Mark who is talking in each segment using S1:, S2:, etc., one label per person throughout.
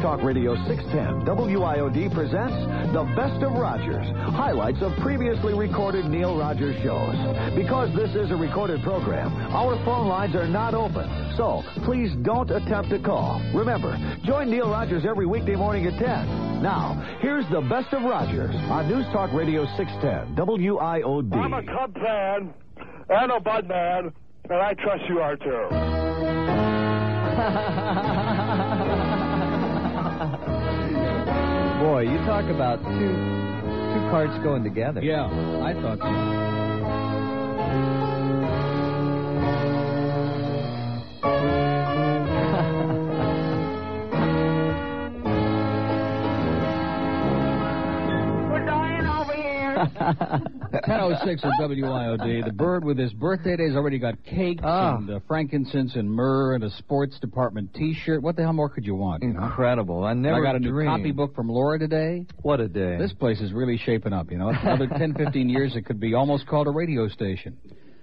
S1: Talk Radio 610 WIOD presents The Best of Rogers, highlights of previously recorded Neil Rogers shows. Because this is a recorded program, our phone lines are not open, so please don't attempt to call. Remember, join Neil Rogers every weekday morning at 10. Now, here's The Best of Rogers on News Talk Radio 610 WIOD.
S2: I'm a Cub fan and a Bud man, and I trust you are too.
S3: Boy, you talk about two two parts going together. Yeah, I thought so.
S4: We're dying over here.
S5: 1006 at WIOD. The bird with his birthday day's already got cakes
S3: Ah.
S5: and uh, frankincense and myrrh and a sports department T-shirt. What the hell more could you want?
S3: Incredible. I never
S5: I got a new
S3: dreamed.
S5: copy book from Laura today.
S3: What a day.
S5: This place is really shaping up. You know, another 10, 15 years, it could be almost called a radio station.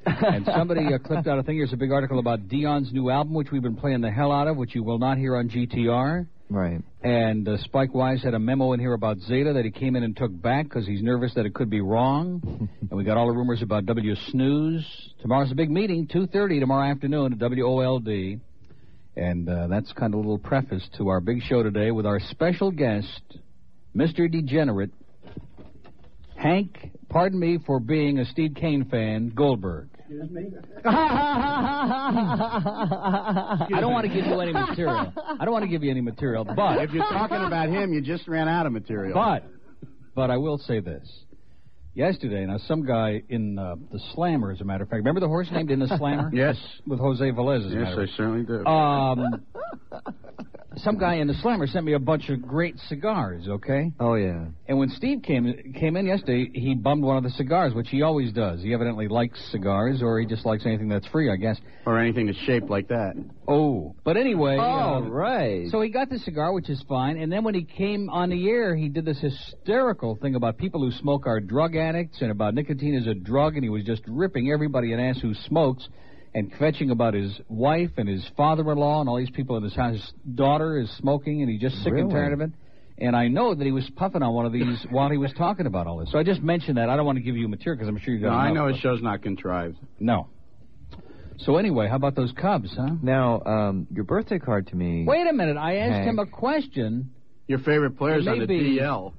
S5: And somebody uh, clipped out a thing. Here's a big article about Dion's new album, which we've been playing the hell out of, which you will not hear on GTR.
S3: right.
S5: And uh, Spike Wise had a memo in here about Zeta that he came in and took back because he's nervous that it could be wrong. and we got all the rumors about W Snooze. Tomorrow's a big meeting, 2.30 tomorrow afternoon at WOLD. And uh, that's kind of a little preface to our big show today with our special guest, Mr. Degenerate, Hank, pardon me for being a Steve Kane fan, Goldberg. I don't want to give you any material. I don't want to give you any material, but
S6: If you're talking about him, you just ran out of material.
S5: But, but I will say this. Yesterday, now some guy in uh, the Slammer, as a matter of fact, remember the horse named in the Slammer?
S6: yes,
S5: With Jose Velez, as a
S6: yes,
S5: matter
S6: I
S5: of fact.
S6: certainly do.
S3: Uh,
S5: Um, some guy in the Slammer sent me a bunch of great cigars, okay?
S3: Oh yeah.
S5: And when Steve came came in yesterday, he bummed one of the cigars, which he always does. He evidently likes cigars, or he just likes anything that's free, I guess.
S6: or anything that's shaped like that.
S5: Oh, but anyway.
S3: All
S5: you know,
S3: right.
S5: so he got the cigar, which is fine, and then when he came on the air, he did this hysterical thing about people who smoke are drug addicts and about nicotine is a drug, and he was just ripping everybody an ass who smokes and kvetching about his wife and his father-in-law and all these people in his house. His daughter is smoking, and he's just sick and
S3: Really?
S5: tired of it. And I know that he was puffing on one of these while he was talking about all this. So I just mentioned that. I don't want to give you material because I'm sure you
S6: No,
S5: got.
S6: I
S5: enough,
S6: know
S5: but-
S6: his show's not contrived.
S5: No. So anyway, how about those Cubs, huh?
S3: now, um, your birthday card to me.
S5: Wait a minute. I asked
S3: Hank.
S5: him a question.
S6: Your favorite player's on the
S5: Maybe.
S6: DL.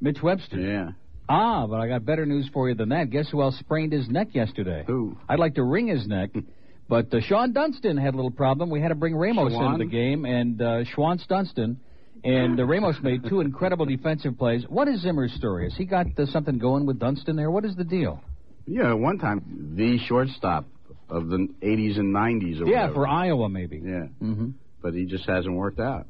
S5: Mitch Webster.
S6: Yeah.
S5: Ah, but I got better news for you than that. Guess who else sprained his neck yesterday?
S6: Who?
S5: I'd like to wring his neck, but uh, Sean Dunston had a little problem. We had to bring Ramos
S6: Shawan?
S5: into the game, and uh, Schwantz Dunston. And uh, Ramos made two incredible defensive plays. What is Zimmer's story? Has he got uh, something going with Dunston there? What is the deal?
S6: Yeah, one time the shortstop of the 80s and 90s. Or
S5: Yeah,
S6: whatever.
S5: for Iowa, maybe.
S6: Yeah,
S5: hmm
S6: but he just hasn't worked out.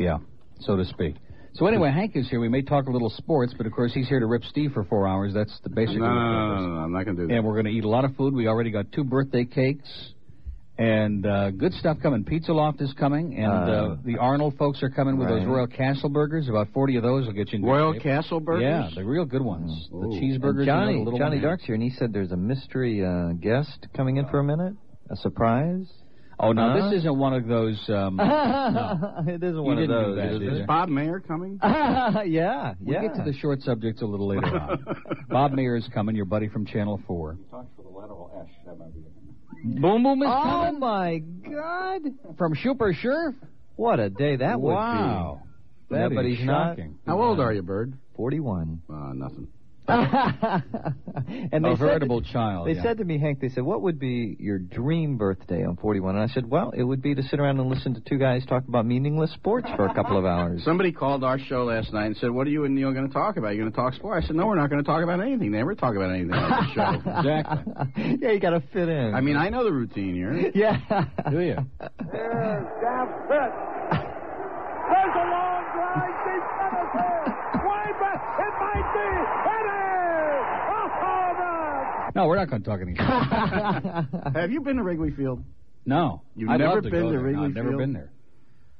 S5: Yeah, so to speak. So anyway, Hank is here. We may talk a little sports, but of course he's here to rip Steve for four hours. That's the basic.
S6: No, no, no, no, no, no, I'm not going to do that.
S5: and we're going to eat a lot of food. We already got two birthday cakes, and uh, good stuff coming. Pizza Loft is coming, and uh,
S3: Uh,
S5: the Arnold folks are coming with those
S3: right.
S5: Royal Castle burgers. About forty of those will get you. In good
S6: Royal
S5: shape.
S6: Castle
S5: Yeah,
S6: burgers.
S5: the real good ones.
S6: Oh.
S5: The
S3: And
S5: cheeseburgers.
S3: Johnny,
S5: you know, the little
S3: Johnny
S5: ones.
S3: Dark's here, and he said there's a mystery uh, guest coming in for a minute, a surprise.
S5: Oh no,
S3: Huh?
S5: this isn't one of those. Um,
S3: it isn't one
S5: didn't do
S3: of those.
S5: that,
S3: is
S5: did
S3: it?
S5: you?
S6: Is Bob Mayer coming?
S3: yeah,
S5: We'll
S3: yeah.
S5: get to the short subjects a little later on. Bob Mayer is coming, your buddy from Channel 4. Boom Boom is
S3: Oh
S5: coming
S3: my God!
S5: from Super Sure.
S3: What a day that
S5: wow.
S3: would be. Yeah,
S5: That
S3: but
S5: is
S3: he's not.
S5: shocking.
S6: How old are you, Bird?
S3: would be. Forty-one.
S6: Uh, nothing.
S3: and
S5: A
S3: they said,
S5: veritable child.
S3: they
S5: yeah.
S3: said to me, Hank, they said, what would be your dream birthday on 41? And I said, well, it would be to sit around and listen to two guys talk about meaningless sports for a couple of hours.
S6: Somebody called our show last night and said, "What are you and Neil going to talk about? You going to talk sport?" I said, "No, we're not going to talk about anything. They never talk about anything on the show."
S5: exactly.
S3: yeah, you got to fit in.
S6: I mean, I know the routine here.
S3: yeah.
S5: Do you?
S2: There's Jeff Pitt. There's a long drive deep center field. Way back. It might be. It is. A home run.
S5: No, we're not going to talk anymore.
S6: Have you been to Wrigley Field?
S5: No,
S6: You've
S5: I'd
S6: never
S5: love to
S6: been
S5: go
S6: to
S5: there. No,
S6: Wrigley
S5: I've never
S6: Field?
S5: been there.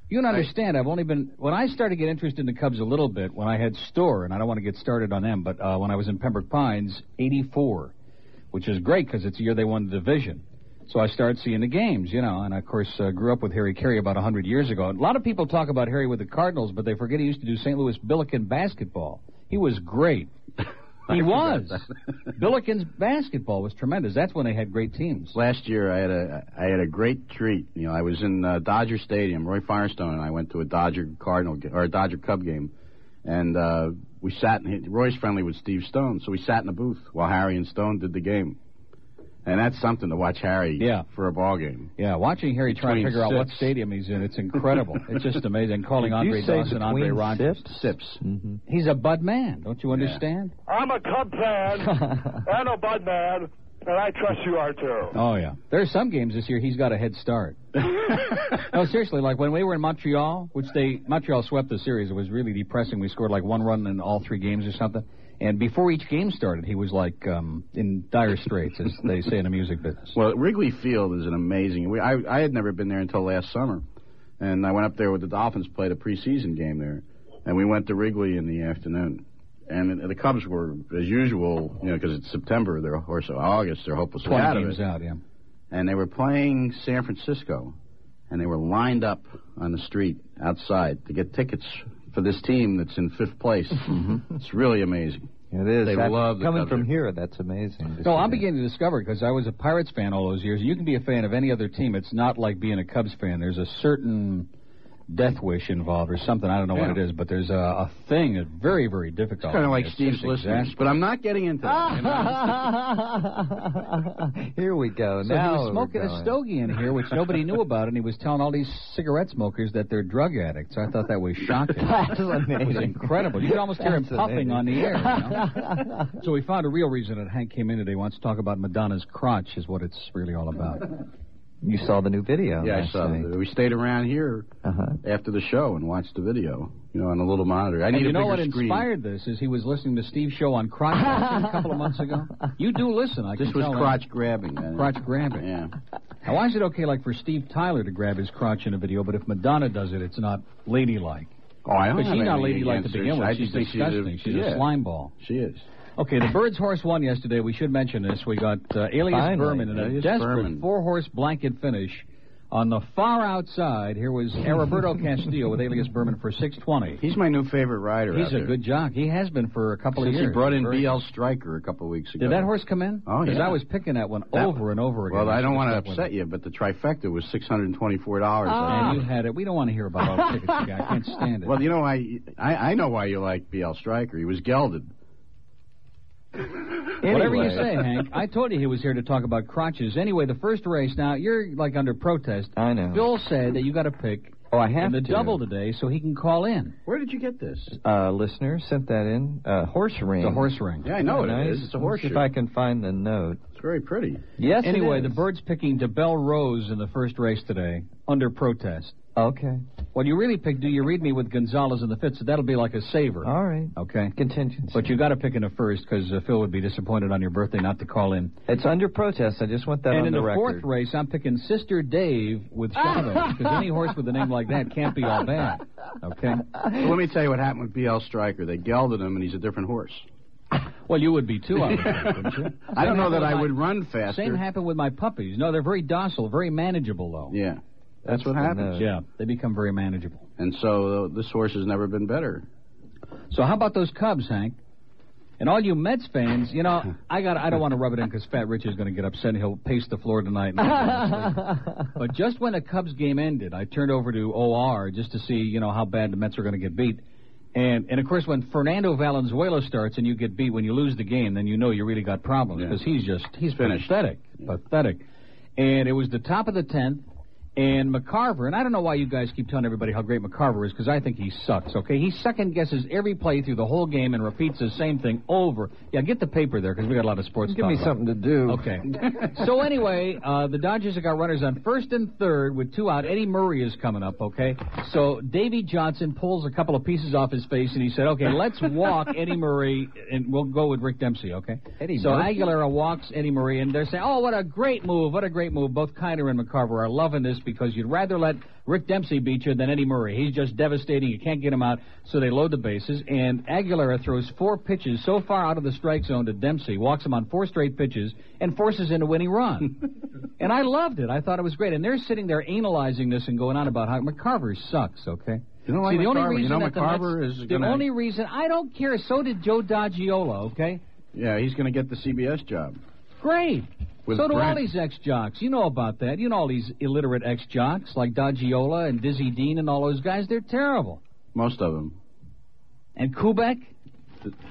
S5: You don't understand. I've only been when I started to get interested in the Cubs a little bit when I had Store, and I don't want to get started on them. But uh, when I was in Pembroke Pines, '84, which is great because it's the year they won the division. So I started seeing the games, you know, and I, of course uh, grew up with Harry Carey about 100 years ago. A lot of people talk about Harry with the Cardinals, but they forget he used to do St. Louis Billiken basketball. He was great. He was. Billiken's basketball was tremendous. That's when they had great teams.
S6: Last year, I had a I had a great treat. You know, I was in uh, Dodger Stadium. Roy Firestone and I went to a Dodger Cardinal ga- or a Dodger Cub game, and uh, we sat. In, Roy's friendly with Steve Stone, so we sat in the booth while Harry and Stone did the game. And that's something to watch Harry
S5: Yeah.
S6: for a ball game.
S5: Yeah, watching Harry try to
S6: Between
S5: figure out what
S6: sips.
S5: stadium he's in, it's incredible. it's just amazing.
S3: Did
S5: Calling
S3: you
S5: Andre
S3: say
S5: Dawson, Andre
S3: between
S5: Rogers.
S3: sips? Mm-hmm.
S6: Sips.
S5: He's a bud man, don't you understand?
S2: I'm a Cub fan and a Bud man, and I trust you are too.
S5: Oh yeah. There's some games this year he's got a head start. no, seriously, like when we were in Montreal, which they Montreal swept the series, it was really depressing. We scored like one run in all three games or something. And before each game started, he was like um, in dire straits, as they say in the music business.
S6: Well, Wrigley Field is an amazing. We, I I had never been there until last summer, and I went up there with the Dolphins played a preseason game there, and we went to Wrigley in the afternoon, and the- the Cubs were as usual, you know, because it's September, they're or so August, they're hopelessly
S5: Twenty
S6: out of
S5: games
S6: it,
S5: out, yeah.
S6: and they were playing San Francisco, and they were lined up on the street outside to get tickets for this team that's in fifth place.
S5: Mm-hmm.
S6: It's really amazing.
S3: It is.
S6: They
S3: That-
S6: love the
S3: coming
S6: Cubs
S3: from
S6: here.
S3: here. That's amazing. to
S5: No,
S3: see that.
S5: I'm beginning to discover because I was a Pirates fan all those years. You can be a fan of any other team. It's not like being a Cubs fan. There's a certain death wish involved or something. I don't know what it
S6: Yeah.
S5: is, but there's a, a thing that's very, very difficult.
S6: Kind of like
S5: It's
S6: Steve's
S5: just
S6: listeners,
S5: exas-
S6: but I'm not getting into that. you know?
S3: Here we go.
S5: So
S3: now
S5: he was
S3: we're
S5: smoking a
S3: going.
S5: stogie in here, which nobody knew about, and he was telling all these cigarette smokers that they're drug addicts. I thought that was shocking. It was
S3: Fascinating.
S5: incredible. You could almost hear him puffing
S3: Fascinating.
S5: on the air. You know? so we found a real reason that Hank came in today. He wants to talk about Madonna's crotch, is what it's really all about.
S3: You saw the new video.
S6: Yeah, I
S3: last
S6: saw
S3: night.
S6: that. We stayed around here
S3: Uh-huh.
S6: after the show and watched the video, you know, on a little monitor. I need
S5: And you
S6: a
S5: know
S6: bigger
S5: what
S6: screen.
S5: inspired this is he was listening to Steve's show on crotch grabbing a couple of months ago. You do listen. I
S6: This
S5: can
S6: was
S5: tell
S6: crotch grabbing. man.
S5: That. Crotch grabbing.
S6: Yeah.
S5: Now, why is it okay, like for Steve Tyler to grab his crotch in a video, but if Madonna does it, it's not ladylike?
S6: Oh, I don't
S5: But
S6: have
S5: she's not
S6: anything
S5: ladylike to
S6: against her.
S5: begin with.
S6: I
S5: she's
S6: just think
S5: disgusting.
S6: She's a, yeah,
S5: slime ball.
S6: She is.
S5: Okay, the Birds Horse won yesterday. We should mention this. We got uh, Alias
S3: Finally,
S5: Berman in a
S6: Alias
S5: desperate
S6: Berman.
S5: four-horse blanket finish on the far outside. Here was Roberto Castillo with Alias Berman for 620.
S6: He's my new favorite rider. out
S5: He's a
S6: there.
S5: good jock. He has been for a couple
S6: Since
S5: of years.
S6: he brought in
S5: Very-
S6: BL Striker a couple of weeks ago.
S5: Did that horse come in?
S6: Oh,
S5: Because
S6: yeah.
S5: I was picking that one
S6: That-
S5: over and over again.
S6: Well, I don't want to
S5: Stuck with
S6: upset
S5: it.
S6: you, but the trifecta was six hundred and twenty-four dollars. Uh,
S5: And you had it. We don't want to hear about all the tickets you got. I can't stand it.
S6: Well, you know, I, I I know why you like BL Striker. He was gelded.
S5: Whatever
S3: Anyway.
S5: you say, Hank. I told you he was here to talk about crotches. Anyway, the first race. Now you're like under protest.
S3: I know.
S5: Bill said that you got to pick
S3: Oh, I
S5: in
S3: have
S5: the
S3: to.
S5: double today so he can call in
S6: Where did you get this?
S3: Uh, listener sent that in. Uh, horse ring.
S5: the horse ring.
S6: Yeah, I know
S3: nice.
S6: it is. It's a
S3: Let's
S6: horse.
S3: see If I can find the note.
S6: It's very pretty.
S3: Yes. it
S5: Anyway,
S3: is.
S5: the bird's picking DeBell Rose in the first race today under protest.
S3: Okay.
S5: Well, you really picked Do You Read Me with Gonzalez in the fifth, so that'll be like a saver.
S3: All right.
S5: Okay.
S3: Contingency.
S5: But you got to pick in the first because uh, Phil would be disappointed on your birthday not to call in.
S3: it's under protest. I just want that
S5: and
S3: on
S5: in the,
S3: record.
S5: fourth race, I'm picking Sister Dave with Chavez because any horse with a name like that can't be all bad. Okay.
S6: Well, let me tell you what happened with BL Striker. They gelded him, and he's a different horse.
S5: Well, you would be too, I would think, wouldn't you?
S6: I don't
S5: Same
S6: know that
S5: happened
S6: I
S5: with
S6: would
S5: my-
S6: run faster.
S5: Same happened with my puppies. No, they're very docile, very manageable though.
S6: yeah, that's what
S3: the note.
S6: happens.
S5: Yeah, they become very manageable.
S6: And so uh, this horse has never been better.
S5: So how about those Cubs, Hank? And all you Mets fans, you know, I got I don't want to rub it in because Fat Rich is going to get upset and he'll pace the floor tonight. and I'll go to sleep. but just when the Cubs game ended, I turned over to OR just to see, you know, how bad the Mets are going to get beat. And and of course, when Fernando Valenzuela starts and you get beat when you lose the game, then you know you really got problems
S6: Yeah.
S5: because he's just he's
S6: Finished.
S5: pathetic, pathetic. And it was the top of the tenth. And McCarver, and I don't know why you guys keep telling everybody how great McCarver is, because I think he sucks, okay? He second guesses every play through the whole game and repeats the same thing over. Yeah, get the paper there, because we got a lot of sports
S3: Give
S5: to
S3: me
S5: talk about.
S3: something to do.
S5: Okay. so anyway, uh, the Dodgers have got runners on first and third with two out. Eddie Murray is coming up. Okay. So Davey Johnson pulls a couple of pieces off his face and he said, "Okay, let's walk Eddie Murray and we'll go with Rick Dempsey." Okay.
S3: Eddie
S5: so
S3: Murphy?
S5: Aguilera walks Eddie Murray and they're saying, "Oh, what a great move! What a great move!" Both Kiner and McCarver are loving this because you'd rather let Rick Dempsey beat you than Eddie Murray. He's just devastating. You can't get him out, so they load the bases. And Aguilera throws four pitches so far out of the strike zone to Dempsey, walks him on four straight pitches, and forces in a winning run. and I loved it. I thought it was great. And they're sitting there analyzing this and going on about how McCarver sucks, okay?
S6: You don't like
S5: See, the only
S6: McCarver. You
S5: reason
S6: know
S5: that the
S6: McCarver
S5: Mets-
S6: is
S5: the
S6: gonna-
S5: only reason I don't care. So did Joe Doggiola. Okay,
S6: Yeah, he's going to get the CBS job.
S5: great.
S6: With
S5: so do all
S6: Brent.
S5: these ex jocks. You know about that. You know all these illiterate ex jocks like Doggiola and Dizzy Dean and all those guys. They're terrible.
S6: Most of them.
S5: And Kubek.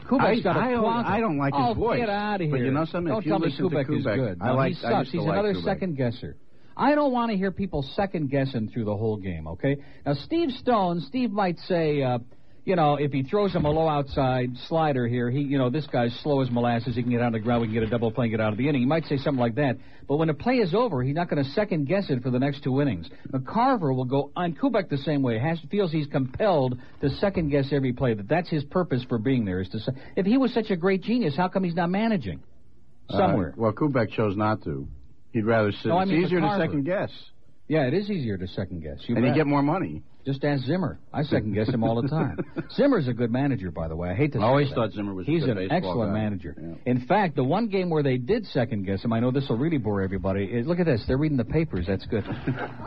S5: Kubek's
S6: I-
S5: got a
S6: I don't-
S5: quaff.
S6: I don't like his
S5: oh,
S6: voice.
S5: Get out of here.
S6: But you know something?
S5: Don't
S6: If you
S5: tell me
S6: listen to
S5: Kubek is
S6: Kubek,
S5: good.
S6: I
S5: No,
S6: like-
S5: he
S6: I used
S5: sucks.
S6: to
S5: He's
S6: like
S5: another
S6: Kubek.
S5: second guesser. I don't want to hear people second guessing through the whole game. Okay. Now Steve Stone, Steve might say. Uh, you know, if he throws him a low outside slider here, he, you know, this guy's slow as molasses. He can get out of the ground. We can get a double play, and get out of the inning. He might say something like that. But when the play is over, he's not going to second guess it for the next two innings. McCarver will go on Kubek the same way. Has feels he's compelled to second guess every play. That that's his purpose for being there. Is to se- if he was such a great genius, how come he's not managing somewhere?
S6: Uh, well, Kubek chose not to. He'd rather sit.
S5: No, I mean
S6: it's easier
S5: McCarver.
S6: to second guess,
S5: yeah, it is easier to second guess. You
S6: and
S5: bet.
S6: you get more money.
S5: Just ask Zimmer. I second guess him all the time. Zimmer's a good manager, by the way. I hate to.
S6: I always
S5: say that.
S6: thought Zimmer was a
S5: He's
S6: good
S5: an
S6: baseball
S5: excellent
S6: guy.
S5: manager.
S6: Yeah.
S5: In fact, the one game where they did second guess him, I know this will really bore everybody. Is, look at this. They're reading the papers. That's good.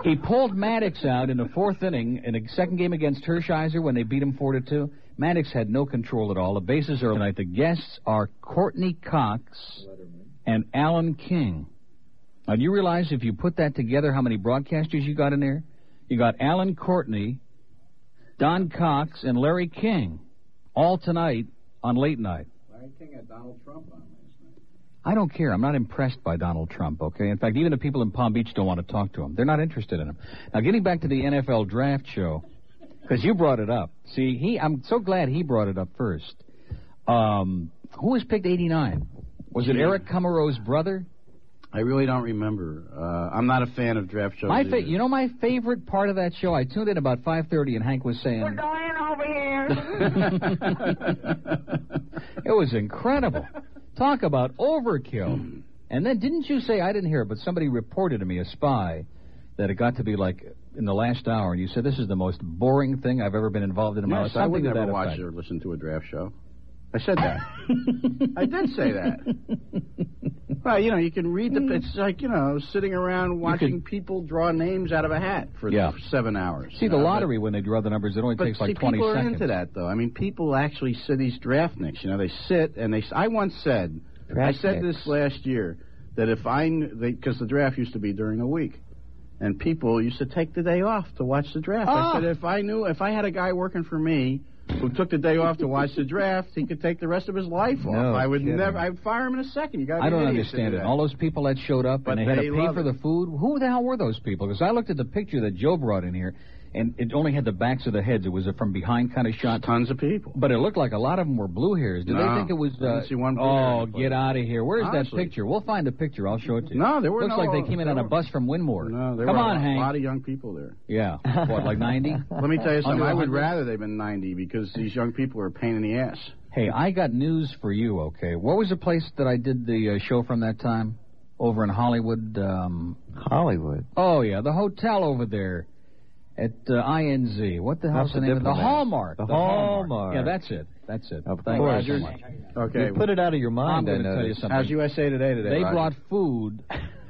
S5: he pulled Maddox out in the fourth inning in the second game against Hershiser when they beat him four to two. Maddox had no control at all. The bases are tonight. The guests are Courtney Cox and Alan King. Now, do you realize if you put that together, how many broadcasters you got in there? You got Alan Courtney, Don Cox, and Larry King, all tonight on late night.
S6: Larry King had Donald Trump on last night.
S5: I don't care. I'm not impressed by Donald Trump, okay? In fact, even the people in Palm Beach don't want to talk to him. They're not interested in him. Now, getting back to the NFL draft show, because you brought it up. See, he, I'm so glad he brought it up first. Um, who was picked 89? Was it
S6: Gee.
S5: Eric Camaro's brother?
S6: I really don't remember. Uh, I'm not a fan of draft shows.
S5: My
S6: either.
S5: fa- you know my favorite part of that show. I tuned in about 5:30 and Hank was saying
S4: We're going over here.
S5: it was incredible. Talk about overkill. And then didn't you say I didn't hear it, but somebody reported to me a spy that it got to be like in the last hour, and you said this is the most boring thing I've ever been involved in in my life.
S6: Yes, I would
S5: Something to
S6: never
S5: that
S6: watch
S5: effect.
S6: or listen to a draft show. I said that. I did say that. Well, you know, you can read the. It's like you know, sitting around watching people draw names out of a hat for
S5: Yeah.
S6: for seven hours.
S5: See
S6: you
S5: the
S6: know,
S5: lottery when they draw the numbers, it only
S6: But,
S5: takes
S6: but see,
S5: like 20
S6: people
S5: seconds.
S6: are into that though. I mean, people actually sit these draft nicks. You know, they sit and they. s- I once said,
S5: Draft
S6: I said
S5: nicks.
S6: this last year that if I because the draft used to be during a week. And people used to take the day off to watch the draft.
S5: Ah.
S6: I said, if I knew, if I had a guy working for me who took the day off to watch the draft, he could take the rest of his life off.
S5: No
S6: I would
S5: kidding.
S6: never. I'd fire him in a second. You got.
S5: I don't understand it. All those people that showed up
S6: But
S5: and they, had
S6: they
S5: to pay
S6: love
S5: for the
S6: it.
S5: food. Who the hell were those people? Because I looked at the picture that Joe brought in here, and it only had the backs of the heads. It was a from behind kind of shot.
S6: Tons of people.
S5: But it looked like a lot of them were blue hairs. Do they
S6: No,
S5: think it was?
S6: I didn't
S5: Uh,
S6: see one blue hair
S5: oh,
S6: in the photo.
S5: get out of here! Where's
S6: Honestly.
S5: that picture? We'll find the picture. I'll show it to you.
S6: No, there were
S5: Looks
S6: no-
S5: like they came in on
S6: there
S5: a
S6: were-
S5: bus from Winmore.
S6: No, there
S5: Come
S6: were
S5: on,
S6: a
S5: Hank.
S6: lot of young people there.
S5: Yeah. What, like ninety?
S6: Let me tell you something. I would
S5: 100?
S6: rather they've been 90 because these young people are a pain in the ass.
S5: hey, I got news for you. Okay, what was the place that I did the uh, show from that time? Over in Hollywood. Um,
S3: Hollywood.
S5: Oh yeah, the hotel over there at uh, Inz. What the hell's
S3: the
S5: the name of the
S3: Diplomat.
S5: Hallmark?
S3: The Hallmark.
S5: Yeah, that's it. That's it.
S3: Of
S5: Thank you
S3: course.
S5: so much.
S6: Okay.
S3: You put it out of your
S5: I'm
S3: mind. I
S5: going to tell you
S3: noticed.
S5: something.
S6: How's USA Today today?
S5: they
S6: Roger?
S5: brought food.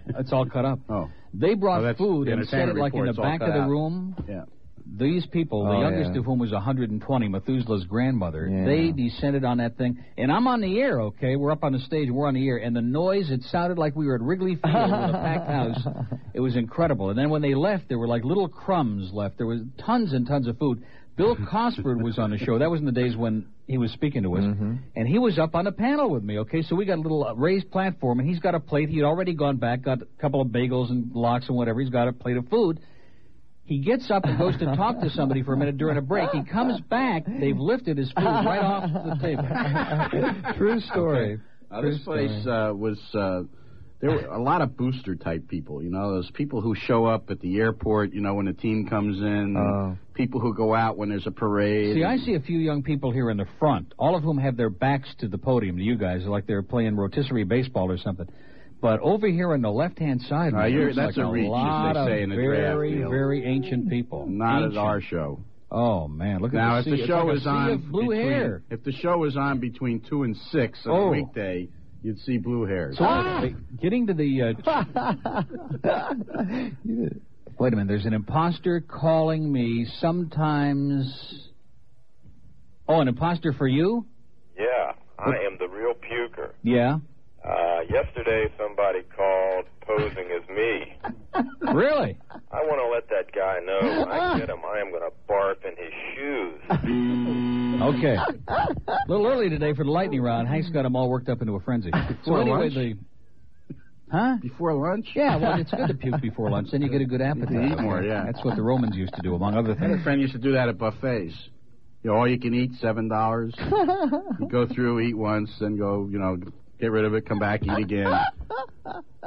S5: it's all cut up.
S6: Oh.
S5: They
S6: Oh,
S5: brought
S6: that's
S5: food
S6: the
S5: and set it
S6: entertainment
S5: like in the
S6: report's all
S5: back of
S6: cut
S5: the
S6: out.
S5: room.
S6: Yeah.
S5: These people, the
S3: Oh,
S5: youngest
S3: yeah.
S5: of whom was 120, Methuselah's grandmother,
S3: Yeah.
S5: they descended on that thing. And I'm on the air, okay? We're up on the stage, we're on the air, and the noise, it sounded like we were at Wrigley Field with a packed house. It was incredible. And then when they left, there were like little crumbs left. There was tons and tons of food. Bill Cosford was on the show. That was in the days when he was speaking to us. And he was up on a panel with me, okay? So we got a little uh, raised platform, and he's got a plate. He'd already gone back, got a couple of bagels and lox and whatever. He's got a plate of food. He gets up and goes to talk to somebody for a minute during a break. He comes back. They've lifted his food right off the table.
S3: True story.
S6: Uh, this place uh, was. Uh, there were a lot of booster type people, you know, those people who show up at the airport, you know, when a team comes in,
S3: Oh.
S6: people who go out when there's a parade.
S5: See, I see a few young people here in the front, all of whom have their backs to the podium to you guys, like they're playing rotisserie baseball or something. But over here on the left-hand side,
S6: Now,
S5: man,
S6: you're-
S5: looks
S6: that's
S5: like
S6: a reach, as
S5: lot
S6: they say
S5: of
S6: in the draft,
S5: very,
S6: Neil.
S5: very ancient people.
S6: Not
S5: ancient.
S6: at our show.
S5: Oh man, look
S6: Now,
S5: at
S6: if
S5: the sea.
S6: the
S5: It's
S6: show
S5: like a
S6: is
S5: sea
S6: on
S5: of blue
S6: between-
S5: hair.
S6: if the show is on between two and six on
S5: Oh.
S6: a weekday, you'd see blue hairs.
S5: So anyway, getting to the. Uh, wait a minute. There's an imposter calling me. Sometimes. Oh, an imposter for you?
S7: Yeah, I am the real puker.
S5: Yeah.
S7: Uh, yesterday, somebody called posing as me.
S5: Really?
S7: I want to let that guy know when I get him, I am going to barf in his shoes.
S5: Okay. A little early today for the lightning round. Hank's got them all worked up into a frenzy. So
S3: Before
S5: anyway,
S3: lunch?
S5: the. Huh?
S6: Before lunch?
S5: Yeah, well, it's good to puke before lunch. Then you get a good appetite.
S6: eat more, yeah.
S5: That's what the Romans used to do, among other
S6: I had
S5: things.
S6: a friend used to do that at buffets. You know, all you can eat, seven dollars. you go through, eat once, then go, you know, get rid of it, come back, eat again.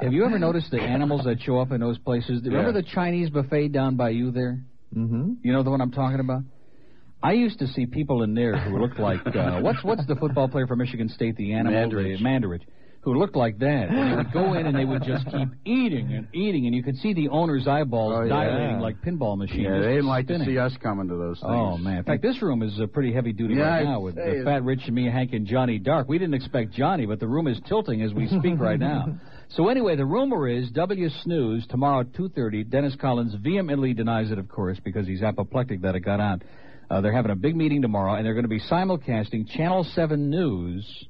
S5: Have you ever noticed the animals that show up in those places? Remember the Chinese buffet down by you there?
S3: Mm-hmm.
S5: You know the one I'm talking about? I used to see people in there who looked like uh, what's what's the football player from Michigan State, the animal,
S6: Mandarich.
S5: the Mandarich, who looked like that. And they would go in and they would just keep eating and eating, and you could see the owner's eyeballs
S6: Oh, yeah.
S5: dilating like pinball machines.
S6: Yeah, they didn't like
S5: spinning.
S6: to see us coming to those things.
S5: Oh man! In fact, this room is uh, pretty heavy duty
S6: Yeah,
S5: right
S6: I'd
S5: now with
S6: say
S5: the
S6: it-
S5: Fat Rich and me, Hank and Johnny Dark. We didn't expect Johnny, but the room is tilting as we speak right now. So anyway, the rumor is W snooze tomorrow two thirty. Dennis Collins vehemently denies it, of course, because he's apoplectic that it got out. Uh, they're having a big meeting tomorrow, and they're going to be simulcasting Channel Seven News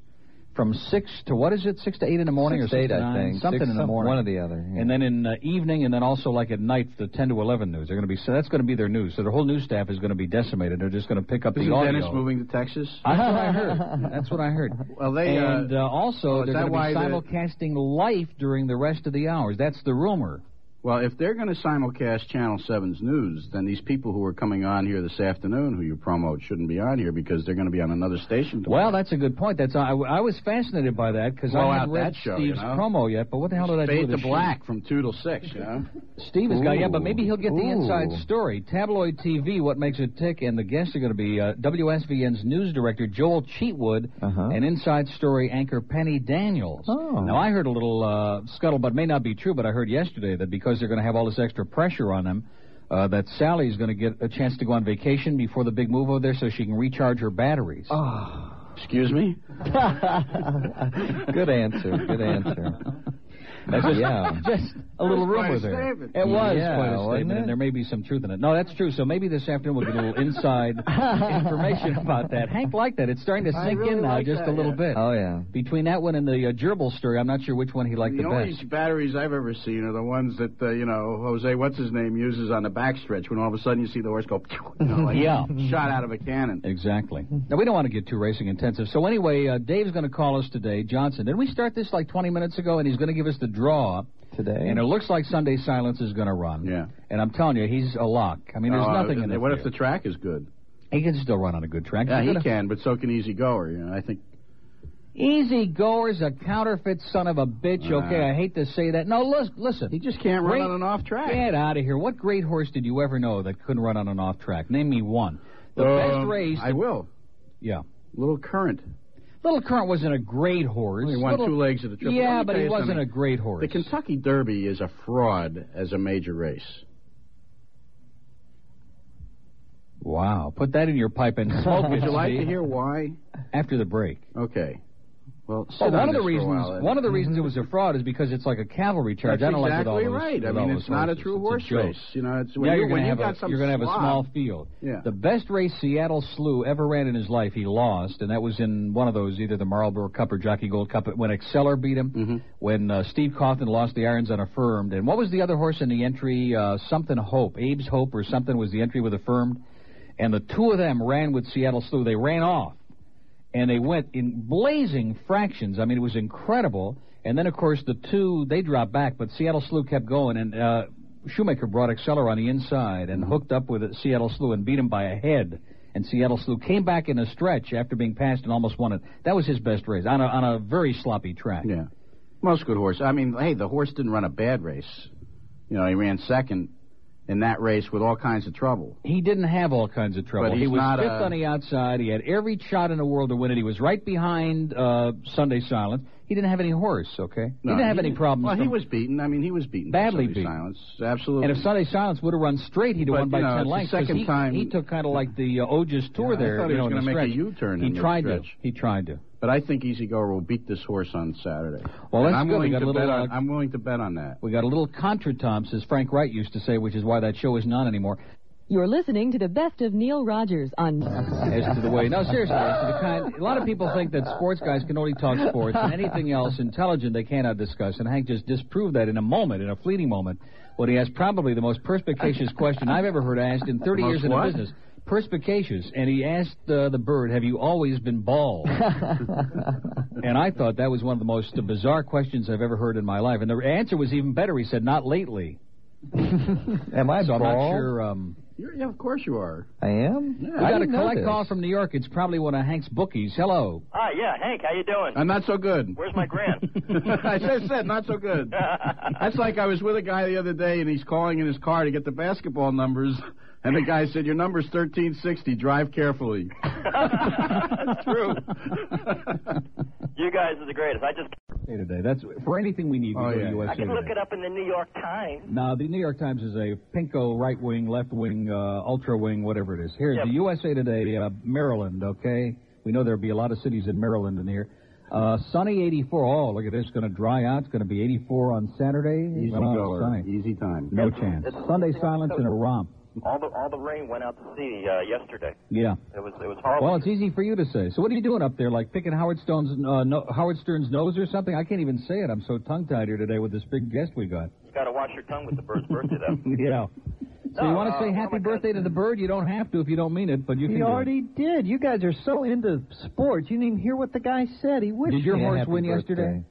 S5: from six to what is it? Six to eight in the morning
S3: Six
S5: or
S3: to
S5: six
S3: eight,
S5: to
S3: I
S5: nine?
S3: think.
S5: Something
S3: Six,
S5: in the
S3: some-
S5: morning.
S3: one or the other, yeah.
S5: And then in uh, evening, and then also like at night, the ten to eleven news. They're going to be so that's going to be their news. So their whole news staff is going to be decimated. They're just going to pick up
S6: Isn't
S5: the audio.
S6: Dennis moving to Texas?
S5: That's what I heard.
S6: Uh-huh.
S5: That's what I heard.
S6: Well, they, uh,
S5: and uh, also
S6: is
S5: they're
S6: that
S5: going to
S6: why
S5: be
S6: the-
S5: simulcasting life during the rest of the hours. That's the rumor.
S6: Well, if they're going to simulcast Channel 7's news, then these people who are coming on here this afternoon, who you promote, shouldn't be on here because they're going to be on another station. tomorrow.
S5: Well, that's a good point. That's I, I was fascinated by that because
S6: Blow
S5: I
S6: out
S5: haven't read
S6: that show, you
S5: Steve's
S6: know?
S5: promo yet. But what the hell did I do
S6: fade
S5: with
S6: to
S5: the show?
S6: black from two till six. You know,
S5: Steve has got, yeah, but maybe he'll get the
S3: Ooh.
S5: inside story. Tabloid TV, what makes it tick, and the guests are going to be uh, WSVN's news director Joel Cheatwood
S3: Uh-huh.
S5: and inside story anchor Penny Daniels.
S3: Oh.
S5: Now I heard a little uh, scuttlebutt, may not be true, but I heard yesterday that because they're going to have all this extra pressure on them, uh, that Sally's going to get a chance to go on vacation before the big move over there, so she can recharge her batteries.
S6: excuse me.
S3: good answer. Good answer. That's yeah.
S5: Just a little
S6: That's quite
S5: rumor
S6: a
S5: there.
S6: statement.
S5: It was
S3: Yeah,
S5: quite a
S3: wasn't
S5: statement,
S3: it?
S5: and there may be some truth in it. No, that's true. So maybe this afternoon we'll get a little inside information about that. Hank liked that. It's starting to
S6: I
S5: sink
S6: really
S5: in now
S6: like
S5: just
S6: that,
S5: a little
S6: yeah.
S5: bit.
S3: Oh yeah.
S5: Between that one and the uh, gerbil story, I'm not sure which one he liked
S6: The
S5: the
S6: only
S5: best.
S6: batteries I've ever seen are the ones that uh, you know Jose, what's his name, uses on the backstretch when all of a sudden you see the horse go, you know, like
S5: Yeah.
S6: shot out of a cannon.
S5: Exactly. Now we don't want to get too racing intensive. So anyway, uh, Dave's going to call us today. Johnson, did we start this like 20 minutes ago? And he's going to give us the draw.
S3: Today.
S5: And it looks like Sunday Silence is going to run.
S6: Yeah.
S5: And I'm telling you, he's a lock. I mean, there's
S6: Uh,
S5: nothing in
S6: and
S5: it.
S6: What if the track is good?
S5: he can still run on a good track?
S6: Yeah,
S5: He's
S6: he
S5: gonna-
S6: can, but so can Easy Goer. You know, I think
S5: Easy goer's a counterfeit son of a bitch.
S6: Uh.
S5: Okay, I hate to say that. No, lis- listen.
S6: he just can't run
S5: Great.
S6: on and off track.
S5: Get out of here. What great horse did you ever know that couldn't run on and off track? Name me one. The best
S6: Um,
S5: race.
S6: I will.
S5: yeah.
S6: Little current.
S5: Little Current wasn't a great horse.
S6: He won
S5: Little-
S6: two legs of the triple. Let
S5: Yeah,
S6: me
S5: but
S6: tell
S5: he
S6: you
S5: wasn't
S6: something.
S5: a great horse.
S6: The Kentucky Derby is a fraud as a major race.
S5: wow. Put that in your pipe and smoke it.
S6: Would you like to
S5: Steve.
S6: hear why?
S5: after the break.
S6: Okay. Well, sit
S5: Oh,
S6: on
S5: one of
S6: this
S5: the
S6: for a
S5: reasons
S6: while, then.
S5: one of the reasons it was a fraud is because it's like a cavalry charge.
S6: That's
S5: I don't like it all
S6: exactly
S5: those-
S6: right. I
S5: with
S6: mean,
S5: all
S6: it's
S5: those
S6: not a
S5: horses.
S6: true
S5: It's
S6: horse
S5: joke.
S6: race. You know, it's when
S5: Yeah,
S6: you
S5: you're
S6: when
S5: gonna
S6: you
S5: have
S6: got
S5: a
S6: some
S5: you're gonna have a
S6: slob-
S5: small field.
S6: Yeah.
S5: The best race Seattle Slew ever ran in his life, he lost, and that was in one of those either the Marlboro Cup or Jockey Gold Cup when Exceller beat him, when uh, Steve Coughlin lost the irons unaffirmed, and what was the other horse in the entry? Uh, something Hope, Abe's Hope or something was the entry with affirmed, and the two of them ran with Seattle Slew. They ran off and they went in blazing fractions. I mean, it was incredible. And then, of course, the two they dropped back, but Seattle Slew kept going, and uh, Shoemaker brought Exceller on the inside and hooked up with Seattle Slew and beat him by a head. And Seattle Slew came back in a stretch after being passed and almost won it. That was his best race on a on a very sloppy track.
S6: Yeah. Most good horse. I mean, hey, the horse didn't run a bad race. You know, he ran second, in that race with all kinds of trouble.
S5: He didn't have all kinds of trouble.
S6: But he's
S5: he was
S6: not
S5: fifth
S6: a-
S5: on the outside. He had every shot in the world to win it. He was right behind uh, Sunday Silence. He didn't have any horse. Okay, he
S6: No,
S5: didn't have any problems.
S6: Well, he
S5: from-
S6: was beaten. I mean, he was beaten by
S5: Badly
S6: Sunday
S5: beaten.
S6: Silence. Absolutely.
S5: And if Sunday Silence would have run straight, he'd have
S6: But,
S5: won by
S6: you know,
S5: ten
S6: it's the
S5: lengths. 'cause
S6: second
S5: he,
S6: time-
S5: he took kind of like the uh, Oges tour
S6: Yeah, I
S5: there.
S6: thought he
S5: you
S6: was
S5: know, in the
S6: gonna make a
S5: stretch.
S6: U-turn
S5: He
S6: in the
S5: tried to.
S6: stretch.
S5: He tried to.
S6: But I think Easy Goer will beat this horse on Saturday.
S5: Well,
S6: And
S5: that's
S6: I'm
S5: good. We
S6: willing
S5: got
S6: to
S5: a little,
S6: bet on,
S5: uh,
S6: I'm willing to bet on that.
S5: We got a little contretemps, as Frank Wright used to say, which is why that show is not anymore.
S8: You're listening to the best of Neil Rogers on.
S5: as to the way. No, seriously, as to the kind. A lot of people think that sports guys can only talk sports and anything else intelligent they cannot discuss. And Hank just disproved that in a moment, in a fleeting moment, when he asked probably the most perspicacious question I've ever heard asked in 30
S6: Most
S5: years in
S6: what?
S5: the business. Perspicacious, and he asked uh, the bird, "Have you always been bald?" and I thought that was one of the most bizarre questions I've ever heard in my life. And the answer was even better. He said, "Not lately."
S3: Am I
S5: So I'm not
S3: bald?
S5: sure. Um,
S6: You're, yeah, of course you are.
S3: I am.
S5: we
S3: I
S5: got a
S3: didn't know
S5: collect
S3: this.
S5: call from New York. It's probably one of Hank's bookies. Hello.
S9: Hi, yeah, Hank, how you doing?
S6: I'm not so good.
S9: Where's my grand?
S6: I just said not so good. That's like I was with a guy the other day, and he's calling in his car to get the basketball numbers, and the guy said, "Your number's 1360. Drive carefully."
S9: That's true. You guys are the greatest. I just
S5: today. That's for anything we need.
S6: Oh, yeah.
S9: I can look it up in the New York Times.
S5: Now, the New York Times is a pinko right wing, left wing, uh, ultra wing, whatever it is. Here's
S9: Yep.
S5: the USA Today, uh, Maryland. Okay, we know there'll be a lot of cities in Maryland in here. Uh, sunny 84. Oh, look at this. Going to dry out. It's going to be 84 on Saturday.
S6: Easy
S5: Wow,
S6: goer.
S5: sunny.
S6: Easy time.
S5: No chance.
S9: It's-
S5: Sunday silence and a romp.
S9: All the all the rain went out to sea uh, yesterday.
S5: Yeah.
S9: It was it was horrible.
S5: Well, it's easy for you to say. So, what are you doing up there? Like picking Howard Stone's uh, no, Howard Stern's nose or something? I can't even say it. I'm so tongue tied here today with this big guest we got.
S9: you got to wash your tongue with the bird's birthday though.
S5: Yeah. So you
S9: No,
S5: want to
S9: uh,
S5: say
S9: one of
S5: happy
S9: my
S5: birthday to the bird? You don't have to if you don't mean it, but you can.
S3: He
S5: do it.
S3: already did. You guys are so into sports. You didn't even hear what the guy said. He wished.
S5: Did your
S3: me a
S5: horse
S3: happy
S5: win
S3: birthday.
S5: yesterday?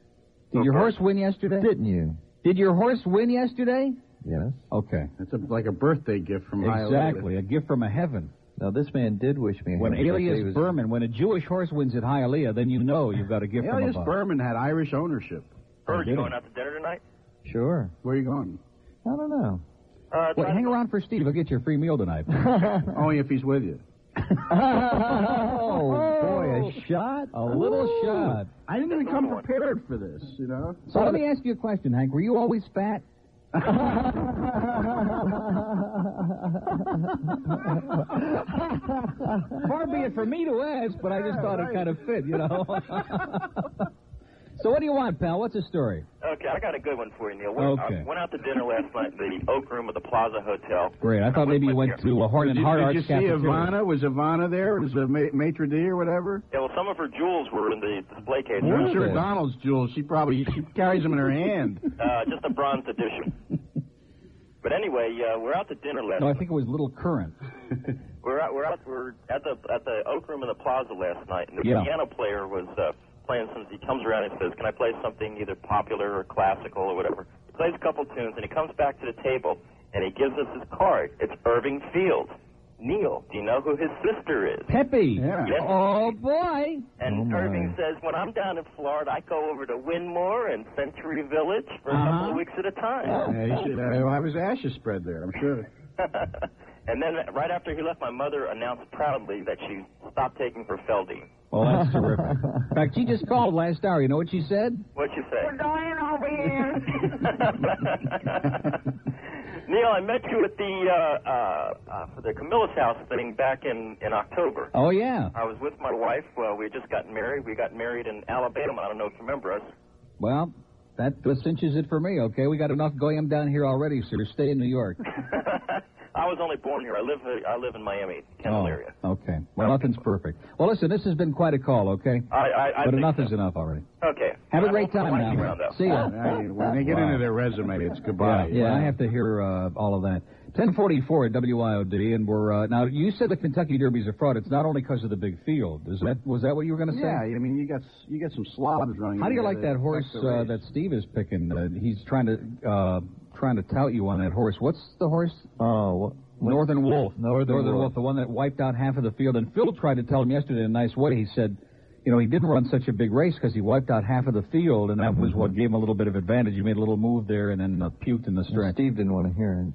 S5: Did your horse win yesterday?
S3: Didn't you?
S5: Did your horse win yesterday?
S3: Yes.
S5: Okay.
S6: That's a, like a birthday gift from Iowa.
S5: Exactly. A gift from a heaven.
S3: Now this man did wish me. A
S5: When
S3: happy birthday. He
S5: Elias
S3: was-
S5: Berman, when a Jewish horse wins at Hialeah, then you know you've got a gift
S6: Elias
S5: from above.
S6: Berman had Irish ownership.
S9: Bird,
S5: I
S9: you
S5: did.
S9: going out to dinner tonight?
S3: Sure.
S6: Where are you going?
S3: I don't know.
S9: Uh,
S5: Wait,
S9: try-
S5: hang around for Steve. He'll get your free meal tonight.
S6: Only if he's with you.
S3: Oh boy, a shot.
S5: a little shot.
S6: I didn't even come prepared for this, you know.
S5: So let me ask you a question, Hank. Were you always fat? Far be it for me to ask, but I just thought it kind of fit, you know. so what do you want, pal? What's the story?
S9: Okay, I got a good one for you, Neil.
S5: Okay.
S9: I went out to dinner last night, in the Oak Room of the Plaza Hotel.
S5: Great. I thought maybe you went to a Horn
S6: Did
S5: and
S6: you,
S5: Hard
S6: did
S5: Arts
S6: you see
S5: cafeteria.
S6: Ivana? Was Ivana there? Was a ma- maitre d' or whatever?
S9: Yeah, well, some of her jewels were in the display case.
S6: I'm sure
S5: Really?
S6: Donald's jewels. She probably she carries them in her hand.
S9: Uh, just a bronze edition. But anyway, uh, we're out to dinner last
S5: No, I think it was Little Current.
S9: We're out, we're out, we're at the at the Oak Room in the Plaza last night, and the
S5: Yeah.
S9: piano player was uh, playing some. He comes around and says, "Can I play something either popular or classical or whatever?" He plays a couple tunes, and he comes back to the table, and he gives us his card. It's Irving Field. Neil, do you know who his sister is?
S5: Peppy.
S6: Yeah.
S9: Yes.
S5: Oh boy.
S3: Oh,
S9: And
S3: my.
S9: Irving says, "When I'm down in Florida, I go over to Winmore and Century Village for a couple
S5: Uh-huh.
S9: of weeks at a time."
S6: Yeah, you should have- I was ashes spread there. I'm sure.
S9: and then right after he left, my mother announced proudly that she stopped taking her Feldene.
S5: Well, Oh, that's terrific. In fact, she just called last hour. You know what she said?
S9: What'd you say?
S10: We're going over here.
S9: Neil, I met you at the uh, uh, uh, for the Camilla's house thing back in in October.
S5: Oh yeah.
S9: I was with my wife. Well, we had just gotten married. We got married in Alabama. I don't know if you remember us.
S5: Well, that cinches it for me, okay? We got enough goyim down here already, sir. Stay in New York.
S9: I was only born here. I live I live in Miami, Kendall area.
S5: Oh, okay. Well, nothing's perfect. Well, listen, this has been quite a call, okay?
S9: I, I, I
S5: but
S9: think
S5: enough
S9: so.
S5: is enough already.
S9: Okay.
S5: Have a
S9: I
S5: great
S9: won't put
S5: time
S9: my finger
S5: now.
S9: on that.
S5: See ya.
S6: I mean, when they get
S5: Wow.
S6: into their resume, it's goodbye.
S5: Yeah, I have to hear uh, all of that. 1044 at WIOD, and we're uh, now. You said the Kentucky Derby's a fraud. It's not only because of the big field. Is that was that what you were going to say?
S6: Yeah, I mean, you got s- you got some slobs running.
S5: How do you
S6: together
S5: like that horse
S6: affect the
S5: uh,
S6: race.
S5: that Steve is picking? Uh, he's trying to uh, trying to tout you on that horse. What's the horse?
S3: Oh, wh-
S5: Northern Wolf.
S3: Northern
S5: Wolf.
S3: Wolf,
S5: the one that wiped out half of the field. And Phil tried to tell him yesterday in a nice way. He said, you know, he didn't run such a big race because he wiped out half of the field, and that was what gave him a little bit of advantage. He made a little move there and then uh, puked in the stretch.
S3: Steve didn't want to hear it.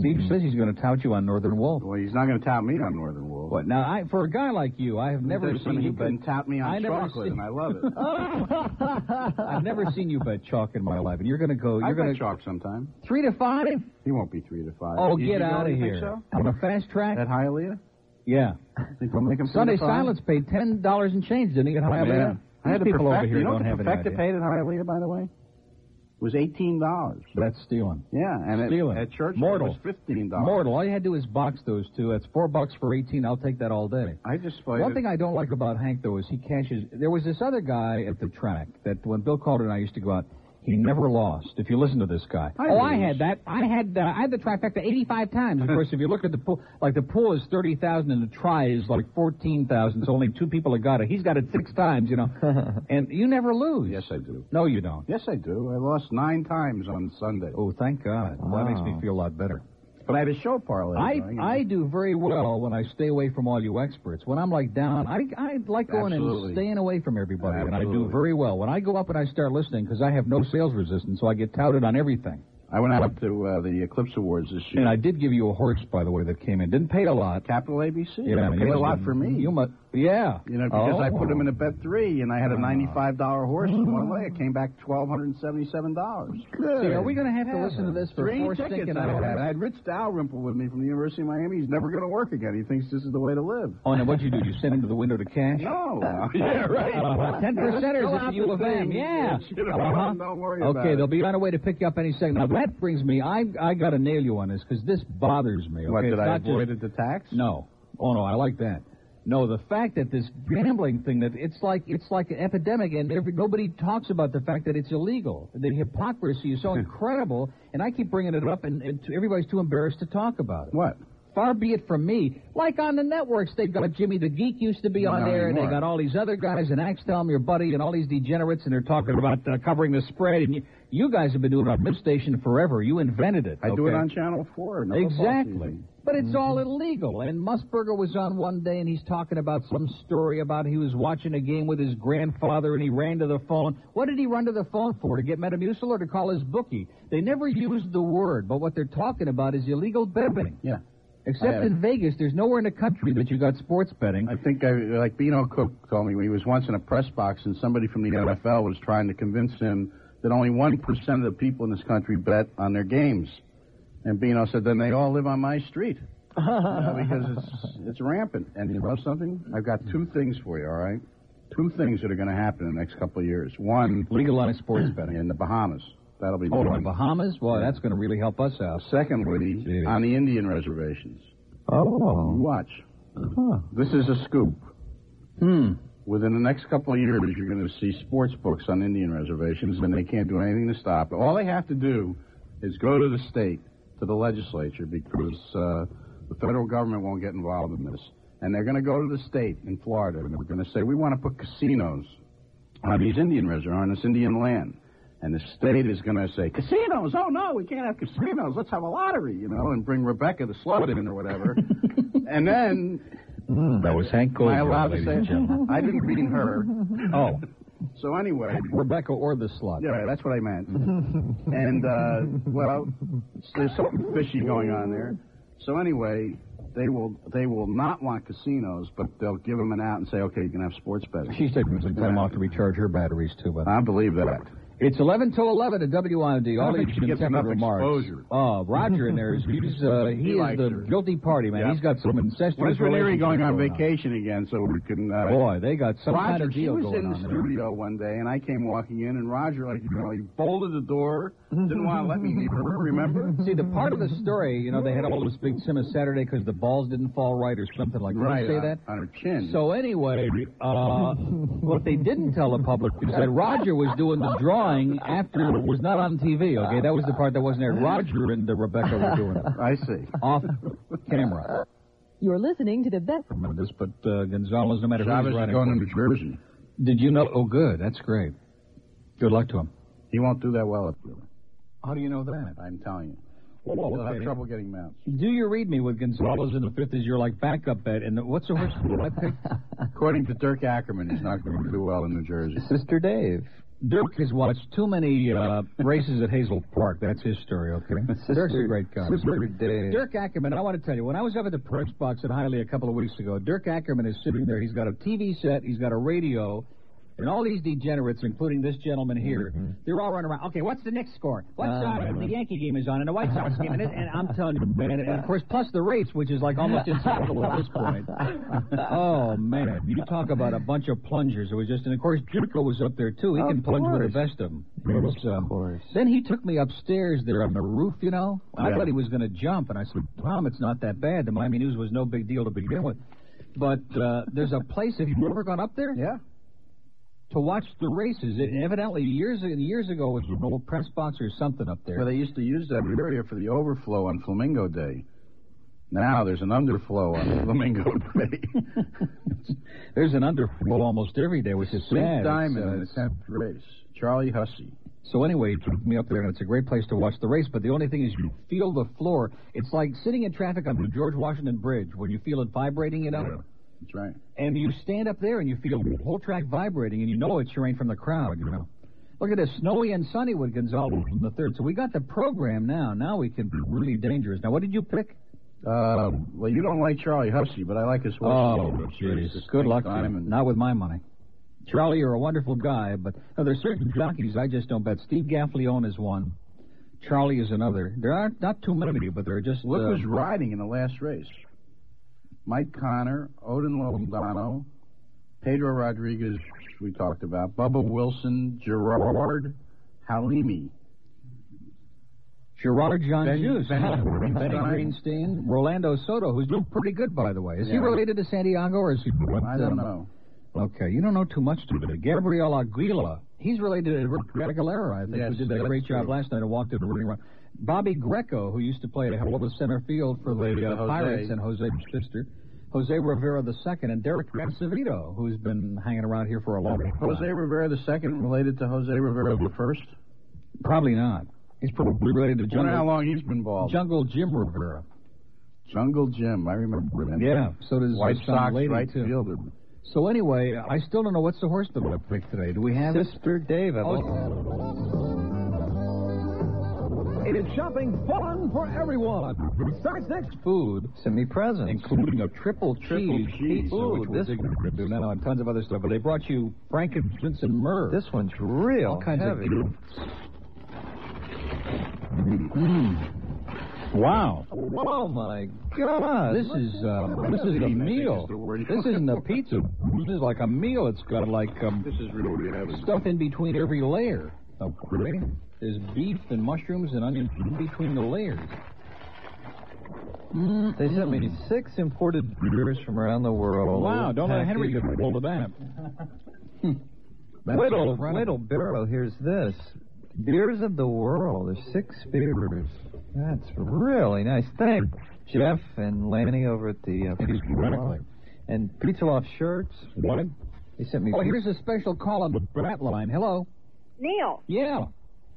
S5: Steve says he's going to tout you on Northern Wolf.
S6: Well, he's not going to tout me on Northern Wolf.
S5: What now? I, for a guy like you, I have never
S6: There's
S5: seen
S6: something
S5: you
S6: he couldn't
S5: but
S6: tout me on
S5: I never
S6: chocolate,
S5: see-
S6: and I love it.
S5: I've never seen you bet chalk in my life, and you're going to go. You're
S6: I bet
S5: going to
S6: chalk sometime.
S5: three to five.
S6: He won't be three to five.
S5: Oh,
S6: You-
S5: get
S6: you
S5: out of
S6: really think
S5: here!
S6: so?
S5: On a fast track.
S6: That high, Leah?
S5: yeah.
S6: Think we'll make him three
S5: Sunday
S6: to five?
S5: Silence paid ten dollars and change, didn't he? At
S6: Oh,
S5: Hialeah?
S6: man. I had
S5: These
S6: the
S5: people over
S6: Perfecta-
S5: here
S6: you know
S5: don't
S6: the
S5: have any
S6: Perfecta
S5: idea.
S6: paid at Hialeah, by the way? It was $18.
S5: That's stealing.
S6: Yeah, and at,
S5: Stealing.
S6: at church
S5: Mortal.
S6: it was $15.
S5: Mortal. All you had to do is box those two. That's four bucks for eighteen. I'll take that all day.
S6: I just played
S5: One
S6: it.
S5: thing I don't like about Hank though is he cashes. There was this other guy at the track that when Bill Calder and I used to go out, he never lost. If you listen to this guy,
S6: I
S5: oh, I
S6: lose.
S5: had that. I had uh, I had the trifecta eighty-five times. Of course, if you look at the pool, like the pool is thirty thousand and the try is like fourteen thousand. So only two people have got it. He's got it six times, you know, and you never lose.
S6: Yes, I do.
S5: No, you don't.
S6: Yes, I do. I lost nine times on Sunday.
S5: Oh, thank God. Well, that makes me feel a lot better.
S6: But I had a show parlay.
S5: I,
S6: going, you know.
S5: I do very well when I stay away from all you experts. When I'm like down, I, I like going
S6: Absolutely.
S5: and staying away from everybody, and I do
S6: Absolutely.
S5: very well. When I go up and I start listening, because I have no sales resistance, so I get touted on everything.
S6: I went out to uh, the Eclipse Awards this year.
S5: And I did give you a horse, by the way, that came in. Didn't pay a lot.
S6: Capital ABC.
S5: Yeah,
S6: it
S5: you
S6: paid a
S5: must-
S6: lot for me.
S5: You must, yeah.
S6: You know, because
S5: Oh. Ah.
S6: I put him in a bet three, and I had a ninety-five dollar horse in one leg. It came back twelve hundred and seventy-seven dollars.
S5: See, are we going to have to listen to this for
S6: Three
S5: four
S6: tickets
S5: stinking
S6: I had.
S5: hours?
S6: I had Rich Dalrymple with me from the University of Miami. He's never going to work again. He thinks this is the way to live.
S5: Oh, now what'd you do? You sent him to the window to cash?
S6: No.
S5: Uh,
S6: yeah, right.
S5: Ten percenters
S6: Fill
S5: at
S6: out
S5: the U
S6: the
S5: of M.
S6: thing.
S5: Yeah.
S6: You know,
S5: Uh-huh.
S6: don't worry
S5: okay,
S6: about it.
S5: they'll be on their way to pick you up any second. Now that brings me. I I got to nail you on this because this bothers me. Okay?
S6: What
S5: It's
S6: did I
S5: not just-
S6: avoid the tax?
S5: No. Oh no, I like that. No, the fact that this gambling thing that it's like it's like an epidemic, and every, nobody talks about the fact that it's illegal. The hypocrisy is
S6: Hmm.
S5: so incredible, and I keep bringing it up, and, and everybody's too embarrassed to talk about it.
S6: What?
S5: Far be it from me. Like on the networks, they've got Jimmy the Geek used to be on
S6: Not
S5: there, and they
S6: anymore.
S5: got all these other guys, and Axtell, your buddy, and all these degenerates, and they're talking about uh, covering the spread. And you, you guys have been doing it on Mid Station forever. You invented it.
S6: I do it
S5: okay?
S6: on Channel Four. no football Mm-hmm.
S5: Exactly.
S6: season.
S5: But it's all illegal. And Musburger was on one day and he's talking about some story about he was watching a game with his grandfather and he ran to the phone. What did he run to the phone for? To get Metamucil or to call his bookie? They never used the word, but what they're talking about is illegal betting.
S6: Yeah.
S5: Except
S6: Yeah.
S5: in Vegas, there's nowhere in the country that you got sports betting.
S6: I think I like Beano Cook told me when he was once in a press box and somebody from the NFL was trying to convince him that only one percent of the people in this country bet on their games, and Beano said, "Then they all live on my street You know, because it's it's rampant." And you know something? I've got two things for you. All right, two things that are going to happen in the next couple of years. One,
S5: Legalized sports
S6: betting in the Bahamas. That'll be
S5: Oh,
S6: one.
S5: in Bahamas? Boy, that's going to really help us out.
S6: Secondly, on the Indian reservations.
S3: Oh.
S6: Watch. This is a scoop.
S5: Hmm.
S6: Within the next couple of years, you're going to see sports books on Indian reservations, and they can't do anything to stop it. All they have to do is go to the state, to the legislature, because uh, the federal government won't get involved in this. And they're going to go to the state in Florida, and they're going to say, we want to put casinos on these Indian reservations, on this Indian land. And the state is going to say, casinos? Oh, no, we can't have casinos. Let's have a lottery, you know, and bring Rebecca the slut in or whatever. and then
S5: That was Hank
S6: Am I allowed to say it? I didn't mean her.
S5: Oh,
S6: So anyway,
S5: Rebecca or the slut.
S6: yeah, that's what I meant. And uh, well, there's something fishy going on there. So anyway, they will they will not want casinos, but they'll give them an out and say, okay, you can have sports betting.
S5: She's taking some time off to recharge her batteries, too, by the way.
S6: I believe that.
S5: It's 11 till 11 at WIND. All
S6: I think
S5: these
S6: she gets
S5: contemporary
S6: enough
S5: remarks.
S6: exposure.
S5: Oh, Roger in there is he's, uh, he,
S6: He
S5: is
S6: likes
S5: the
S6: her.
S5: guilty party, man.
S6: Yeah.
S5: He's got some incestuous
S6: When's Ranieri
S5: relationships
S6: going on
S5: going
S6: vacation again so we can? Uh,
S5: Boy, they got some
S6: Roger,
S5: kind of
S6: she
S5: deal
S6: was
S5: going
S6: in the
S5: on there.
S6: studio one day, and I came walking in, and Roger, like, you know, he bolted the door, didn't want to let me near her. Remember?
S5: See, the part of the story, you know, they had all this big sim of Saturday because the balls didn't fall right or something like that. Did I
S6: Right uh,
S5: say
S6: on-
S5: that?
S6: on her chin.
S5: So anyway, uh, what they didn't tell the public is that Roger was doing the drawing after it was not on TV, okay? That was the part that wasn't there. Roger and uh, Rebecca were doing it
S6: I see.
S5: off camera.
S8: You're listening to the best.
S5: remember this, but uh, Gonzalez, no matter
S6: Chavez
S5: who's
S6: is
S5: running,
S6: going to
S5: for
S6: New Jersey.
S5: him. did you know? Oh, good, that's great. Good luck to him.
S6: He won't do that well up there.
S5: How do you know that?
S6: I'm telling you.
S5: Oh,
S6: He'll have
S5: okay.
S6: trouble getting mounts.
S5: Do you read me with Gonzalez in the fifth as your like backup bet? And what's the horse I picked?
S6: According to Dirk Ackerman, he's not going to do well in New Jersey.
S3: Sister Dave.
S5: Dirk has watched too many uh, races at Hazel Park. That's his story, okay? Dirk's a great guy. Dirk Ackerman, I want to tell you, when I was up at the press box at Hiley a couple of weeks ago, Dirk Ackerman is sitting there. He's got a TV set, he's got a radio, and all these degenerates, including this gentleman here,
S11: Mm-hmm.
S5: they're all running around. Okay, what's the next score? What's on? The Yankee game is on, and the White Sox game, and, it, and I'm telling you, man, and of course, plus the rates, which is like almost intolerable at this point. Oh man, you talk about a bunch of plungers. It was just, and of course, Juco was up there too. He can plunge with the best of them. of course. Then he took me upstairs there on the roof, you know. I thought he was going to jump, and I said, "Tom, it's not that bad." The Miami News was no big deal to begin with. But uh, there's a place. Have you ever gone up there? Yeah to watch the races. It, evidently, years and years ago, was an old press box or something up there.
S6: Well, they used to use that area for the overflow on Flamingo Day. Now there's an underflow on Flamingo Day.
S5: There's an underflow almost every day, which is
S6: Sweet
S5: sad.
S6: Diamond in
S5: It's,
S6: the tenth race. Charlie Hussey.
S5: uh, so anyway, he took me up there, and it's a great place to watch the race. But the only thing is, you feel the floor. It's like sitting in traffic on the George Washington Bridge when you feel it vibrating, you know.
S6: That's right.
S5: And you stand up there and you feel the whole track vibrating, and you know it's rain from the crowd, you know. Look at this, snowy and sunny with Gonzalez in the third. So we got the program now. Now we can be really dangerous. Now, what did you pick?
S6: Uh, well, you don't like Charlie Hussey, but I like his horse. Sweet
S5: Oh, Good luck to you.
S6: Diamond.
S5: Not with my money. Charlie, you're a wonderful guy, but uh, there's certain jockeys I just don't bet. Steve Gaffleone is one. Charlie is another. There aren't not too many, but there are just
S6: Look
S5: uh,
S6: who's riding in the last race. Mike Connor, Odin Lodano, Pedro Rodriguez, we talked about, Bubba Wilson, Gerard Halimi.
S5: Gerard John
S6: Ben-
S5: Hughes,
S6: Ben-
S5: Benny
S6: Ben-
S5: Greenstein, Rolando Soto, who's doing pretty good, by the way. Is he
S6: Yeah.
S5: related to Santiago or is he?
S6: I don't know.
S5: Okay, you don't know too much to it. Gabriel Aguila, he's related to Rick Aguilera, I think,
S6: Yes,
S5: who did that
S6: that's
S5: great job
S6: true.
S5: last night and walked it really around. Bobby Greco, who used to play at what was center field for the uh,
S6: Jose.
S5: Pirates and Jose Pfister. Jose Rivera II and Derek Acevedo, who's been hanging around here for a long time.
S6: Jose Rivera the second related to Jose Rivera the first.
S5: Probably not. He's probably related to
S6: Wonder how
S5: Jungle,
S6: long he's been bald.
S5: Jungle Jim Rivera.
S6: Jungle Jim, I remember him.
S5: Yeah, so does
S6: White
S5: his son,
S6: Sox
S5: Lady,
S6: right
S5: too.
S6: fielder.
S5: So anyway, I still don't know what's the horse that we picked today. Do we have it? Oh,
S3: Sister Dave. I love-
S5: It's shopping fun for everyone. Starts next food,
S3: Send me presents.
S5: including a triple cheese,
S6: Triple cheese,
S5: food,
S6: which
S5: this no, and tons of other stuff. But they brought you frankincense and myrrh.
S3: This one's real
S5: all kinds
S3: heavy.
S5: of. Wow,
S3: Oh my
S6: Ah,
S3: God!
S5: this is uh, this is a meal. This isn't a pizza. This is like a meal. It's got like um,
S6: This is really heavy.
S5: stuff in between every layer. Okay. There's beef and mushrooms and onions in between the layers.
S3: they sent me six imported beers from around the world.
S5: Wow, don't let Henry get
S3: Packaged-
S5: hold of that. That's
S3: Whittle,
S5: incredible.
S3: Whittle Barrow, here's this. Beers of the World. There's six beers. That's really nice. Thanks, Jeff and Lanny over at the uh, Pizza Loft. and Pizza Loft shirts.
S5: What?
S3: They sent me.
S5: Oh, here's a special call on the Brat line. Hello.
S4: Neil,
S5: Yeah.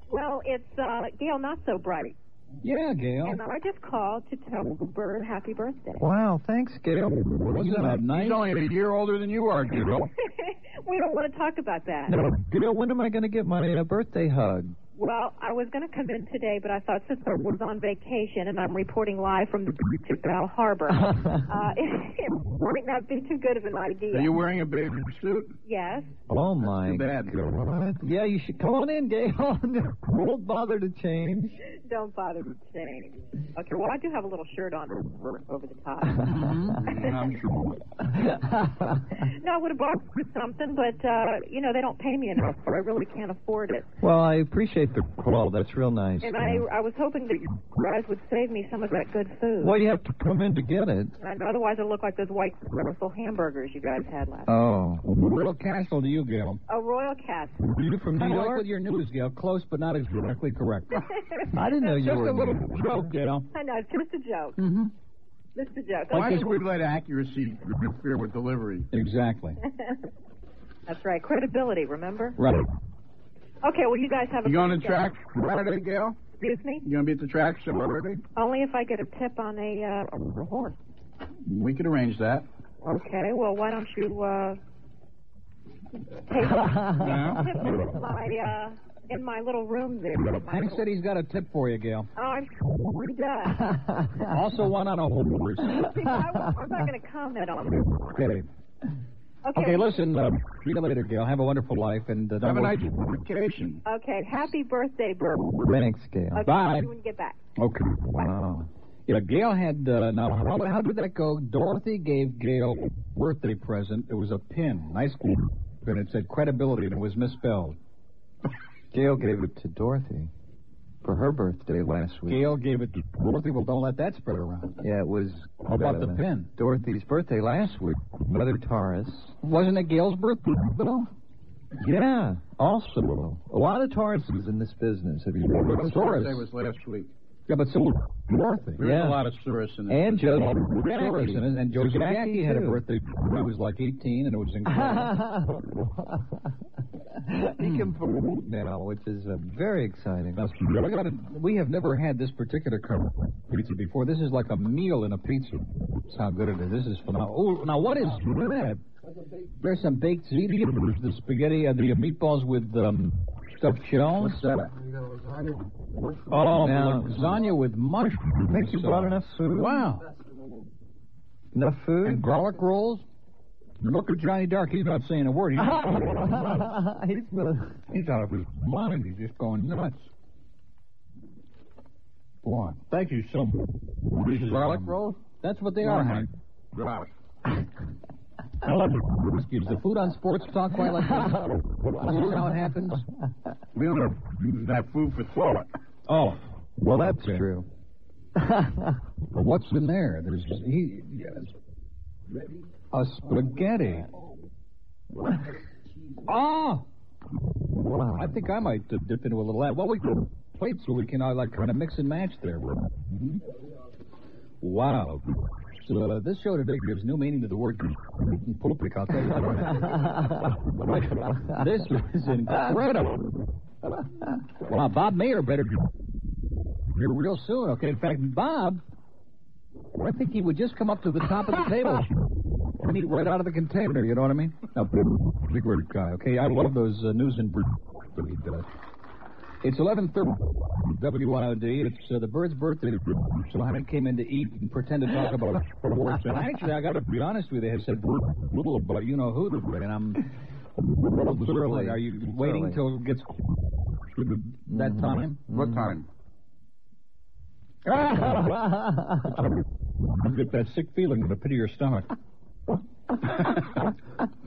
S4: well, it's uh, Gail Not So Bright.
S5: Yeah, Gail.
S4: And I just called to tell Bird happy birthday.
S3: wow, thanks, Gail.
S5: Wasn't that nice?
S6: He's only a year older than you are, Gail.
S4: we don't want to talk about that.
S3: Gail, when am I going to get my uh, birthday hug?
S4: Well, I was going to come in today, but I thought since I was on vacation and I'm reporting live from the beach at Bell Harbor, uh, it, might not be too good of an
S6: Are
S4: idea.
S6: you wearing a bathing suit?
S4: yes.
S3: Oh my
S6: Too bad.
S3: God. Yeah, you should come on in, Gail. Won't bother to change.
S4: Don't bother me today. Okay, well, I do have a little shirt on over, over the top.
S6: Mm-hmm. I'm sure.
S4: no, I would have bought something, but, uh, you know, they don't pay me enough, so I really can't afford it.
S3: well, I appreciate the call. That's real nice.
S4: And I, I was hoping that you guys would save me some of that good food.
S3: Well, you have to come in to get it.
S4: And otherwise, it'll look like those white Russell hamburgers you guys had last.
S3: Oh.
S5: Real Castle to you, Gail.
S4: A royal cat.
S5: Are you from
S3: New
S5: New York?
S3: York?
S5: with your news, Gail. Close, but not exactly correct.
S3: I didn't know you
S5: Just
S3: were.
S5: a little joke, Gail.
S4: I know, it's just a joke. Mm-hmm. Just a joke.
S6: Why
S4: Okay.
S6: should we let accuracy interfere with delivery?
S5: Exactly.
S4: That's right. Credibility, remember?
S5: Right.
S4: Okay, well, you guys have a
S6: You going to
S4: good day.
S6: track Saturday, Gail?
S4: Excuse me?
S6: You going to be at the track Saturday?
S4: Only if I get a tip on a, uh, a horse.
S6: We can arrange that.
S4: Okay, well, why don't you, uh, take tips in my, uh, in my little room there.
S5: Hank said he's got a tip for you, Gail.
S4: Oh, I'm sure he does.
S5: Also, one on a
S4: See, I was, I'm not going to comment on it.
S5: Okay. Okay, listen. Uh, see you later, Gail. Have a wonderful life, and uh, don't
S6: Have a
S5: worry-
S6: nice vacation.
S4: Okay, happy birthday, Bert.
S3: Thanks, Gail.
S4: Okay,
S5: Bye.
S4: When you get back.
S5: Okay. Wow. Yeah, Gail had. Uh, now, how, how did that go? Dorothy gave Gail a birthday present. It was a pin, nice pin, and it said credibility, and it was misspelled.
S3: Gail gave it to Dorothy for her birthday last week.
S5: Gail gave it to Dorothy. Well, don't let that spread around.
S3: Yeah, it was.
S5: How about the pin?
S3: Dorothy's birthday last week. Mother Taurus.
S5: Wasn't it Gail's birthday? Bill?
S3: Yeah, also. A lot of Tauruses in this business. Have you
S5: Taurus.
S6: It was last week.
S5: Yeah, but so Dorothy.
S6: There was
S3: Yeah.
S6: a lot of service in it.
S3: And Joe.
S5: Taurus, and, and Joseph
S3: Jackie,
S5: Jackie had a
S3: too.
S5: birthday. He was like 18, and it was incredible.
S3: he can vote now, which is uh, very exciting.
S5: We gotta- we have never had this particular cover pizza before. This is like a meal in a pizza. That's how good it is. This is phenomenal. Oh, now what is that? There's some baked ziti, the spaghetti, uh, the meatballs with um, stuffed shells. What's that? Oh,
S3: Now-
S5: lasagna with mushrooms.
S3: Think you brought enough food?
S5: Wow.
S3: Enough
S5: And
S3: food?
S5: garlic rolls. Look at Johnny Dark. He's not saying a word. He's
S3: He's gonna-
S5: He's out of his mind. He's just going nuts. Boy, thank you so much. Garlic rolls? That's what they are, Hank. I love it. Excuse the food on sports talk quite like this. This is how it happens.
S6: We don't have that food for thought.
S5: Oh,
S3: well, that's
S5: Okay.
S3: true.
S5: well, what's in there? There's he, yes. a spaghetti. Ah,
S3: Wow.
S5: I think I might uh, dip into a little of that. Well, we can plate so we can uh, like kind of mix and match there. Mhm. Wow. So uh, this show today gives new meaning to the word pulpit. I'll tell you that. this is incredible. Wow, Bob Mayer better be here real soon. Okay, in fact, Bob, I think he would just come up to the top of the table. I mean, right out of the container, you know what I mean? A big word guy, okay? I love those uh, news and birds that he does. It's 11.30 WYOD. It's uh, the bird's birthday. So I came in to eat and pretend to talk about sports. And actually, I got to be honest with you. I said little about you know who, and I'm
S3: early.
S5: Are you waiting
S3: Early.
S5: till it gets that time?
S6: Mm-hmm. What time?
S5: You get that sick feeling in the pit of your stomach.
S6: Kind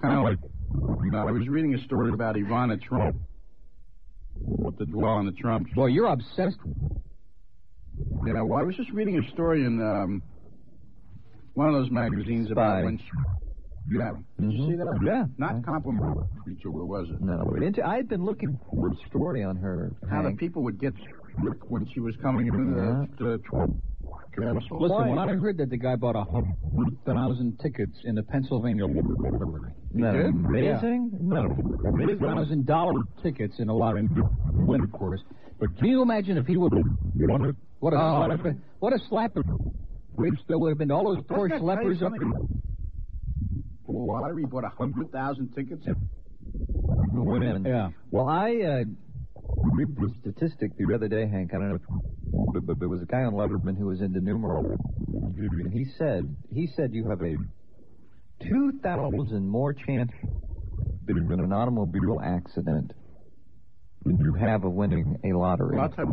S6: of like, you know, I was reading a story about Ivana Trump. What the dwell on the Trumps.
S5: Boy, you're obsessed.
S6: You know, I was just reading a story in um, one of those magazines
S3: Spy. Mm-hmm.
S6: about when. She, yeah. Did you see that?
S3: Yeah.
S6: Not complimentary to her, was it?
S3: No, it- I had been looking for a story on her.
S6: How the
S3: Hank.
S6: people would get sick when she was coming into the, the Trump castle.
S5: Listen, when I heard that the guy bought a hundred thousand tickets in the Pennsylvania
S3: No,
S6: did?
S3: amazing? No.
S5: thousand dollar tickets in a lottery win, of course. But can you imagine if he would what a slap, what a slapper? There would have been all those poor
S6: Doesn't that tell you
S5: schleppers up.
S6: something? The lottery bought a hundred thousand tickets.
S3: Women.
S5: Yeah.
S3: Well, I uh, read the statistic the other day, Hank. I don't know, if- but, but there was a guy on Letterman who was into numeral, and he said he said you have a two thousand more chance of an automobile accident than you have of winning a lottery.
S6: Lots of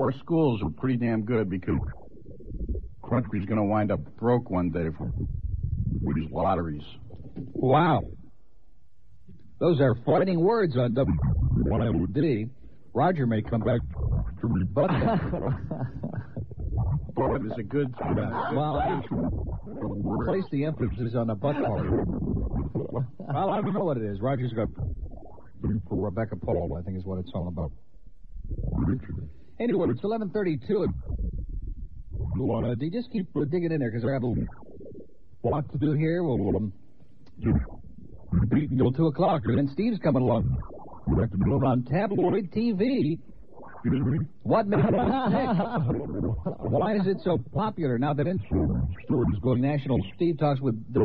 S6: our schools are pretty damn good because country's going to wind up broke one day from these lotteries.
S5: Wow. Those are fighting words on WD. Roger may come back to rebut that.
S6: But it's a good
S5: well, place the emphasis on the butt part. well, I don't know what it is. Roger's got for Rebecca Paul, I think is what it's all about. Anyway, it's 1132. Well, uh, do you just keep uh, digging in there because I have a lot to do here. We'll um, beat until 2 o'clock, and then Steve's coming along. We're going to move on tabloid TV. What made it sick? Why is it so popular now that it's going national? Steve talks with the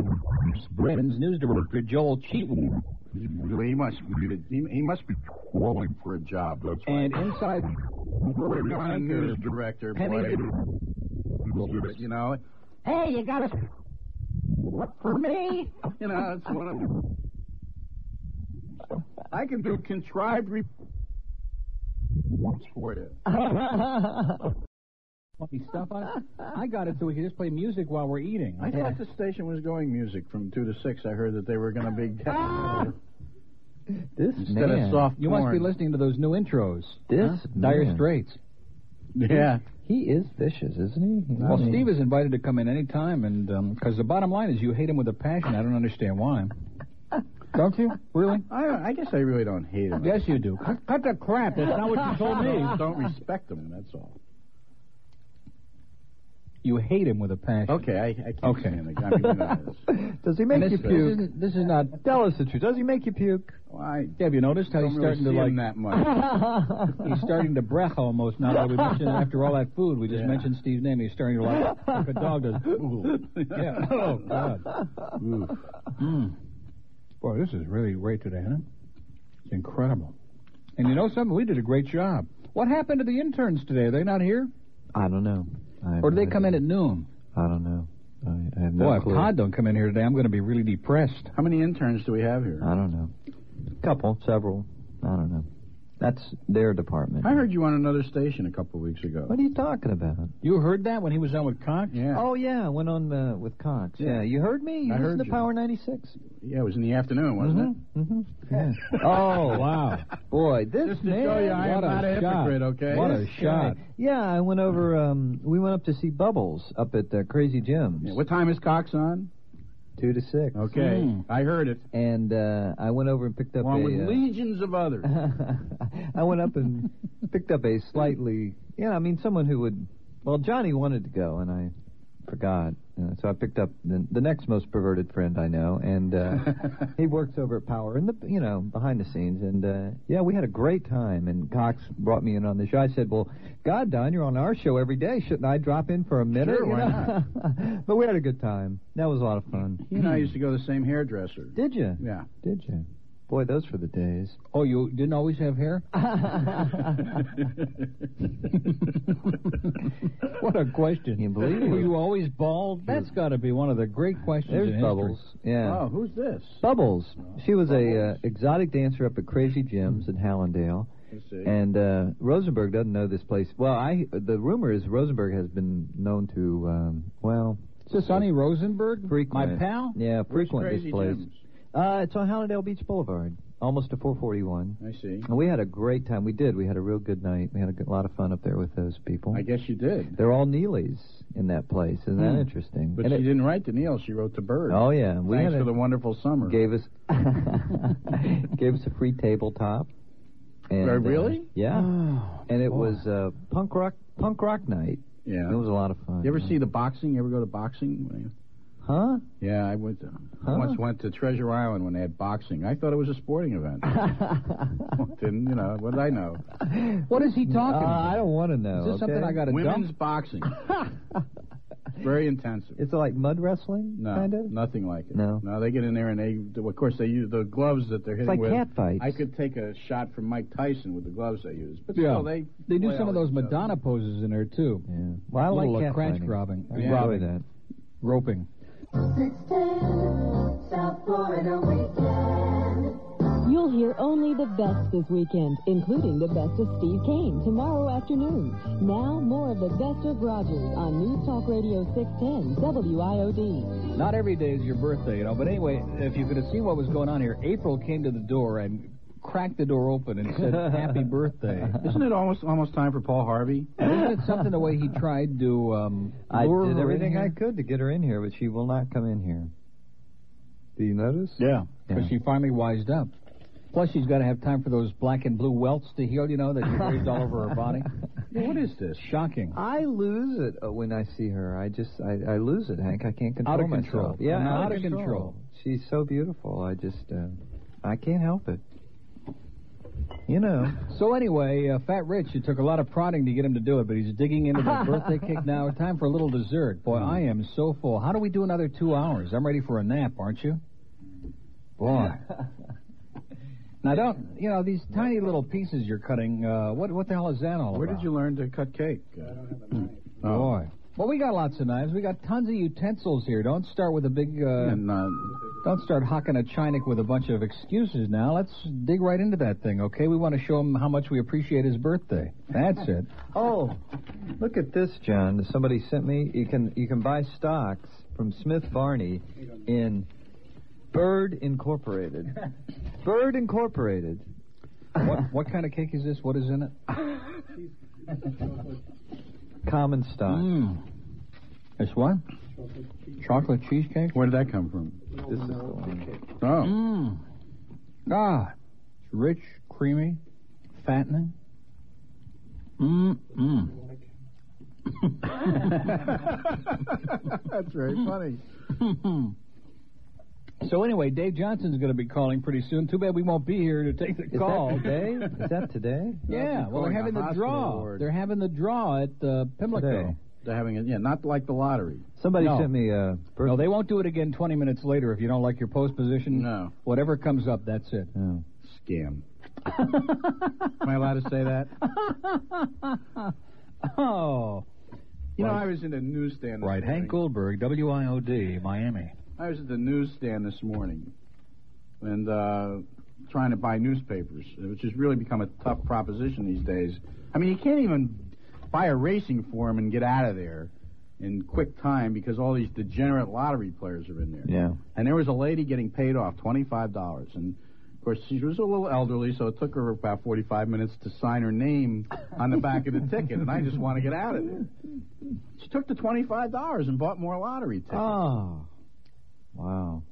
S5: Brennan's news director, Joel Cheaton.
S6: He must, he, he must be crawling for a job. That's why.
S5: And inside,
S6: Brennan's news director,
S5: Penny-
S6: boy. You know,
S5: hey, you got us.
S6: What for me? You know, it's one of them. I can do contrived re- What's for you?
S5: Funny stuff on it. I got it so we can just play music while we're eating.
S6: I thought the station was going music from two to six. I heard that they were going to be
S3: This
S6: instead
S3: man.
S6: of soft
S5: You must be listening to those new intros.
S3: This
S5: Dire
S3: man.
S5: Straits.
S6: listening. Yeah,
S3: He is vicious, isn't he?
S5: Well, Steve is invited to come in any time, and because the bottom line is you hate him with a passion. I don't understand why. Don't you really?
S6: I, I guess I really don't hate him.
S5: Yes, you do. Cut, cut the crap. That's not what you told me.
S6: I don't respect him. That's all.
S5: You hate him with a passion.
S6: Okay, I, I can't
S5: Okay.
S6: stand the guy. I mean, you know, it's-
S3: Does he
S5: And
S3: make
S5: this,
S3: you
S5: this
S3: puke?
S5: isn't- this is not.
S3: Tell us the truth. Does he make you puke?
S6: well, I
S5: Yeah, have you noticed how he's
S6: don't really
S5: starting
S6: see
S5: to like?
S6: him that much.
S5: He's starting to breath almost now that we mentioned after all that food. We just mentioned Steve's name. He's starting to like like a dog does. yeah. Oh God. Mm. Boy, this is really great today, huh? It's incredible. And you know something? We did a great job. What happened to the interns today? Are they not here?
S3: I don't know. I have
S5: Or do
S3: no
S5: they come in
S3: idea.
S5: at noon?
S3: I don't know. I, I have no
S5: Boy, if
S3: clue.
S5: Todd don't come in here today, I'm going to be really depressed.
S6: How many interns do we have here?
S3: I don't know. Couple, several. I don't know. That's their department.
S6: I heard you on another station a couple of weeks ago.
S3: What are you talking about?
S5: You heard that when he was on with Cox?
S6: Yeah.
S3: Oh yeah, I went on uh, with Cox. Yeah.
S6: Yeah.
S3: you heard me. You
S6: I
S3: listened
S6: heard
S3: to
S6: you.
S3: Power 96.
S6: Yeah, it was in the afternoon, wasn't
S3: Mhm. Mhm. Yeah. oh
S5: Wow.
S3: boy, this
S6: Just to
S3: man.
S6: show you, I am
S5: what a
S6: not a
S5: shot.
S6: hypocrite, okay?
S5: What a
S6: This
S5: shot.
S3: Yeah, I went over. Um, we went up to see Bubbles up at uh, Crazy Jim's.
S6: Yeah, what time is Cox on?
S3: Two to six.
S6: Okay,
S5: Mm.
S6: I heard it.
S3: And uh, I went over and picked up
S6: Along
S3: a.
S6: with
S3: uh,
S6: legions of others.
S3: I went up and picked up a slightly, yeah, I mean, someone who would. Well, Johnny wanted to go, and I forgot. Uh, so I picked up the, the next most perverted friend I know, and uh, he works over at Power, and the you know behind the scenes, and uh, yeah, we had a great time. And Cox brought me in on the show. I said, "Well, God, Don, you're on our show every day. Shouldn't I drop in for a minute?"
S6: Sure,
S3: you
S6: why
S3: know? but we had a good time. That was a lot of fun.
S6: you know, I used to go to the same hairdresser.
S3: Did you?
S6: Yeah.
S3: Did you? Boy, those were the days.
S5: Oh, you didn't always have hair? what a question.
S3: You believe
S5: Were
S3: it.
S5: you always bald? That's got to be one of the great questions in
S3: There's
S5: history.
S3: bubbles. Yeah.
S6: Oh, who's this?
S3: Bubbles. She was a uh, exotic dancer up at Crazy Jim's in Hallandale.
S6: Let's see.
S3: And uh, Rosenberg doesn't know this place. Well, I the rumor is Rosenberg has been known to, um, well,
S5: Is this Sonny Rosenberg?
S3: frequent.
S5: My pal?
S3: Yeah,
S6: Where's
S3: frequent
S6: Crazy
S3: this place.
S6: Jim's?
S3: Uh, it's on Hallandale Beach Boulevard, almost to 441.
S6: I see.
S3: And we had a great time. We did. We had a real good night. We had a good- lot of fun up there with those people.
S6: I guess you did.
S3: They're all Neelys in that place. Isn't that interesting?
S6: Hmm. But
S3: And
S6: she
S3: it-
S6: didn't write to Neil. She wrote to Bird.
S3: oh yeah, we
S6: Thanks
S3: had a,
S6: for the wonderful summer.
S3: gave us gave us a free tabletop. And,
S6: Oh,
S3: uh,
S6: really?
S3: yeah.
S5: Oh.
S3: and it was uh, punk rock punk rock night.
S6: yeah.
S3: It was a lot of fun.
S6: you ever see the boxing? You ever go to boxing?
S3: Huh?
S6: Yeah, I went. To, I
S3: Huh?
S6: once went to Treasure Island when they had boxing. I thought it was a sporting event. Didn't you know? What did I know?
S5: What is he
S3: Uh,
S5: talking about?
S3: I don't want to know.
S5: Is this something
S3: okay?
S5: I got to
S6: Women's
S5: dump?
S6: boxing. Very intensive.
S3: It's like mud wrestling,
S6: No,
S3: kind of.
S6: nothing like it.
S3: No.
S6: no, they get in there and they, of course, they use the gloves that they're hitting
S3: like
S6: with.
S3: cat fights.
S6: I could take a shot from Mike Tyson with the gloves they use, but
S5: Yeah.
S6: still they
S5: They do
S6: play
S5: some
S6: all
S5: of those
S6: that stuff.
S5: Madonna poses in there, too.
S3: Yeah. Well, I
S5: A
S3: like
S5: little
S3: cat
S5: crotch
S3: fighting.
S5: grabbing.
S3: I
S5: Yeah.
S3: enjoy that.
S5: Roping.
S8: You'll hear only the best this weekend, including the best of Steve Kane tomorrow afternoon. Now, more of the best of Rogers on News Talk Radio 610 WIOD.
S5: Not every day is your birthday, you know. But anyway, if you could have seen what was going on here, April came to the door and cracked the door open and said, "Happy birthday."
S6: Isn't it almost almost time for Paul Harvey?
S5: Isn't it something the way he tried to um,
S3: I
S5: lure
S3: did
S5: her in
S3: everything
S5: here?
S3: I could to get her in here, but she will not come in here. Do you notice?
S6: Yeah.
S5: Because she finally wised up. Plus, she's got to have time for those black and blue welts to heal, you know, that she raised all over her body.
S6: What is this?
S5: Shocking.
S3: I lose it uh, when I see her. I just, I, I lose it, Hank. I can't control
S5: Out of
S3: myself.
S5: control.
S3: Yeah,
S5: I'm
S3: out,
S5: out of control.
S3: She's so beautiful. I just, uh, I can't help it. You know.
S5: So anyway, uh, Fat Rich, it took a lot of prodding to get him to do it, but he's digging into the birthday cake now. Time for a little dessert. Boy, I am so full. How do we do another two hours? I'm ready for a nap, aren't you? Boy. now don't you know these tiny little pieces you're cutting? Uh, what what the hell is that all
S6: Where
S5: about?
S6: did you learn to cut cake? Oh.
S5: Boy. Well, we got lots of knives. We got tons of utensils here. Don't start with a big. Uh,
S6: And uh,
S5: Don't start hocking a chinik with a bunch of excuses now. Let's dig right into that thing, okay? We want to show him how much we appreciate his birthday. That's it.
S3: Oh, look at this, John. Somebody sent me. You can you can buy stocks from Smith Barney in Bird Incorporated. Bird Incorporated.
S5: What, what kind of cake is this? What is in it?
S3: Common stock.
S5: Mmm.
S6: Mm.
S5: It's what? Chocolate cheesecake?
S6: where did that come from?
S3: This is the one.
S6: Oh,
S5: Mmm. Ah. It's rich, creamy, fattening.
S6: Mm,
S5: Mmm, mmm.
S6: that's very funny.
S5: So anyway, Dave Johnson's going to be calling pretty soon. Too bad we won't be here to take the
S3: Is
S5: call.
S3: that today? Is that today?
S5: Yeah,
S6: They're
S5: well, they're
S6: calling a
S5: having the
S6: hospital
S5: draw.
S6: ward.
S5: They're having the draw at uh, Pimlico.
S3: Today.
S6: They're having it, yeah, not like the lottery.
S3: Somebody
S5: No.
S3: sent me a birthday.
S5: No, they won't do it again 20 minutes later if you don't like your post position.
S6: No.
S5: Whatever comes up, that's it.
S3: Oh.
S6: Scam. Am I allowed to say that?
S5: Oh.
S6: You know, I was in a newsstand. this
S5: Right,
S6: morning.
S5: Hank Goldberg, WIOD, Miami.
S6: I was at the newsstand this morning and uh, trying to buy newspapers, which has really become a tough proposition these days. I mean, you can't even buy a racing form and get out of there in quick time because all these degenerate lottery players are in there.
S3: Yeah.
S6: And there was a lady getting paid off $25. And, of course, she was a little elderly, so it took her about 45 minutes to sign her name on the back of the ticket. And I just want to get out of there. She took the $25 and bought more lottery tickets.
S5: Ah.
S3: Oh. Wow.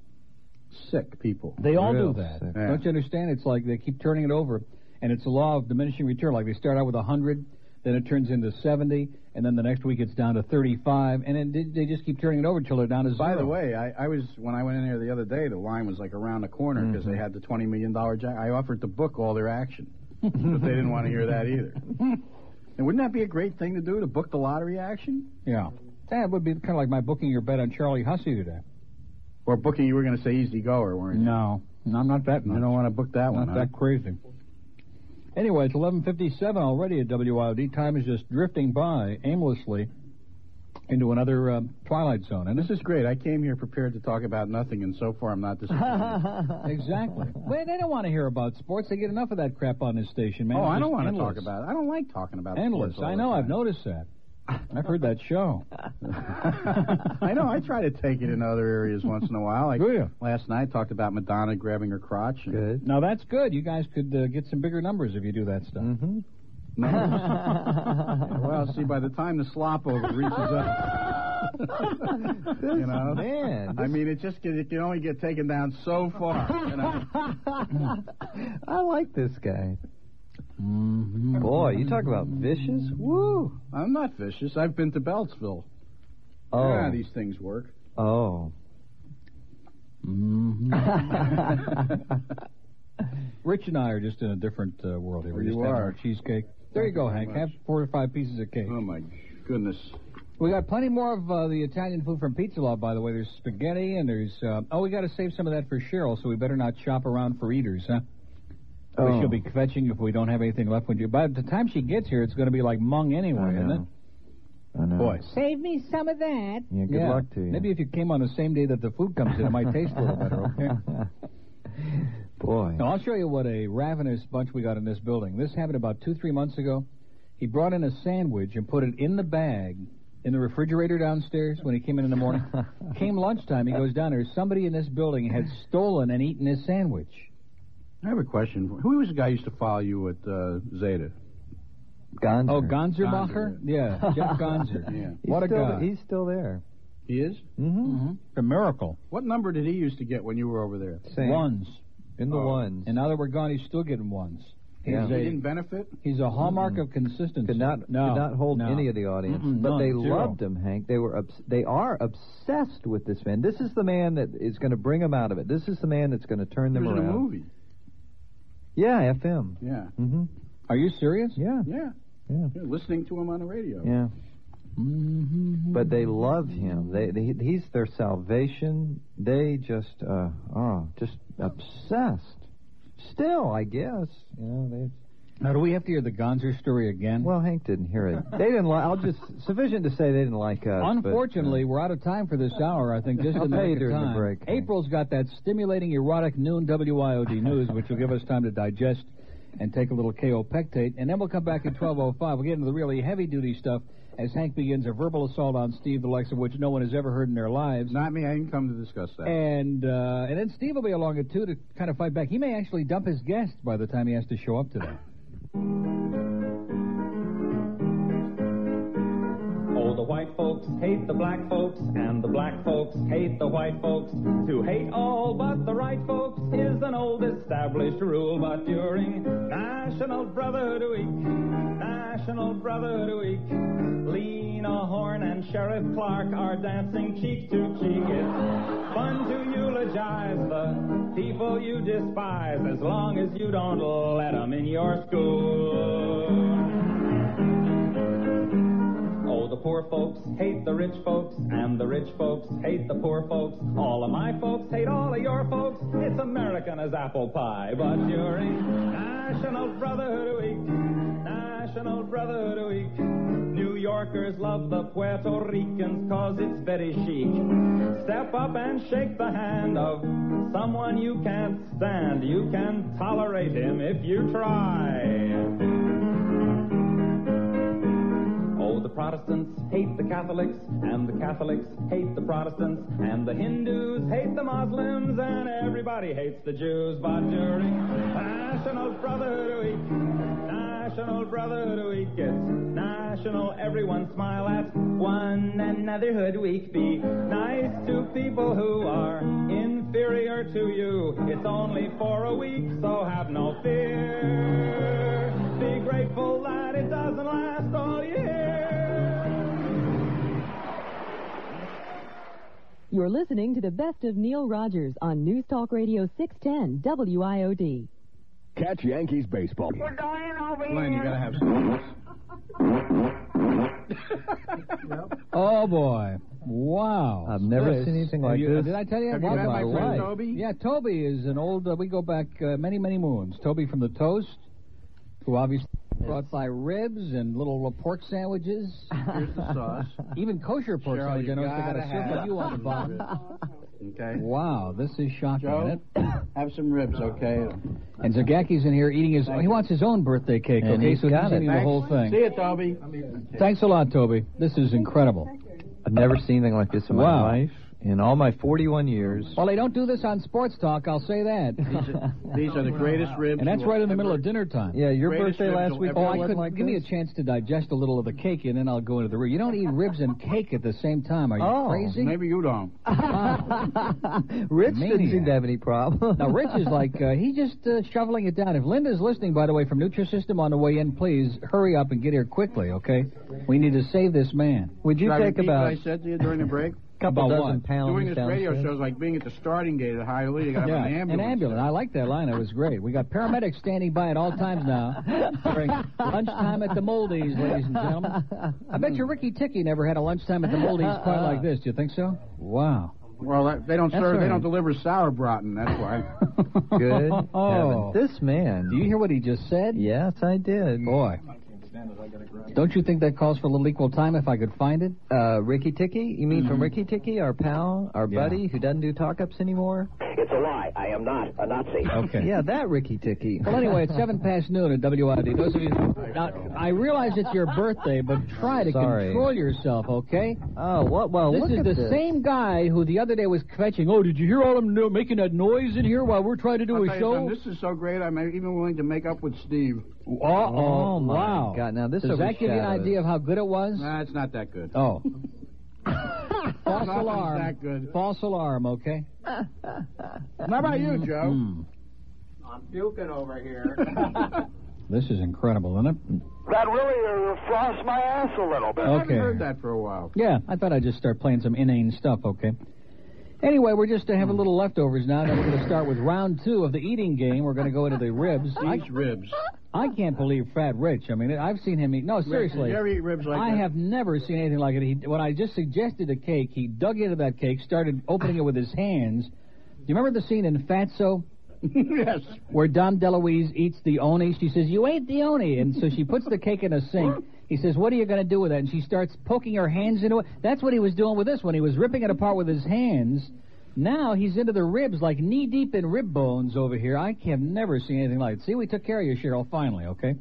S6: Sick people.
S5: They all
S3: Real
S5: do that.
S3: sick.
S6: Yeah.
S5: Don't you understand? It's like they keep turning it over, and it's a law of diminishing return. Like they start out with 100, then it turns into 70, and then the next week it's down to 35, and then they- they just keep turning it over until they're down to zero.
S6: By the way, I, I was when I went in there the other day. The line was like around the corner because
S5: Mm-hmm.
S6: they had the twenty million dollar jack. I offered to book all their action, but they didn't want to hear that either. And wouldn't that be a great thing to do to book the lottery action
S5: Yeah. That would be kind of like my booking your bet on Charlie Hussey today.
S6: or booking? You were going to say easy goer, weren't you?
S5: No. No, I'm not that
S6: You don't want to book that one.
S5: Not that crazy. Anyway, it's 11:57 already at WIOD. Time is just drifting by aimlessly into another um, twilight zone, and
S6: huh?
S5: this
S6: This is great. I came here prepared to talk about nothing, and so far I'm not disappointed. Oh,
S5: exactly. well, they don't want to hear about sports. They get enough of that crap on this station, man.
S6: oh,
S5: It's
S6: I
S5: just
S6: don't want to
S5: endless.
S6: talk about it. I don't like talking about
S5: endless.
S6: sports
S5: I
S6: all the
S5: know. I've
S6: time.
S5: noticed that. I've heard that show.
S6: I know. I try to take it in other areas once in a while. Like
S5: Do you?
S6: last night, talked about Madonna grabbing her crotch. and-
S3: Good.
S5: Now that's good. You guys could uh, get some bigger numbers if you do that stuff.
S3: Mm-hmm.
S6: well, see, by the time the slop over reaches up, you know,
S3: Man,
S6: I mean, it just can, it can only get taken down so far. You know?
S3: I like this guy. Boy, you talk about vicious. Woo.
S6: I'm not vicious. I've been to Beltsville.
S3: Oh.
S6: Yeah, these things work.
S3: Oh.
S5: Mm-hmm. Rich and I are just in a different uh, world here. We're
S6: You
S5: just having
S6: are.
S5: our cheesecake. There you go, Hank. Have four or five pieces of cake.
S6: Oh my goodness.
S5: We got plenty more of uh, the Italian food from Pizza Law, by the way. There's spaghetti and there's. Uh, oh, we got to save some of that for Cheryl, so we better not shop around for eaters, huh? Oh.
S3: Oh.
S5: she'll be fetching if we don't have anything left when you. By the time she gets here, it's going to be like mung anyway,
S3: I
S5: isn't it?
S3: know. I know.
S6: Boy.
S5: Save me some of that.
S3: Yeah, good luck to you.
S5: Maybe if you came on the same day that the food comes in, it might taste a little better, okay?
S3: Boy.
S5: Now, I'll show you what a ravenous bunch we got in this building. This happened about two, three months ago. He brought in a sandwich and put it in the bag in the refrigerator downstairs when he came in in the morning. came lunchtime, he goes down there. Somebody in this building had stolen and eaten his sandwich.
S6: I have a question. for- Who was the guy who used to follow you at uh, Zeta?
S3: Gonzer.
S5: Oh, Gonzerbacher? Yeah, Jeff Gonzer.
S6: Yeah.
S3: He's
S5: What a
S3: still,
S5: guy.
S3: He's still there.
S6: He is.
S3: Mm-hmm.
S5: A miracle.
S6: What number did he used to get when you were over there?
S3: Same.
S5: Ones.
S3: In the
S6: Oh.
S3: ones.
S5: And now that we're gone, he's still getting ones. He's,
S3: Yeah.
S6: He
S5: a,
S6: didn't benefit.
S5: he's a hallmark
S3: Mm-hmm.
S5: of consistency.
S3: could not
S5: no,
S3: could not hold
S5: no.
S3: any of the audience,
S5: Mm-mm,
S3: but
S5: none,
S3: they
S5: zero.
S3: loved him, Hank. They were obs- they are obsessed with this man. This is the man that is going to bring them out of it. This is the man that's going to turn
S6: He
S3: them
S6: was in a
S3: around.
S6: movie.
S3: Yeah, FM.
S6: Yeah.
S3: Mm-hmm.
S5: Are you serious?
S3: Yeah.
S6: Yeah.
S3: Yeah.
S6: You're listening to him on the radio.
S3: Yeah.
S5: Mm-hmm.
S3: But they love him. They, they he's their salvation. They just uh oh, just obsessed. Still, I guess. You know, they
S5: Now, do we have to hear the Gonzer story again?
S3: well, Hank didn't hear it. They didn't like. I'll just sufficient to say they didn't like us. but, uh,
S5: Unfortunately, we're out of time for this hour. I think just
S3: I'll
S5: in
S3: pay you
S5: the
S3: during the
S5: time.
S3: break.
S5: April's got that stimulating, erotic noon WIOD news, which will give us time to digest and take a little KO pectate, and then we'll come back at 12:05. We'll get into the really heavy-duty stuff as Hank begins a verbal assault on Steve, the likes of which no one has ever heard in their lives.
S6: Not me. I didn't come to discuss that.
S5: And uh, and then Steve will be along at two to kind of fight back. He may actually dump his guest by the time he has to show up today.
S12: Oh, the white folks hate the black folks, and the black folks hate the white folks. To hate all but the right folks is an old established rule. But during National Brotherhood Week, National Brotherhood Week, Lena Horne and Sheriff Clark are dancing cheek to cheek. It's fun to eulogize the people you despise as long as you don't let 'em in your school. Oh, the poor folks hate the rich folks, and the rich folks hate the poor folks. All of my folks hate all of your folks. It's American as apple pie. But during National Brotherhood Week, National Brotherhood Week, New Yorkers love the Puerto Ricans cause it's very chic. Step up and shake the hand of someone you can't stand. You can tolerate him if you try. Oh, the Protestants hate the Catholics, and the Catholics hate the Protestants, and the Hindus hate the Muslims, and everybody hates the Jews. But during National Brotherhood Week, National Brotherhood Week, it's National Everyone Smile at One Another Hood Week. Be nice to people who are inferior to you. It's only for a week, so have no fear. Be grateful that it doesn't last all year.
S8: You're listening to the best of Neil Rogers on News Talk Radio 610 WIOD.
S1: Catch Yankees baseball.
S6: Glenn, you gotta have.
S5: Oh boy! Wow!
S3: I've never
S5: This-
S3: seen anything
S5: have
S3: like
S5: you-
S3: this.
S5: Did I tell you?
S6: Have you
S5: Wow,
S6: met my friend
S5: life.
S6: Toby?
S5: Yeah, Toby is an old. Uh, we go back uh, many, many moons. Toby from the Toast, who obviously brought by ribs and little uh, pork sandwiches,
S6: Here's the sauce.
S5: even kosher pork
S6: Cheryl,
S5: sandwich.
S6: you
S5: I noticed
S6: gotta
S5: they got a circle
S6: have
S5: of you on the
S6: some
S5: bottom.
S6: ribs. Okay.
S5: Wow, this is shocking. isn't
S6: Joe,
S5: it?
S6: have some ribs, okay?
S5: And Zagaki's in here eating his. He wants his own birthday cake.
S3: And
S5: okay,
S3: he's
S5: so
S3: got
S5: he's
S3: it.
S5: eating the whole
S6: See
S5: thing.
S6: you, Toby.
S5: Thanks a lot, Toby. This is incredible.
S3: I've never seen anything like this in my
S5: Wow.
S3: life. In all my 41 years.
S5: Well, they don't do this on Sports Talk. I'll say that.
S6: These are the greatest ribs.
S5: And that's
S6: you will
S5: right in the
S6: ever-
S5: middle of dinner time.
S3: Yeah, your
S6: Greatest
S3: birthday
S6: ribs
S3: last
S6: you'll
S3: week.
S6: ever
S5: Oh,
S3: wasn't
S5: I couldn't.
S3: like
S5: give me a
S3: this?
S5: chance to digest a little of the cake, and then I'll go into the room. You don't eat ribs and cake at the same time. Are you
S3: Oh.
S5: crazy?
S6: Maybe you don't.
S3: Rich didn't seem
S5: Maniac.
S3: to have any problem.
S5: Now, Rich is like, uh, he's just uh, shoveling it down. If Linda's listening, by the way, from Nutrisystem on the way in, please hurry up and get here quickly, okay? We need to save this man.
S3: Would you
S6: Should I
S3: take
S6: repeat
S3: about
S6: what I said to you during the break?
S3: couple
S5: About
S3: dozen
S5: what?
S3: pounds
S6: Doing this radio
S3: downstairs?
S6: show is like being at the starting gate at Hialeah. You gotta have an ambulance.
S5: I like that line. It was great. We got paramedics standing by at all times now during lunchtime at the Moldies, ladies and gentlemen. I bet you Ricky Ticky never had a lunchtime at the Moldies quite like this. Do you think so? Wow.
S6: Well, that- they don't
S5: That's
S6: serve.
S5: all
S6: They don't
S5: right.
S6: deliver sauerbraten. That's why.
S3: Good.
S5: Oh.
S3: heavens. This man.
S5: Do you hear what he just said?
S3: Yes, I did.
S5: Boy. Don't you think that calls for a little equal time if I could find it? Mm-hmm.
S3: Uh, Ricky Ticky? You mean from Ricky Ticky, our pal, our
S5: Yeah.
S3: buddy who doesn't do talk ups anymore?
S13: It's a lie. I am not a Nazi.
S5: Okay.
S3: Yeah, that Ricky Ticky.
S5: Well, anyway, it's seven past noon at WID. Those of you, now, I realize it's your birthday, but try to
S3: Sorry.
S5: control yourself, okay?
S3: Oh, what? Well,
S5: this
S3: look
S5: is
S3: at
S5: the
S3: this.
S5: same guy who the other day was kvetching. Oh, did you hear all them no- making that noise in here while we're trying to do
S6: I'll
S5: a
S6: tell you
S5: show?
S6: something, This is so great. I'm even willing to make up with Steve.
S5: oh,
S3: Oh, my
S5: wow!
S3: God. Now, this
S5: does that give you an
S3: overshadows-
S5: idea of how good it was?
S6: Nah, it's not that good.
S5: Oh, false
S6: Nothing's
S5: alarm!
S6: that good.
S5: False alarm. Okay.
S6: How about you, Joe?
S5: Hmm.
S3: Hmm.
S12: I'm puking over here.
S5: This is incredible, isn't it?
S13: That really uh, frosts my ass a little bit.
S6: I haven't
S5: Okay.
S6: heard that for a while.
S5: Yeah, I thought I'd just start playing some inane stuff. Okay. Anyway, we're just to have a little leftovers now. Now we're going to start with round two of the eating game. We're going to go into the ribs.
S6: Steve's ribs.
S5: I can't believe Fat Rich. I mean, I've seen him eat. No,
S6: Rich,
S5: Oh, seriously.
S6: did you ever eat ribs like
S5: I
S6: that?
S5: have never seen anything like it. He, when I just suggested a cake, he dug into that cake, started opening it with his hands. Do you remember the scene in Fatso?
S6: yes.
S5: Where Dom DeLuise eats the oni. She says, You ate the oni. And so she puts the cake in a sink. He says, What are you going to do with that? And she starts poking her hands into it. That's what he was doing with this one. He was ripping it apart with his hands. Now he's into the ribs, like knee deep in rib bones over here. I have never seen anything like it. See, we took care of you, Cheryl, finally, okay?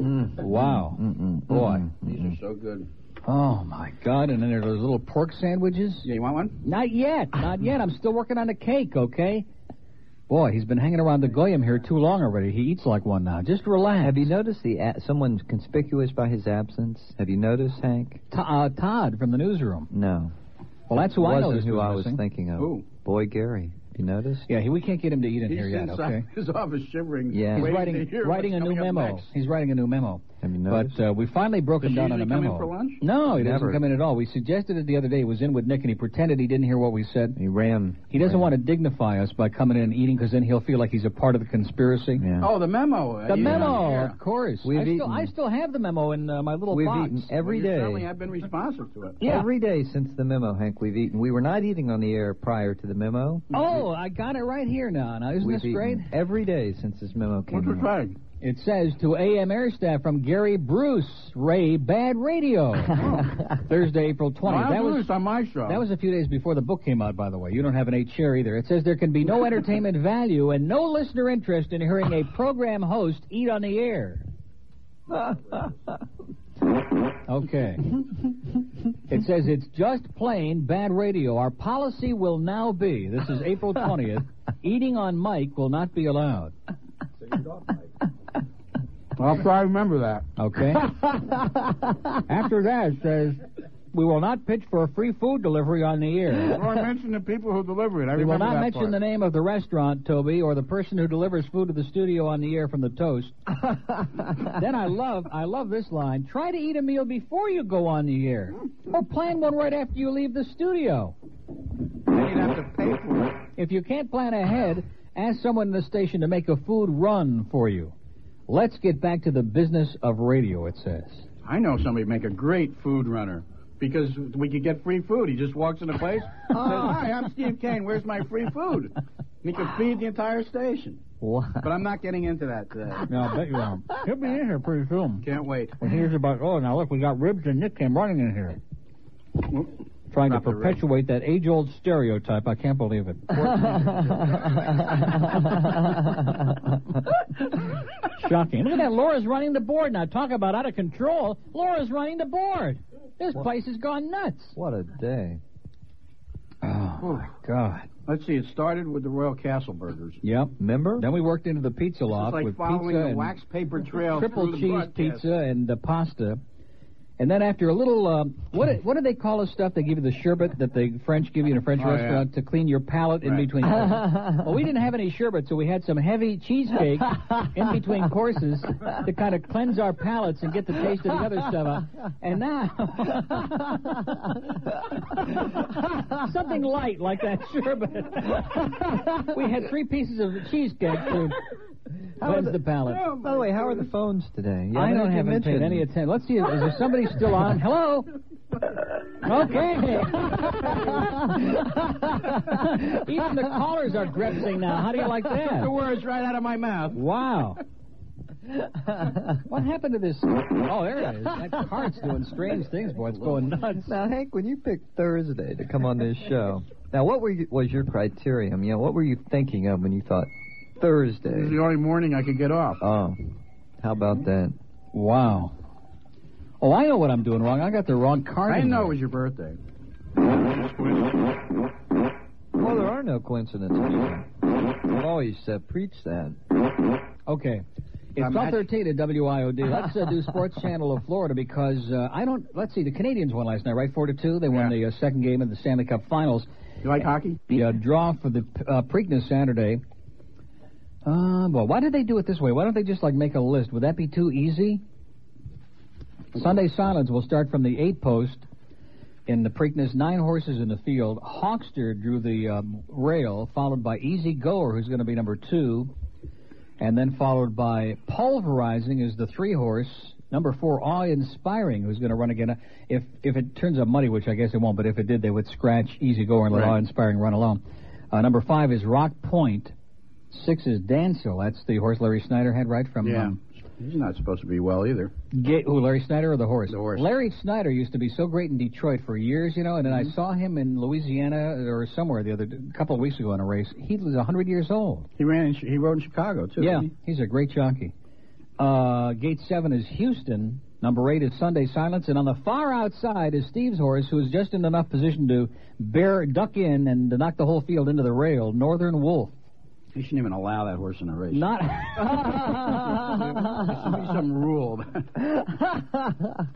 S6: Mm.
S5: Wow. Boy.
S6: These are so good.
S5: Oh, my God. And then there are those little pork sandwiches.
S6: Yeah, you want one?
S5: Not yet. Not yet. I'm still working on the cake, okay? Boy, he's been hanging around the Goyim here too long already. He eats like one now. Just relax.
S3: Have you noticed the a- someone conspicuous by his absence? Have you noticed, Hank?
S5: To- uh, Todd from the newsroom.
S3: No.
S5: Well, that's who I
S3: Wasn't
S5: noticed
S3: who
S5: was
S3: I was
S5: missing.
S3: thinking of.
S6: Who?
S3: Boy Gary. Have you noticed?
S5: Yeah, he, we can't get him to eat in
S6: He's
S5: here yet,
S6: inside
S5: okay?
S6: his office shivering.
S3: Yeah.
S5: He's
S6: waiting
S5: writing,
S6: to hear
S5: writing a
S6: what's
S5: new
S6: coming up
S5: memo.
S6: next.
S5: He's writing a new memo.
S3: Have you
S5: But
S3: noticed?
S5: uh, we finally broke
S6: Does
S5: him
S6: he
S5: down on a
S6: usually come in
S5: memo.
S6: for lunch?
S5: No, he doesn't
S3: Never.
S5: come in at all. We suggested it the other day. He was in with Nick, and he pretended he didn't hear what we said.
S3: he ran.
S5: He doesn't
S3: ran.
S5: want to dignify us by coming in and eating, because then he'll feel like he's a part of the conspiracy.
S3: Yeah.
S6: Oh, the memo.
S5: The
S6: You-
S5: memo,
S6: yeah.
S5: of course.
S3: We've
S5: I, still,
S3: eaten-
S5: I still have the memo in uh, my little
S3: We've
S5: box.
S3: eaten
S6: Well,
S3: every
S6: you
S3: day.
S6: certainly have been responsive to it.
S5: Yeah.
S3: Every day since the memo, Hank, we've eaten. We were not eating on the air prior to the memo.
S5: Oh, I got it right here now. Now, isn't
S3: we've
S5: this great?
S3: eaten Mm-hmm. every day since this memo
S6: What's the
S3: came out.
S6: tag?
S5: It says to AM air staff from Gary Bruce Ray Bad Radio Thursday April 20th.
S6: No, I
S5: that
S6: don't do
S5: was
S6: this on my show.
S5: that was a few days before the book came out by the way. You don't have an 8 share either. It says there can be no entertainment value and no listener interest in hearing a program host eat on the air. Okay. It says it's just plain bad radio. Our policy will now be this is April 20th. Eating on mic will not be allowed.
S6: I'll try to remember that.
S5: Okay. After that, it says we will not pitch for a free food delivery on the air.
S6: Or mention the people who deliver it. I
S5: We will
S6: remember
S5: not
S6: that
S5: mention
S6: part.
S5: the name of the restaurant, Toby, or the person who delivers food to the studio on the air from the toast. then I love, I love this line: try to eat a meal before you go on the air, or plan one right after you leave the studio.
S6: Then you'd have to pay for it.
S5: If you can't plan ahead, ask someone in the station to make a food run for you. Let's get back to the business of radio. It says.
S6: I know somebody make a great food runner because we could get free food. He just walks in the place, says,
S5: Oh.
S6: "Hi, I'm Steve Kane. Where's my free food?" And he could feed the entire station.
S3: Wow.
S6: But I'm not getting into that uh, today.
S5: No, I bet you are. He'll be in here pretty soon.
S6: Can't wait.
S5: Well, here's about, oh, now look, we got ribs and Nick came running in here. Trying to
S6: Drop the rib.
S5: perpetuate that age old stereotype. I can't believe it. Shocking. Look at that. Laura's running the board now. Talk about out of control. Laura's running the board. This place has gone nuts.
S3: What a day.
S6: Whew.
S5: God.
S6: Let's see. It started with the Royal Castle burgers.
S5: Yep.
S3: Remember?
S5: Then we worked into the pizza
S6: It's
S5: loft
S6: like
S5: with
S6: following
S5: pizza
S6: a
S5: and
S6: wax paper trail
S5: triple
S6: through the
S5: cheese
S6: broadcast.
S5: pizza and the pasta. And then after a little, um, what what do they call the stuff they give you the sherbet that the French give you in a French
S6: Oh, yeah.
S5: restaurant to clean your palate in
S6: Right.
S5: between? courses? well, we didn't have any sherbet, so we had some heavy cheesecake in between courses to kind of cleanse our palates and get the taste of the other stuff out. And now something light like that sherbet. we had three pieces of cheesecake to cleanse the palate.
S3: Oh, By the way, how are the phones today? Yeah,
S5: I
S3: mean,
S5: don't
S3: you
S5: have him
S3: mentioned-
S5: paying any attention. Let's see, is there somebody still on? Hello? Okay. Even the callers are gripsing now. How do you like
S6: The
S5: that?
S6: words right out of my mouth.
S5: Wow. What happened to this? Oh, there it is. That card's doing strange things, boy. It's going nuts.
S3: Now, Hank, when you picked Thursday to come on this show, now what were you, was your criterion? You know, what were you thinking of when you thought
S6: This is
S3: Thursday?
S6: the only morning I could get off.
S3: Oh, how about that?
S5: Wow. Oh, I know what I'm doing wrong. I got the wrong card.
S6: I
S5: in
S6: didn't know it
S5: here.
S6: was your birthday.
S3: Well, there are no coincidences. I've always uh, preached that.
S5: Okay. It's
S6: Um,
S5: 1213 at WIOD. Let's uh, do Sports Channel of Florida because uh, I don't. Let's see. The Canadians won last night, right? 4 to 2. They won
S6: Yeah.
S5: the uh, second game of the Stanley Cup Finals.
S6: You like hockey?
S5: The uh, draw for the uh, Preakness Saturday. Uh, well, why did they do it this way? Why don't they just like make a list? Would that be too easy? Sunday silence will start from the eight post In the Preakness, nine horses in the field. Hawkster drew the um, rail, followed by Easy Goer, who's going to be number two, and then followed by Pulverizing is the three horse. Number four, Awe Inspiring, who's going to run again. If if it turns out muddy, which I guess it won't, but if it did, they would scratch Easy Goer and let
S14: Right.
S5: Awe Inspiring run alone. Uh, number five is Rock Point. Six is Dancil. That's the horse Larry Snyder had right from
S6: Yeah.
S5: um,
S6: He's not supposed to be well either.
S5: Ga- who, Larry Snyder or the horse? The horse. Larry Snyder used to be so great in Detroit for years, you know, and then
S6: Mm-hmm.
S5: I saw him in Louisiana or somewhere the other a couple of weeks ago in a race. He was 100 years old.
S6: He ran. In, he rode in Chicago too.
S5: Yeah,
S6: didn't
S5: he's a great jockey. Uh, gate seven is Houston. Number eight is Sunday Silence, and on the far outside is Steve's horse, who is just in enough position to bear duck in and to knock the whole field into the rail. Northern Wolf.
S6: You shouldn't even allow that horse in a race.
S5: Not.
S6: there should be some rule.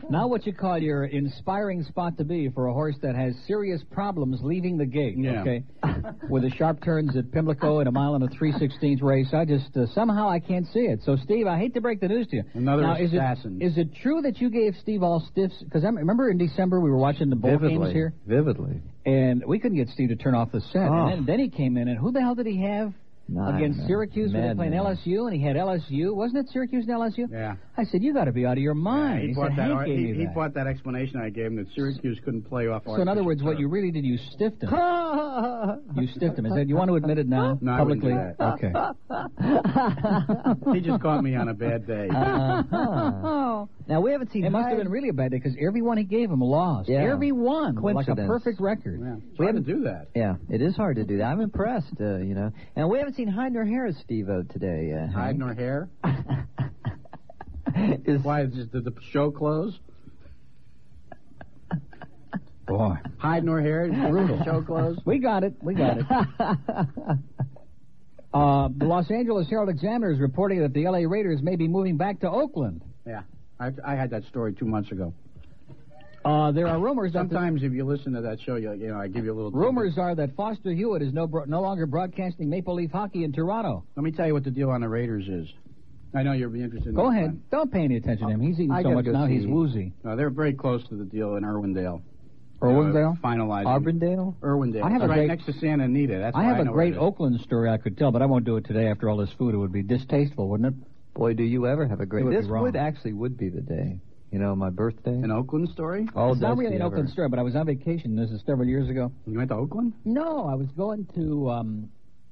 S5: Now, what you call your inspiring spot to be for a horse that has serious problems leaving the gate?
S6: Yeah.
S5: Okay, with the sharp turns at Pimlico in a mile and a three sixteenth race, I just uh, somehow I can't see it. So, Steve, I hate to break the news to you.
S6: Another
S5: now, is
S6: assassin.
S5: It, is it true that you gave Steve all stiffs? Because I remember in December we were watching the bowl games here,
S3: Vividly.
S5: and we couldn't get Steve to turn off the set.
S3: Oh.
S5: And then, then he came in, and who the hell did he have?
S3: Nine,
S5: against
S3: uh,
S5: Syracuse when they played
S3: madman.
S5: LSU, and he had LSU. Wasn't it Syracuse and LSU?
S6: Yeah.
S5: I said, you got to be out of your mind.
S6: he,
S5: he
S6: bought
S5: said,
S6: that,
S5: Hank
S6: ar-
S5: gave
S6: he,
S5: me
S6: he
S5: that.
S6: bought that explanation I gave him that Syracuse couldn't play off.
S5: So in other words, what you really did, you stiffed him. You stiffed him. Is that you want to admit it now
S6: No, I wouldn't
S5: publicly?
S6: do that.
S5: Okay.
S6: he just caught me on a bad day.
S5: Uh-huh.
S3: Now we haven't seen.
S5: It must have
S3: high-
S5: been really a bad day because everyone he gave him lost.
S3: Yeah.
S5: Everyone, like a
S3: Coincidence.
S5: perfect record.
S6: We had to do that.
S3: Yeah, it is hard to do that. I'm impressed, uh, you know. And we haven't seen Hyde nor Harris Steve-O today. Uh,
S6: Hide nor hair. Why is just, did the show close?
S5: Boy.
S6: Hide nor hair. Brutal. show close.
S5: We got it. We got it. uh, the Los Angeles Herald Examiner is reporting that the L.A. Raiders may be moving back to Oakland.
S6: Yeah. I, I had that story two months ago.
S5: Uh, there are rumors that the-
S6: Sometimes if you listen to that show, you, you know I give you a little.
S5: Rumors are that Foster Hewitt is no, bro- no longer broadcasting Maple Leaf hockey in Toronto.
S6: Let me tell you what the deal on the Raiders is. I know you'll be interested. in
S5: Go
S6: this
S5: ahead.
S6: one.
S5: Don't pay any attention to him. He's eating
S6: I
S5: so
S6: gotta
S5: much
S6: go
S5: now,
S6: see-
S5: he's woozy.
S6: No, they're very close to the deal in Irwindale.
S5: Irwindale?
S6: Uh, finalizing.
S3: Auburndale?
S6: Irwindale.
S5: I have a
S6: It's right
S5: great-
S6: next to Santa Anita. That's
S5: I
S6: why
S5: have
S6: I
S5: a
S6: know
S5: great
S6: where it is.
S5: Oakland story I could tell, but I won't do it today after all this food. It would be distasteful, wouldn't it?
S3: Boy, do you ever have a great.
S5: It would
S3: this
S5: be wrong.
S3: would actually would be the day, you know, my birthday.
S6: An Oakland story?
S3: Oh,
S5: it's not
S3: that's
S5: really an
S3: the ever.
S5: Oakland story, but I was on vacation. This is several years ago.
S6: You went to Oakland?
S5: No, I was going to. Um,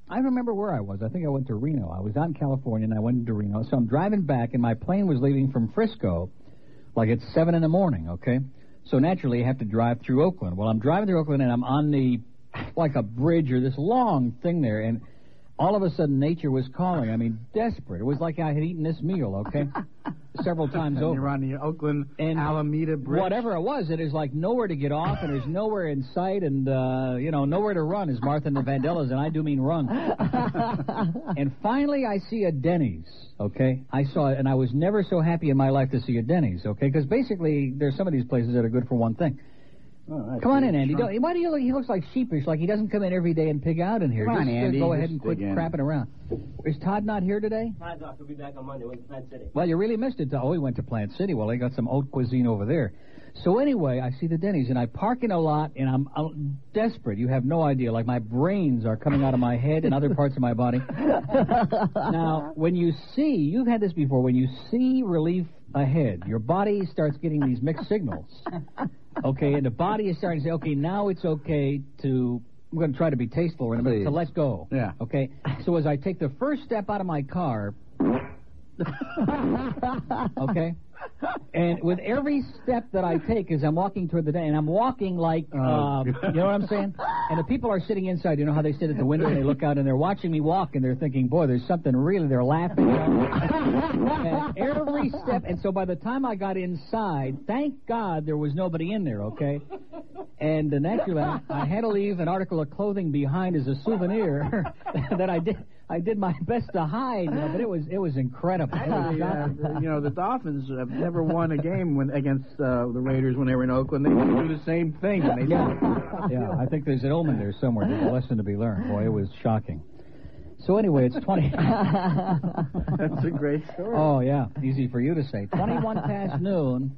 S5: I remember where I was. I think I went to Reno. I was out in California and I went to Reno. So I'm driving back, and my plane was leaving from Frisco, like at seven in the morning. Okay, so naturally you have to drive through Oakland. Well, I'm driving through Oakland, and I'm on the like a bridge or this long thing there, and all of a sudden nature was calling. I mean, desperate. It was like I had eaten this meal. Okay, several times
S6: And
S5: over.
S6: You're on the Oakland
S5: And
S6: Alameda Bridge.
S5: Whatever it was, it is like nowhere to get off, and there's nowhere in sight, and uh, you know nowhere to run, as Martha and the Vandellas, and I do mean run. and finally, I see a Denny's. Okay, I saw it, and I was never so happy in my life to see a Denny's. Okay, because basically there's some of these places that are good for one thing. Come on in, Andy. Don't, why do you look? He looks like sheepish, like he doesn't come in every day and pig out in here.
S6: Come on,
S5: Just, uh,
S6: Andy,
S5: go ahead
S6: just
S5: and quit
S6: dig in.
S5: crapping around. Is Todd not here today?
S15: Todd's off. He'll be back on Monday. Went to Plant City.
S5: Well, you really missed it. Oh, he went to Plant City. Well, they got some old cuisine over there. So anyway, I see the Denny's and I park in a lot and I'm, I'm desperate. You have no idea. Like my brains are coming out of my head and other parts of my body. now, when you see, you've had this before. When you see relief ahead, your body starts getting these mixed signals. Okay, and the body is starting to say, okay, now it's okay to. I'm going to try to be tasteful in a minute to let go.
S6: Yeah.
S5: Okay. So as I take the first step out of my car, okay? And with every step that I take as I'm walking toward the day, and I'm walking like, uh,
S6: Oh.
S5: you know what I'm saying? And the people are sitting inside. You know how they sit at the window and they look out and they're watching me walk and they're thinking, boy, there's something really. They're laughing. you know? and every step. And so by the time I got inside, thank God there was nobody in there, okay? And uh, naturally, I- I had to leave an article of clothing behind as a souvenir that I did. I did my best to hide, you know, but it was it was incredible. It was
S6: The,
S5: not-
S6: uh, the- you know the Dolphins have never won a game when against uh, the Raiders when they were in Oakland. They do the same thing. And they
S5: yeah, I think there's an omen there somewhere. There's a lesson to be learned. Boy, it was shocking. So anyway, it's 20.
S6: That's a great story.
S5: oh, yeah. Easy for you to say. 21 past noon.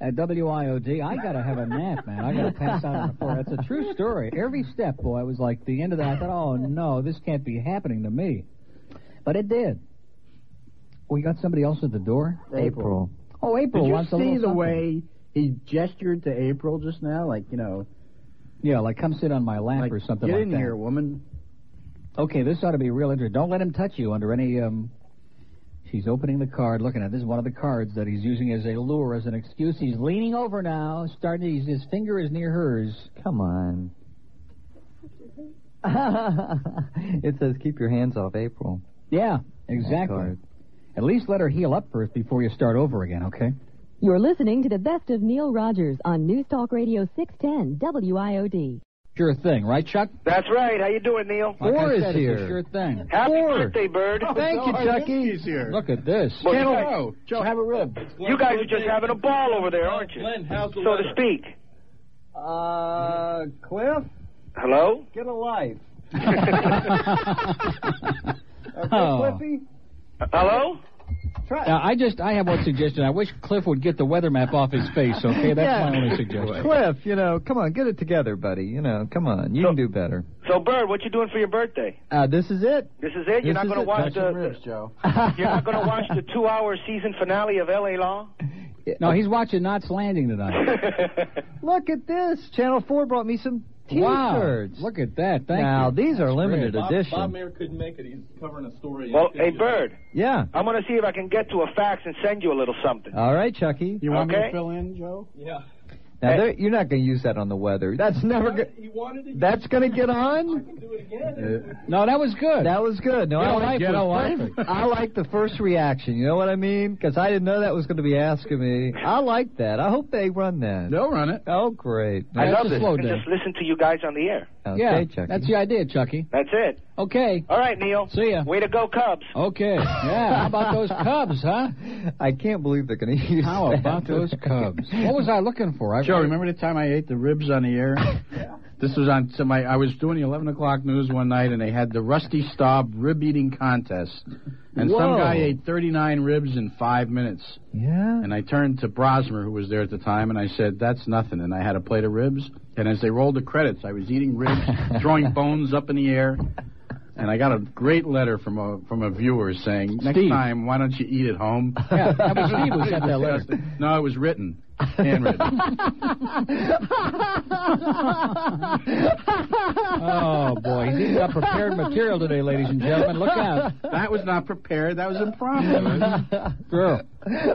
S14: at WIOD. I gotta have a nap, man. I gotta pass out on the floor. That's a true story. Every step, boy, I was like the end of that. I thought, oh no, this can't be happening to me, but it did. We got somebody else at the door.
S16: April.
S14: Oh, April
S6: Did you
S14: wants a
S6: see
S14: little
S6: the
S14: something.
S6: way he gestured to April just now? Like you know,
S14: Yeah, like come sit on my lap or something
S6: get
S14: like
S6: in
S14: that.
S6: here, woman.
S14: Okay, this ought to be real interesting. Don't let him touch you under any. Um, she's opening the card, looking at it. this is one of the cards that he's using as a lure, as an excuse. He's leaning over now, starting. He's, his finger is near hers.
S3: Come on. it says keep your hands off April.
S14: Yeah, exactly.
S3: card.
S14: At least let her heal up first before you start over again. Okay.
S8: You're listening to the best of Neil Rogers on News Talk Radio 610 WIOD.
S5: Sure thing, right, Chuck?
S13: That's right. How you doing, Neil?
S5: Like I said, it's a sure thing.
S13: Happy
S5: Four. Oh,
S13: birthday, bird.
S6: Oh,
S5: Thank you, Chucky. Look at this.
S13: Well, you guys- Joe,
S6: Joe, have a rib.
S13: You guys are just having a ball over there, aren't you? so to speak.
S16: Uh, Cliff,
S13: Hello?
S16: get a life. okay,
S5: Oh.
S16: Cliffy.
S13: Hello?
S16: Try.
S5: Now, I just I have one suggestion. I wish Cliff would get the weather map off his face. Okay, that's my only suggestion.
S3: Cliff, you know, come on, get it together, buddy. You know, come on, you can do better.
S13: So, Bird, what you doing for your birthday?
S3: Uh, this is it.
S13: This is it. You're
S3: This
S13: not
S3: is
S13: going to
S3: it.
S13: watch
S3: Touch
S13: the.
S3: and
S6: Joe.
S13: You're not going to watch the two-hour season finale of L.A. Law.
S5: No, he's watching Knots Landing tonight.
S3: Look at this. Channel Four brought me some T-shirts.
S5: Wow, look at that. Thank
S3: now
S5: you.
S3: these are
S5: That's
S3: limited
S5: great.
S3: edition.
S16: Mayer couldn't make it. He's covering a story.
S13: Well, hey, Bird,
S3: yeah.
S13: I'm going to see if I can get to a fax and send you a little something.
S3: All right, Chucky.
S6: You want me
S13: Okay.
S6: to fill in, Joe?
S16: Yeah.
S3: Now there- you're not going to use that on the weather. That's never. Go-
S16: He wanted it.
S3: that's going to get on.
S16: Do it again.
S5: No, that was good.
S3: That was good. No, I
S5: Get a
S3: like
S5: life
S3: the
S5: was
S3: first-
S5: perfect.
S3: I like the first reaction. You know what I mean? Because I didn't know that was going to be asking me. I like that. I hope they run that.
S6: They'll run it.
S3: Oh, great.
S13: I
S5: That's
S13: love
S5: a
S13: this.
S5: slow
S13: I can
S5: day.
S13: just listen to you guys on the air.
S3: Okay,
S5: yeah,
S3: Chucky.
S5: that's the idea, Chucky.
S13: That's it.
S5: Okay,
S13: All right, Neil.
S5: see ya.
S13: Way to go, Cubs.
S5: Okay, yeah. How about those Cubs, huh?
S3: I can't believe they're going to use
S5: How
S3: that.
S5: about those Cubs? What was I looking for? I
S6: Joe, remember the time I ate the ribs on the air? This was on some. I, I was doing the 11 o'clock news one night, and they had the Rusty Staub rib eating contest, and
S3: Whoa.
S6: some guy ate 39 ribs in five minutes.
S3: Yeah.
S6: And I turned to Brosmer, who was there at the time, and I said, "That's nothing." And I had a plate of ribs. And as they rolled the credits, I was eating ribs, throwing bones up in the air. And I got a great letter from a from a viewer saying, "Next
S5: Steve.
S6: time, why don't you eat at home?"
S5: Yeah, that was Steve who sent that letter.
S6: Disgusting. No, it was written, handwritten.
S5: Oh boy, he's eating up prepared material today, ladies and gentlemen. Look out,
S6: that was not prepared. That was impromptu.
S5: girl.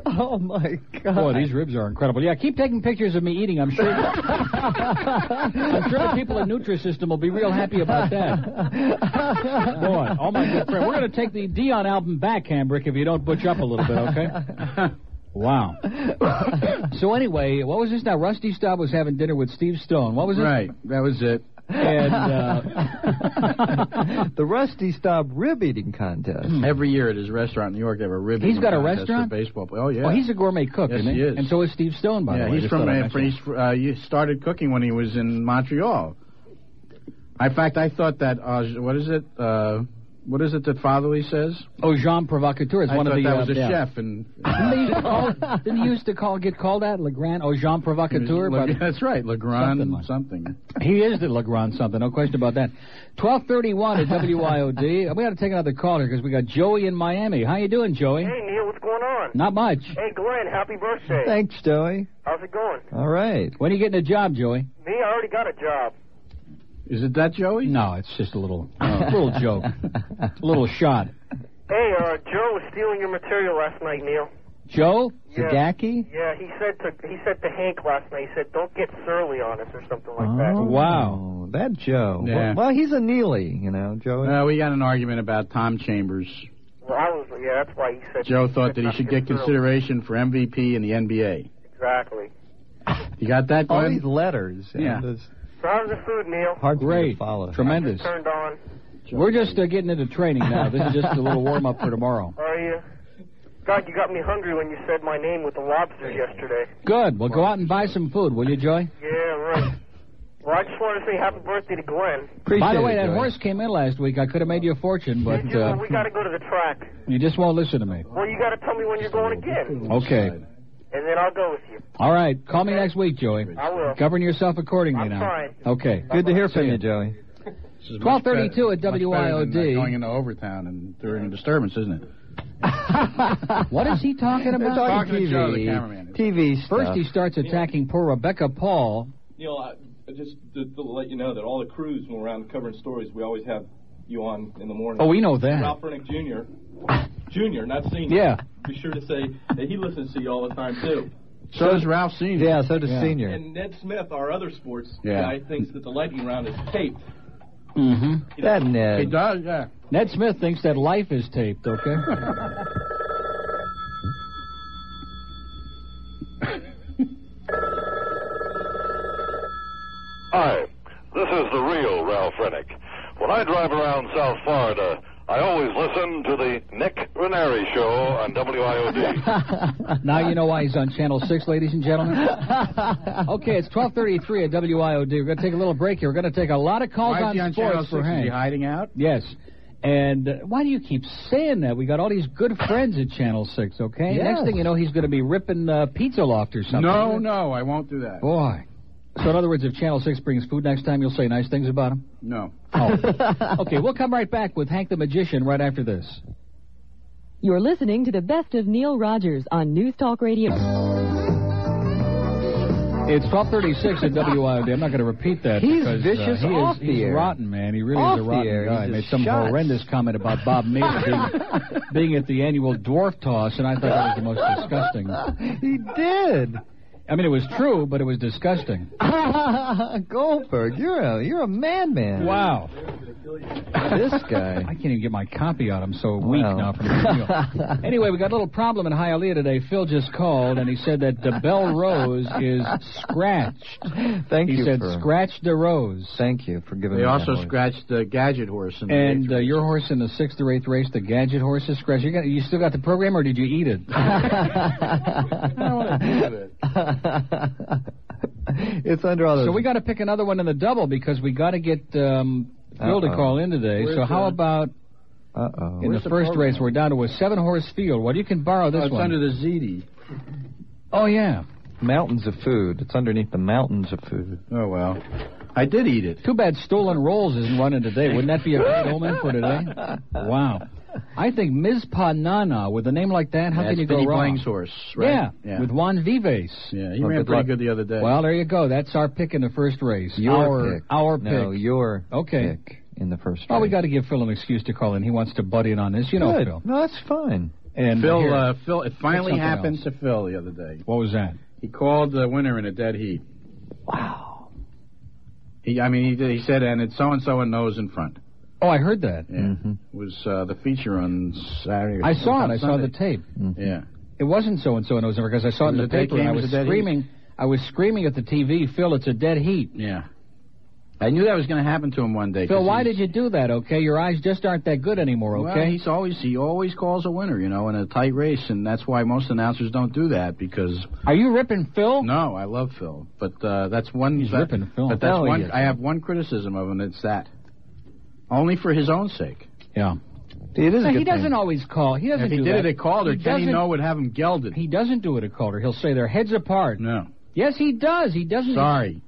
S3: oh my God.
S5: Boy, these ribs are incredible. Yeah, keep taking pictures of me eating. I'm sure. I'm sure the people at Nutrisystem will be real happy about that. Boy, oh my good friend, we're going to take the Dion album back, Hambrick, if you don't butch up a little bit, okay? Wow. so anyway, what was this now? Rusty Staub was having dinner with Steve Stone. What was it?
S6: right. That was it.
S5: And uh,
S3: the Rusty Staub rib eating contest.
S6: Every year at his restaurant in New York, they have a rib.
S5: He's
S6: eating
S5: got a
S6: contest for
S5: restaurant?
S6: Baseball. play- Oh yeah.
S5: oh, he's a gourmet cook,
S6: Yes,
S5: isn't
S6: he is.
S5: And so is Steve Stone, by
S6: yeah,
S5: the way.
S6: he's
S5: Just
S6: from
S5: thought I'd
S6: uh,
S5: mention
S6: he's, fr- uh, he started cooking when he was in Montreal. In fact, I thought that uh, what is it? Uh, what is it that Fatherly says?
S5: it. Oh, Jean Provocateur is
S6: I
S5: one
S6: thought
S5: of the.
S6: that
S5: uh,
S6: was a
S5: yeah.
S6: chef and.
S5: Didn't they used to call, didn't he used to call get called that Le Grand or Jean Provocateur?
S6: Le-
S5: But
S6: that's right, Legrand
S5: Something
S6: something.
S5: like- he is the Le Grand something, no question about that. Twelve thirty one at WIOD. we got to take another caller because we got Joey in Miami. How you doing, Joey?
S17: Hey, Neil, what's going on?
S5: Not much.
S17: Hey, Glenn, happy birthday.
S3: Thanks, Joey.
S17: How's it going?
S3: All right.
S5: When are you getting a job, Joey?
S17: Me, I already got a job.
S6: Is it that Joey? Oh.
S5: No, it's just a little little joke, little shot.
S17: Hey, uh, Joe was stealing your material last night, Neil.
S5: Joe,
S17: Yeah.
S3: Zagacki?
S17: Yeah, he said to he said to Hank last night. He said, "Don't get surly on us" or something like that.
S3: Oh.
S5: Wow.
S3: That Joe.
S6: Yeah.
S3: Well, well, he's a Neely, you know, Joey.
S6: Uh, we got an argument about Tom Chambers.
S17: Well, I was yeah, that's why he said.
S6: Joe
S17: he said
S6: thought that he
S17: not
S6: should
S17: to
S6: get
S17: surly.
S6: consideration for MVP in the NBA.
S17: Exactly.
S6: You got that,
S3: All
S6: Glenn?
S3: these letters. you
S6: Yeah.
S3: know, it's
S17: So how's the food, Neil?
S3: hard for me
S5: Great.
S3: to follow.
S5: Tremendous.
S17: Turned on.
S5: We're just uh, getting into training now. This is just a little warm up for tomorrow.
S17: Are you? God, you got me hungry when you said my name with the lobster yesterday.
S5: Good. Well, go out and buy some food, will you, Joy?
S17: Yeah, right. Well, I just want to say happy birthday to Glenn.
S3: Appreciate
S5: By the way,
S3: it,
S5: that
S3: Joey.
S5: horse came in last week. I could have made you a fortune, but
S17: Did you?
S5: uh,
S17: Well, we got to go to the track.
S5: you just won't listen to me.
S17: Well, you got to tell me when you're going again.
S5: Okay.
S17: and then I'll go with you.
S5: All right. Call me next week, Joey.
S17: I will.
S5: Govern yourself accordingly
S17: I'm
S5: now.
S17: trying.
S5: Okay.
S6: Good to hear from
S5: See
S6: you,
S5: ya.
S3: Joey.
S6: This is much
S5: 1232 at
S6: better- much better than, uh,
S5: WIOD.
S6: Going into Overtown and during a disturbance, isn't it?
S5: What is he talking about?
S6: They're talking to Joe, the cameraman.
S3: TV
S5: First,
S6: stuff.
S5: he starts attacking poor Rebecca Paul.
S16: Neil, I, I just to, to let you know that all the crews when we're around covering stories, we always have you on in the morning.
S5: Oh, we know that.
S16: Ralph Rennick Jr. Jr. Not senior.
S5: Yeah.
S16: Be sure to say that he listens to you all the time too.
S6: So does Ralph Senior.
S3: Yeah, so does Senior.
S16: And Ned Smith, our other sports
S3: Yeah.
S16: guy, thinks that the lightning round is taped.
S5: Mm-hmm. That Ned.
S16: He does, yeah.
S5: Ned Smith thinks that life is taped. Okay.
S18: Hi, this is the real Ralph Rennick. When I drive around South Florida, I always listen to the Nick Ranieri show on WIOD.
S5: now you know why he's on Channel 6, ladies and gentlemen. Okay, it's 1233 at WIOD. We're going to take a little break here. We're going to take a lot of calls
S6: Why is
S5: on,
S6: he on
S5: sports
S6: Channel
S5: for
S6: 6? Is
S5: Hank.
S6: he hiding out?
S5: Yes. And uh, why do you keep saying that? We got all these good friends at Channel 6, okay?
S6: Yes.
S5: Next thing you know, he's going to be ripping uh, Pizza Loft or something.
S6: No, no, I won't do that.
S5: Boy. So, in other words, if Channel 6 brings food next time, you'll say nice things about him?
S6: No.
S5: Oh. okay, we'll come right back with Hank the Magician right after this.
S8: You're listening to the best of Neil Rogers on News Talk Radio.
S5: It's 1236 at WIOD. I'm not going to repeat that.
S8: He's
S5: because,
S8: vicious
S5: uh, he
S8: off
S5: is,
S8: the
S5: he's
S8: air.
S5: rotten, man. He really
S8: Off
S5: is a
S8: the
S5: rotten
S8: air,
S5: guy.
S8: he's
S5: made
S8: just
S5: some
S8: shots.
S5: horrendous comment about Bob Mayer being, being at the annual dwarf toss, and I thought that was the most disgusting.
S3: He did.
S5: I mean, it was true, but it was disgusting.
S3: Goldberg, you're a you're a madman.
S5: Wow.
S3: This guy.
S5: I can't even get my copy out. I'm so weak
S3: Wow.
S5: now from the deal. Anyway, we got a little problem in Hialeah today. Phil just called and he said that the Bell Rose is scratched.
S3: Thank
S5: he
S3: you
S5: said
S3: for-
S5: scratch the rose.
S3: Thank you for giving
S6: They
S3: me
S6: also
S3: that one.
S6: scratched the gadget horse. In the
S5: And uh, your horse in the sixth or eighth race, the gadget horse is scratched. You, got, you still got the program, or did you eat it?
S3: It's under all those.
S5: So we got to pick another one in the double because we got to get um, Phil to
S3: Uh-oh.
S5: call in today.
S3: Where's
S5: so how
S3: the-
S5: about
S3: Uh oh.
S5: in the, first race? We're down to a seven horse field. Well, you can borrow this
S6: Oh, it's
S5: one.
S6: under the ZD.
S5: oh yeah.
S3: Mountains of food. It's underneath the mountains of food.
S6: Oh well. I did eat it.
S5: Too bad stolen rolls isn't running today. Wouldn't that be a great omen for today? Wow. I think Ms. Panana with a name like that, how
S6: That's
S5: can you
S6: Vinnie
S5: go wrong?
S6: Blang's horse, right?
S5: Yeah,
S6: Yeah.
S5: with Juan Vives.
S6: Yeah, he
S5: Well,
S6: ran
S5: good
S6: pretty
S5: luck.
S6: good the other day.
S5: Well, there you go. That's our pick in the first race. our
S3: pick.
S5: our
S3: No,
S5: pick.
S3: your
S5: Okay.
S3: pick in the first
S5: Oh, we
S3: race.
S5: got to give Phil an excuse to call in. He wants to butt in on this. You know,
S3: Good.
S5: Phil.
S3: No, that's fine.
S5: And
S6: Phil,
S5: here,
S6: uh, Phil, it finally
S5: something
S6: happened to Phil the other day.
S5: what was that?
S6: He called the winner in a dead heat. Wow. He, I mean, he, did- he said, and it's so and so and nose in front.
S5: Oh, I heard that.
S6: Yeah. Was uh, the feature on Saturday? or
S5: I saw Mm-hmm. it.
S6: on
S5: I saw the
S6: Sunday.
S5: tape.
S6: Yeah.
S5: It wasn't so and so and it was because I saw it in
S6: It
S5: the
S6: was a dead
S5: paper and
S6: game,
S5: I
S6: it was
S5: was
S6: a dead heat.
S5: screaming. I was screaming at the TV, Phil. It's a dead heat.
S6: Yeah. I knew that was going to happen to him one day.
S5: Phil,
S6: 'cause
S5: why
S6: he's-
S5: did you do that? Okay, your eyes just aren't that good anymore.
S6: Well,
S5: Okay.
S6: he's always he always calls a winner, you know, in a tight race, and that's why most announcers don't do that because.
S5: Are you ripping Phil?
S6: No, I love Phil, but uh, that's one.
S5: He's
S6: that-
S5: ripping Phil.
S6: But that's
S5: Hell, he
S6: one.
S5: is.
S6: I have one criticism of him. It's that. Only for his own sake.
S5: yeah.
S3: It is.
S5: No,
S3: a
S5: he
S3: good
S5: doesn't
S3: thing.
S5: always call. He doesn't.
S6: If he
S5: do
S6: did
S5: that.
S6: it at Calder,
S5: He
S6: Kenny
S5: doesn't-
S6: No would have him gelded.
S5: He doesn't do it at Calder. He'll say their heads apart.
S6: No,
S5: Yes, he does. He doesn't.
S6: sorry,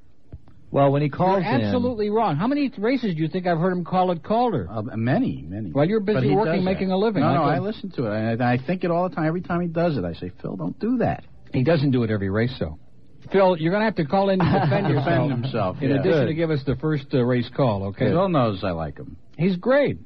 S3: Well, when he
S5: You're
S3: calls in,
S5: absolutely wrong. How many races do you think I've heard him call at Calder?
S6: uh, many, many.
S5: Well, you're
S6: But
S5: busy
S6: he
S5: working,
S6: does that.
S5: making a living.
S6: No, no,
S5: I
S6: I
S5: go-
S6: listen to it, and I, I think it all the time. Every time he does it, I say, Phil, don't do that.
S5: He doesn't do it every race, though. Phil, you're going to have to call in to defend yourself.
S6: Defend himself.
S5: In
S6: yeah.
S5: addition to give us the first uh, race call, okay?
S6: Phil knows I like him.
S5: He's great.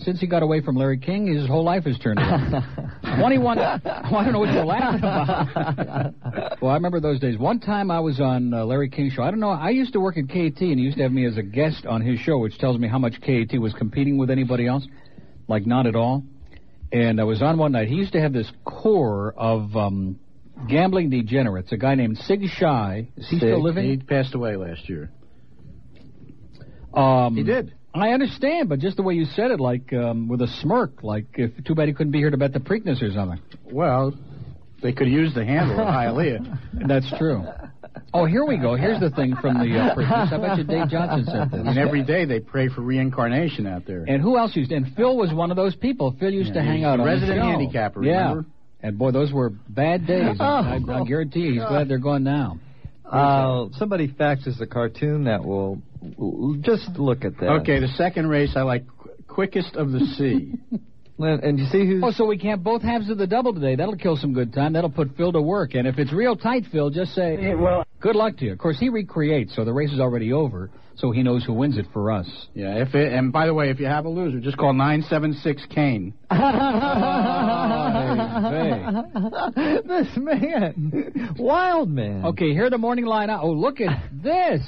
S5: Since he got away from Larry King, his whole life has turned around. 21. Well, oh, I don't know what you're laughing about. well, I remember those days. One time I was on uh, Larry King's show. I don't know. I used to work at KT, and he used to have me as a guest on his show, which tells me how much KT was competing with anybody else. Like, not at all. And I was on one night. He used to have this core of um, gambling degenerates, a guy named Sig Shy. Is he still
S6: Sick. He
S5: living?
S6: passed away last year.
S5: Um,
S6: He did.
S5: I understand, but just the way you said it, like um, with a smirk, like if too bad he couldn't be here to bet the Preakness or something.
S6: Well, they could use the handle of Hialeah.
S5: That's true. Oh, here we go. Here's the thing from the uh, Preakness. I bet you Dave Johnson said
S6: I
S5: this.
S6: mean, every day they pray for reincarnation out there.
S5: And who else used? And Phil was one of those people. Phil used to
S6: Yeah,
S5: hang
S6: he's
S5: out
S6: the
S5: on
S6: resident
S5: the show.
S6: handicapper.
S5: Yeah.
S6: Remember? Oh,
S5: And boy, those were bad days. I, I guarantee you, he's glad they're gone now.
S3: Uh, somebody faxes a cartoon that will will- just look at that.
S6: Okay, the second race I like qu- quickest of the sea.
S3: And, and you see who's.
S5: Oh, so we can't both halves of the double today. That'll kill some good time. That'll put Phil to work. And if it's real tight, Phil, just say, well, good luck to you. Of course, he recreates, so the race is already over, so he knows who wins it for us.
S6: Yeah, if it, and by the way, if you have a loser, just call nine seven six Kane.
S3: this man, wild man.
S5: Okay, here are the morning line. Oh, look at this!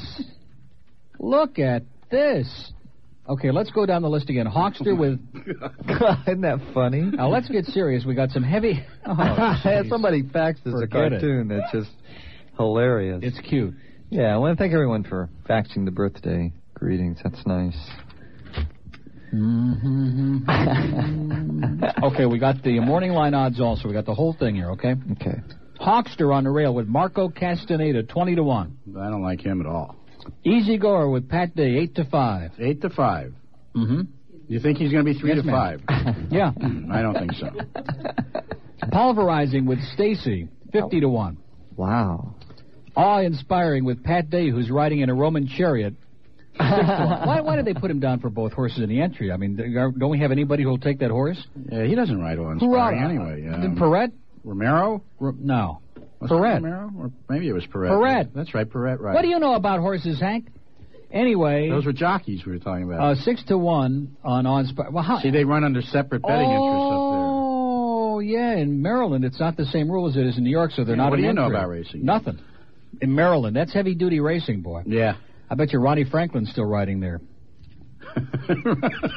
S5: look at this! Okay, let's go down the list again. Hawkster with.
S3: Isn't that funny?
S5: Now let's get serious. We got some heavy. Oh, jeez.
S3: somebody faxes a
S5: Forget it.
S3: cartoon that's just hilarious.
S5: It's cute.
S3: Yeah, I want to thank everyone for faxing the birthday greetings. That's nice.
S5: okay, we got the morning line odds also. We got the whole thing here. Okay.
S3: Okay.
S5: Hawkster on the rail with Marco Castaneda, twenty to one.
S6: I don't like him at all.
S5: Easy goer with Pat Day, eight to five.
S6: Eight to five.
S5: Mm-hmm.
S6: You think he's going to be three
S5: Yes,
S6: to
S5: ma'am.
S6: five?
S5: Yeah.
S6: E. I don't think so.
S5: Pulverizing with Stacy, fifty to one.
S3: Wow.
S5: Awe-inspiring with Pat Day, who's riding in a Roman chariot. Six to one. why, why did they put him down for both horses in the entry? I mean, don't we have anybody who'll take that horse?
S6: Yeah, he doesn't ride on
S5: Who
S6: Sparring
S5: ride-
S6: anyway.
S5: Did
S6: Um,
S5: Perret?
S6: Romero?
S5: R- no.
S6: Was it
S5: Perret.
S6: Romero? Or maybe it was Perret.
S5: Perret.
S6: That's right, Perret, right.
S5: What do you know about horses, Hank? Anyway,
S6: Those were jockeys we were talking about.
S5: uh, six to one on on. Well, how,
S6: See, they run under separate betting interests up there.
S5: Oh, yeah. In Maryland, it's not the same rule as it is in New York, so they're
S6: Yeah,
S5: not.
S6: what
S5: an
S6: do you know
S5: entry.
S6: about racing?
S5: Nothing. In Maryland, that's heavy duty racing, boy.
S6: Yeah.
S5: I bet you Ronnie Franklin's still riding there.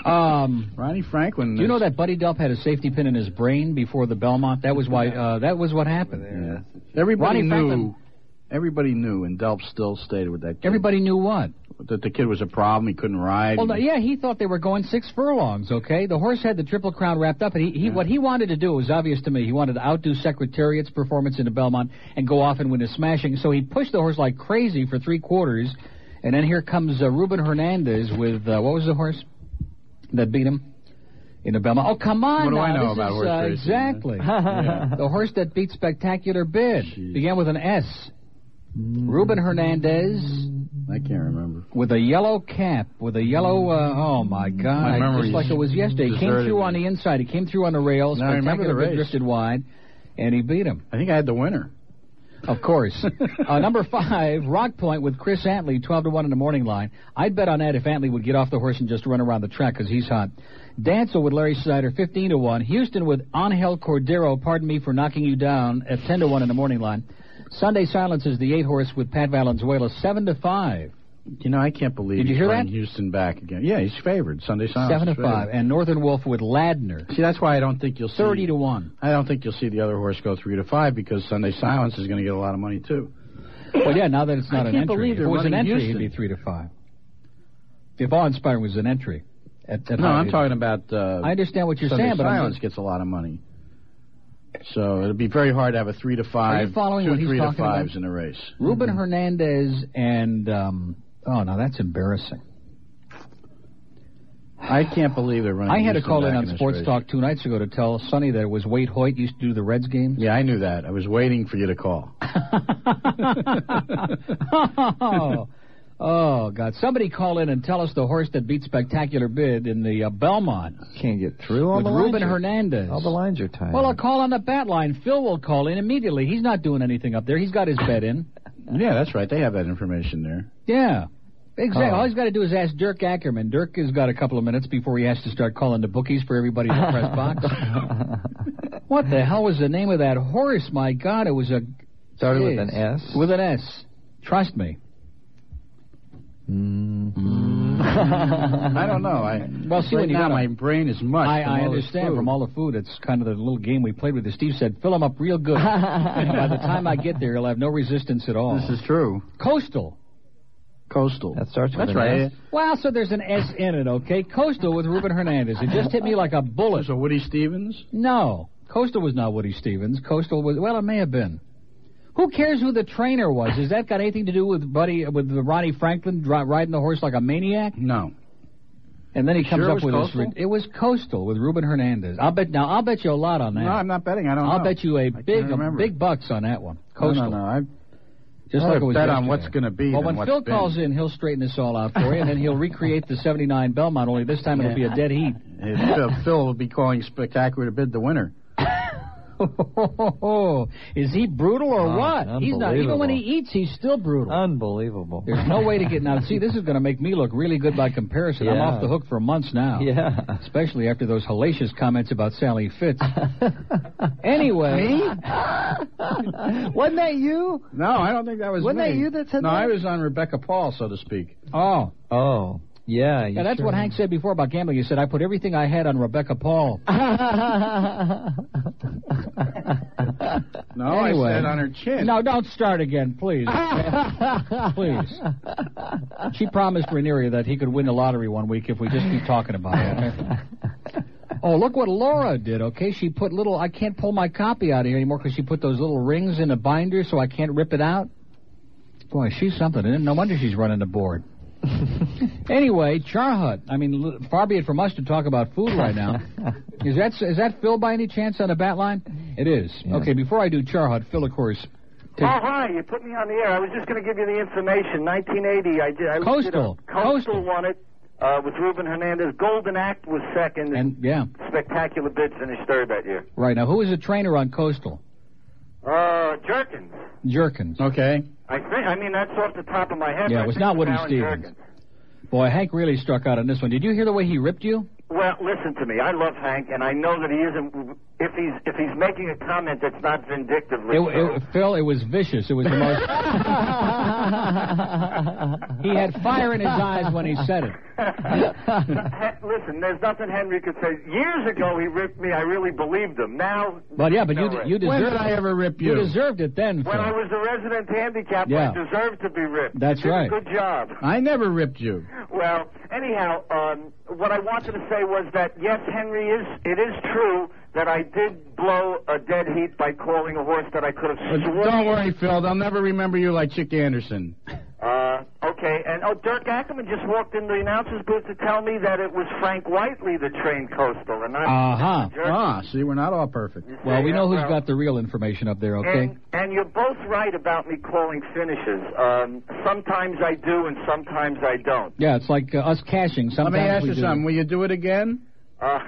S5: um,
S6: Ronnie Franklin.
S5: Do you know that Buddy Delp had a safety pin in his brain before the Belmont? That was why. Uh, that was what happened.
S6: Yeah. Everybody
S5: Ronnie
S6: knew.
S5: Franklin-
S6: Everybody knew, and Delp still stayed with that. Kid.
S5: Everybody knew what.
S6: that the kid was a problem. He couldn't ride.
S5: Well, no, yeah, he thought they were going six furlongs. Okay, the horse had the Triple Crown wrapped up, and he, he what he wanted to do it was obvious to me. He wanted to outdo Secretariat's performance into Belmont and go off and win a smashing. So he pushed the horse like crazy for three quarters, and then here comes uh, Ruben Hernandez with uh, what was the horse that beat him in the Belmont? Oh, come on!
S6: What do
S5: now.
S6: I know
S5: this
S6: about
S5: is,
S6: horse
S5: uh,
S6: racing?
S5: Exactly.
S6: Yeah.
S5: The horse that beat Spectacular Bid began with an S. Ruben Hernandez
S6: I can't remember.
S5: with a yellow cap, with a yellow. Uh, oh my God!
S6: Mm. My memory
S5: just like it was yesterday. He came
S6: deserted
S5: through
S6: me.
S5: on the inside. He came through on the rails.
S6: Now I remember the
S5: Spectacular Bid
S6: race.
S5: Drifted wide, and he beat him.
S6: I think I had the winner.
S5: Of course. uh, number five, Rock Point with Chris Antley, twelve to one in the morning line. I'd bet on that if Antley would get off the horse and just run around the track because he's hot. Dancil with Larry Snyder, fifteen to one. Houston with Angel Cordero. Pardon me for knocking you down at ten to one in the morning line. Sunday Silence is the eight horse with Pat Valenzuela, seven to five.
S6: You know, I can't believe.
S5: Did you
S6: he's
S5: hear
S6: running
S5: that?
S6: Houston back again. Yeah, he's favored. Sunday Silence.
S5: Seven to
S6: is favored.
S5: five, and Northern Wolf with Ladner,
S6: See, that's why I don't think you'll see.
S5: thirty to one.
S6: I don't think you'll see the other horse go three to five because Sunday Silence is going to get a lot of money too.
S5: Well, yeah, now that it's not
S6: I
S5: an
S6: can't
S5: entry,
S6: believe
S5: if it
S6: they're
S5: was an
S6: running
S5: entry,
S6: Houston. Mm-hmm.
S5: it'd be three to five. If Awe Inspiring was an entry, at, at
S6: No,
S5: high
S6: I'm
S5: rate.
S6: talking about. Uh,
S5: I understand what you're
S6: Sunday
S5: saying, but I'm
S6: Silence gets a lot of money. So it'll be very hard to have a three to five,
S5: following
S6: two
S5: what he's
S6: three to
S5: talking
S6: fives
S5: about?
S6: in a race.
S5: Ruben Hernandez and um, oh, now that's embarrassing.
S6: I can't believe they're running.
S5: I had to
S6: Houston
S5: call in
S6: back
S5: on
S6: this
S5: Sports
S6: race.
S5: Talk two nights ago to tell Sonny that it was Wade Hoyt used to do the Reds games.
S6: Yeah, I knew that. I was waiting for you to call.
S5: oh, oh God! Somebody call in and tell us the horse that beat Spectacular Bid in the uh, Belmont
S3: Can't get through all
S5: with
S3: the Oh, lines.
S5: Ruben
S3: are-
S5: Hernandez.
S3: All the lines are tied.
S5: Well, a call on the bat line. Phil will call in immediately. He's not doing anything up there. He's got his bet in.
S6: Yeah, that's right. They have that information there.
S5: Yeah. Exactly.
S3: Oh.
S5: All he's got to do is ask Dirk Ackerman. Dirk has got a couple of minutes before he has to start calling the bookies for everybody in the press box. What the hell was the name of that horse? My God, it was a
S3: Started with an
S5: Jeez.
S3: S.
S5: with an S. Trust me.
S6: I don't know. I
S5: Well, see
S6: right
S5: when you
S6: now
S5: got
S6: my
S5: him.
S6: brain is mush.
S5: I,
S6: from
S5: I
S6: all this
S5: understand
S6: food.
S5: from all the food. It's kind of the little game we played with. This. Steve said, "Fill him up real good." and by the time I get there, he'll have no resistance at all.
S6: This is true.
S5: Coastal.
S6: Coastal.
S3: That starts with
S6: That's
S3: an
S6: right.
S3: S.
S5: Wow, so there's an S in it, okay? Coastal with Ruben Hernandez. It just hit me like a bullet.
S6: So Woody Stevens.
S5: No, Coastal was not Woody Stevens. Coastal was well, it may have been. Who cares who the trainer was? Has that got anything to do with Buddy with Ronnie Franklin dri- riding the horse like a maniac?
S6: No.
S5: And then he comes
S19: Sure it
S5: up
S19: was
S5: with
S19: coastal?
S5: this. Re- it was coastal with Ruben Hernandez. I'll bet. Now I'll bet you a lot on that.
S6: No, I'm not betting. I don't
S5: I'll
S6: know.
S5: bet you a
S6: can't
S5: big, a
S6: remember.
S5: big bucks on that one. Coastal.
S6: No, no, no. I
S5: Just like it was
S6: bet on
S5: yesterday.
S6: what's going to be.
S5: Well,
S6: than
S5: when
S6: what's
S5: Phil
S6: been.
S5: calls in, he'll straighten this all out for you, and then he'll recreate the '79 Belmont. Only this time it'll be a dead heat.
S6: It's, uh, Phil will be calling spectacular bid the winner.
S5: Is he brutal or
S6: Oh,
S5: what? He's not. Even when he eats, he's still brutal.
S3: Unbelievable.
S5: There's no way to get now. See, this is going to make me look really good by comparison. I'm
S3: Yeah.
S5: off the hook for months now.
S3: Yeah.
S5: Especially after those hellacious comments about Sally Fitz. anyway.
S3: Wasn't that you?
S6: No, I don't think that was
S3: Wasn't
S6: me.
S3: that you that said
S6: No,
S3: that?
S6: I was on Rebecca Paul, so to speak.
S5: Oh.
S3: Oh. Yeah.
S5: Yeah, that's what Hank said before about gambling. He said, I put everything I had on Rebecca Paul.
S6: No,
S5: Anyway.
S6: I said on her chin.
S5: No, don't start again, please. please. She promised Ranieri that he could win the lottery one week if we just keep talking about it. okay? oh, look what Laura did, okay? She put little, I can't pull my copy out of here anymore because she put those little rings in a binder so I can't rip it out. Boy, she's something. And no wonder she's running the board. anyway, Char Hut. I mean, l- far be it from us to talk about food right now. is that is that Phil by any chance on the bat line? It is. Okay, before I do Char Hut, Phil, of course.
S7: Oh,
S5: takes-
S7: hi. You put me on the air. I was just going to give you the information. 1980, I did. I did
S5: Coastal.
S7: a, Coastal won it uh, with Ruben Hernandez. Golden Act was second.
S5: And yeah,
S7: Spectacular Bid finished third that year.
S5: right now, who is a trainer on Coastal?
S7: Uh, Jerkins.
S5: Jerkins.
S6: Okay.
S7: I think. I mean, that's off the top of my head.
S5: Yeah,
S7: but
S5: it
S7: I
S5: was
S7: think
S5: not Woody
S7: Alan
S5: Stevens.
S7: Jerkins.
S5: Boy, Hank really struck out on this one. Did you hear the way he ripped you?
S7: Well, listen to me. I love Hank, and I know that he isn't. If he's if he's making a comment that's not vindictively.
S5: It, it, Phil, it was vicious. It was the most. he had fire in his eyes when he said it.
S7: He- listen, there's nothing Henry could say. Years ago, he ripped me. I really believed him. Now,
S5: But yeah, but
S7: No
S5: you
S7: way.
S5: you deserved.
S7: When did I ever rip you?
S5: deserved it then.
S7: when
S5: Phil.
S7: I was a resident handicap,
S5: Yeah.
S7: I deserved to be ripped.
S5: That's
S7: You did a
S5: right.
S7: Good job.
S6: I never ripped you.
S7: Well, anyhow, um, what I wanted to say was that yes, Henry is. It is true that I did blow a dead heat by calling a horse that I could have
S6: But
S5: Uh,
S7: sworn.
S6: don't worry, Phil. They'll never remember you like Chick Anderson.
S7: Uh, okay, and oh, Dirk Ackerman just walked in the announcer's booth to tell me that it was Frank Whiteley that trained Coastal, and not.
S5: Uh-huh.
S6: Ah, see, we're not all perfect.
S5: Well, we know
S7: who's
S5: who's got the real information up there, okay?
S7: And, and you're both right about me calling finishes. Um, sometimes I do, and sometimes I don't.
S5: Yeah, it's like uh, us cashing. Sometimes
S6: Let me ask
S5: we
S6: you
S5: do.
S6: something. Will you do it again?
S7: Uh,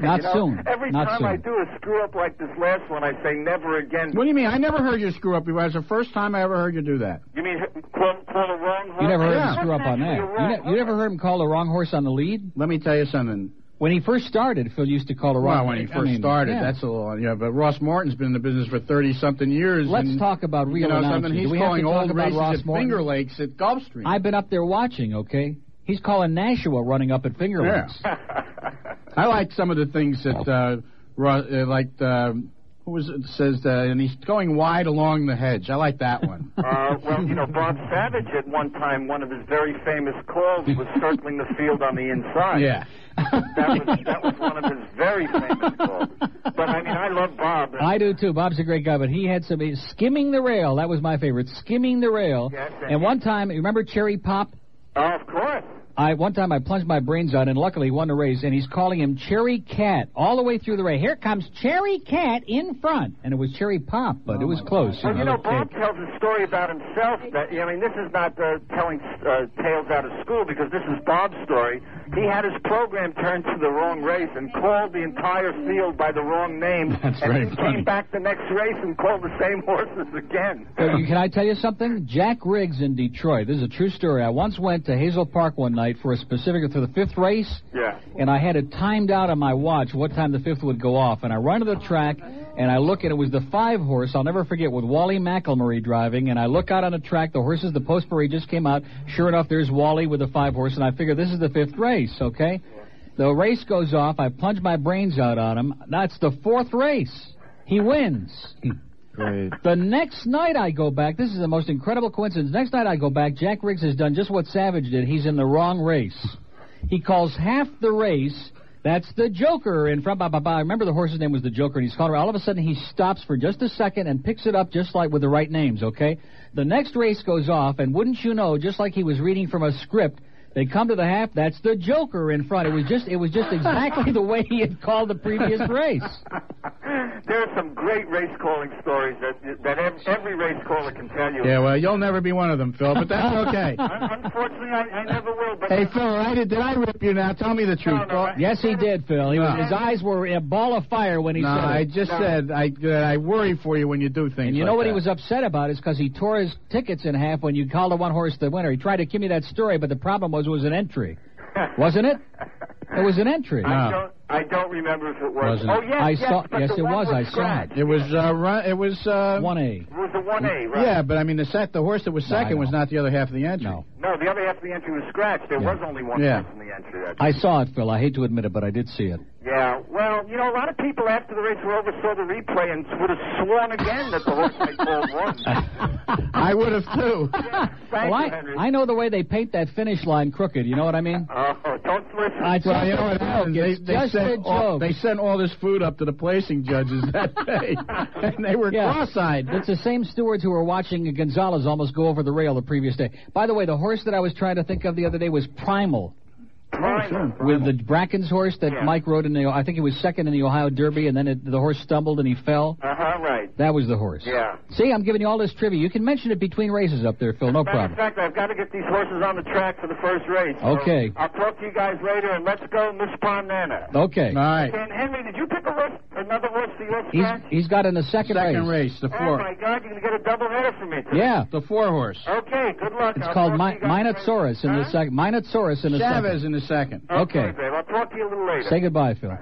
S5: Not
S7: you know,
S5: soon.
S7: Every
S6: Not
S7: time I
S6: soon.
S7: do a screw up like this last one, I say never again.
S6: What do you mean? I never heard you screw up. It was the first time I ever heard you do that.
S7: You mean call, call a wrong horse?
S5: You never heard
S7: Yeah.
S5: him screw up on that.
S7: You're
S5: You,
S7: right.
S5: ne- you never heard him call the wrong horse on the lead.
S6: Let me tell you something.
S5: When he first started, Phil used to call the wrong.
S6: Well, when he
S5: I
S6: first
S5: mean,
S6: started,
S5: yeah.
S6: that's a little. Yeah, but Ross Morton's been in the business for thirty something years.
S5: Let's
S6: and,
S5: talk about real
S6: you know,
S5: announcers.
S6: something.
S5: Do
S6: He's
S5: we have to
S6: calling
S5: talk
S6: old
S5: about
S6: races
S5: Ross
S6: at
S5: Morton?
S6: Finger Lakes at Gulfstream.
S5: I've been up there watching. Okay, he's calling Nashua running up at Finger
S6: Yeah.
S5: Lakes.
S6: I like some of the things that uh, Ross, uh like uh, who was it says that, and he's going wide along the hedge. I like that one.
S7: Uh, well, you know, Bob Savage at one time, one of his very famous calls was circling the field on the inside.
S6: yeah.
S7: That was, that was one of his very famous calls. But, I mean, I love Bob.
S5: I do too. Bob's a great guy, but he had some he- skimming the rail. That was my favorite, skimming the rail.
S7: Yes, and
S5: and one time, remember Cherry Pop?
S7: Oh, of course.
S5: I one time I plunged my brains out, and luckily won the race. And he's calling him Cherry Cat all the way through the race. Here comes Cherry Cat in front, and it was Cherry Pop, but it was close.
S7: Oh, Well, you know, Bob tells a story about himself. That I mean, this is not uh, telling uh, tales out of school because this is Bob's story. He had his program turned to the wrong race and called the entire field by the wrong name.
S5: That's
S7: and
S5: very
S7: he
S5: funny.
S7: came back the next race and called the same horses again.
S5: But you- Can I tell you something? Jack Riggs in Detroit. This is a true story. I once went to Hazel Park one night for a specific for the fifth race,
S7: Yeah.
S5: and I had it timed out on my watch what time the fifth would go off. And I run to the track, and I look, and it was the five horse. I'll never forget with Wally McElmurray driving. And I look out on the track, the horses, the post parade just came out. Sure enough, there's Wally with the five horse, and I figure this is the fifth race. Okay, the race goes off. I plunge my brains out on him. That's the fourth race. He wins.
S6: Great.
S5: The next night I go back, this is the most incredible coincidence. Next night I go back, Jack Riggs has done just what Savage did. He's in the wrong race. He calls half the race. That's the Joker in front. Ba, ba, ba. I remember the horse's name was the Joker, and he's calling. around. All of a sudden, he stops for just a second and picks it up just like with the right names. Okay. The next race goes off, and wouldn't you know, just like he was reading from a script, They come to the half. That's the Joker in front. It was just it was just exactly the way he had called the previous race.
S17: There are some great race calling stories that that ev- every race caller can tell you.
S6: Yeah, well, you'll never be one of them, Phil, but that's okay.
S17: Un- Unfortunately, I, I never will. But
S6: hey, Phil, I did, did I rip you now? Tell me the truth.
S5: Yes, he did, Phil. He was,
S6: No.
S5: his eyes were in a ball of fire when he
S6: no,
S5: said it.
S6: I just said I uh, I worry for you when you do things.
S5: And you know
S6: like
S5: what he
S6: that.
S5: was upset about is because he tore his tickets in half when you called the one horse the winner. He tried to give me that story, but the problem was it was an entry, wasn't it? It was an entry.
S17: I don't. I don't remember if it was.
S5: Wasn't
S17: oh
S5: it?
S17: yes,
S5: I
S17: yes,
S5: saw-
S17: but
S5: yes,
S17: the
S5: it
S17: one
S5: was. I saw
S17: scratched.
S6: It was uh, run, It was uh,
S5: one A.
S17: It was the one A, right?
S6: Yeah, but I mean the set, the horse that was
S17: No, I
S6: second was not the other half of the entry.
S17: No, the other half of the entry was scratched. There was only one
S5: Yeah.
S17: horse in the entry. That
S5: I saw it, Phil. I hate to admit it, but I did see it.
S17: Yeah, well, you know, a lot of people after the race were over saw the replay and would have sworn again that the horse they called won.
S6: I would have too.
S17: Thank
S5: well,
S17: you,
S5: I,
S17: Henry.
S5: I know the way they paint that finish line crooked. You know what I mean?
S17: Oh, don't listen.
S5: I just-
S6: well, you know what happened? They,
S5: It's
S6: they,
S5: just a
S6: sent all,
S5: joke.
S6: they sent all this food up to the placing judges that day, and they were
S5: Yeah.
S6: cross-eyed.
S5: It's the same stewards who were watching Gonzalez almost go over the rail the previous day. By the way, the horse that I was trying to think of the other day was Primal. With the Bracken's horse that Mike rode in the, I think it was second in the Ohio Derby, and then it, the horse stumbled and he fell.
S17: Uh huh. Right.
S5: That was the horse.
S17: Yeah.
S5: See, I'm giving you all this trivia. You can mention it between races up there, Phil. No
S17: Matter of
S5: problem.
S17: fact, I've got to get these horses on the track for the first race. so
S5: Okay.
S17: I'll talk to you guys later, and let's go, Miss Pond Nana.
S5: Okay. All right.
S17: And Henry, did you pick a horse, another horse for your
S5: He's
S17: track?
S5: he's got in the second,
S6: Second
S5: race.
S6: race, the
S17: Oh
S6: four.
S17: my God, you're gonna get a double header for me. today.
S5: Yeah.
S6: The four horse.
S17: Okay. Good luck.
S5: It's
S17: I'll
S5: called
S17: talk to
S5: Mi-
S17: you guys
S5: Minotaurus in the second. Minotaurus in the
S6: Chavez
S5: second.
S6: in the second.
S5: Okay.
S17: babe. I'll talk to you a little later.
S5: Say goodbye, Phil.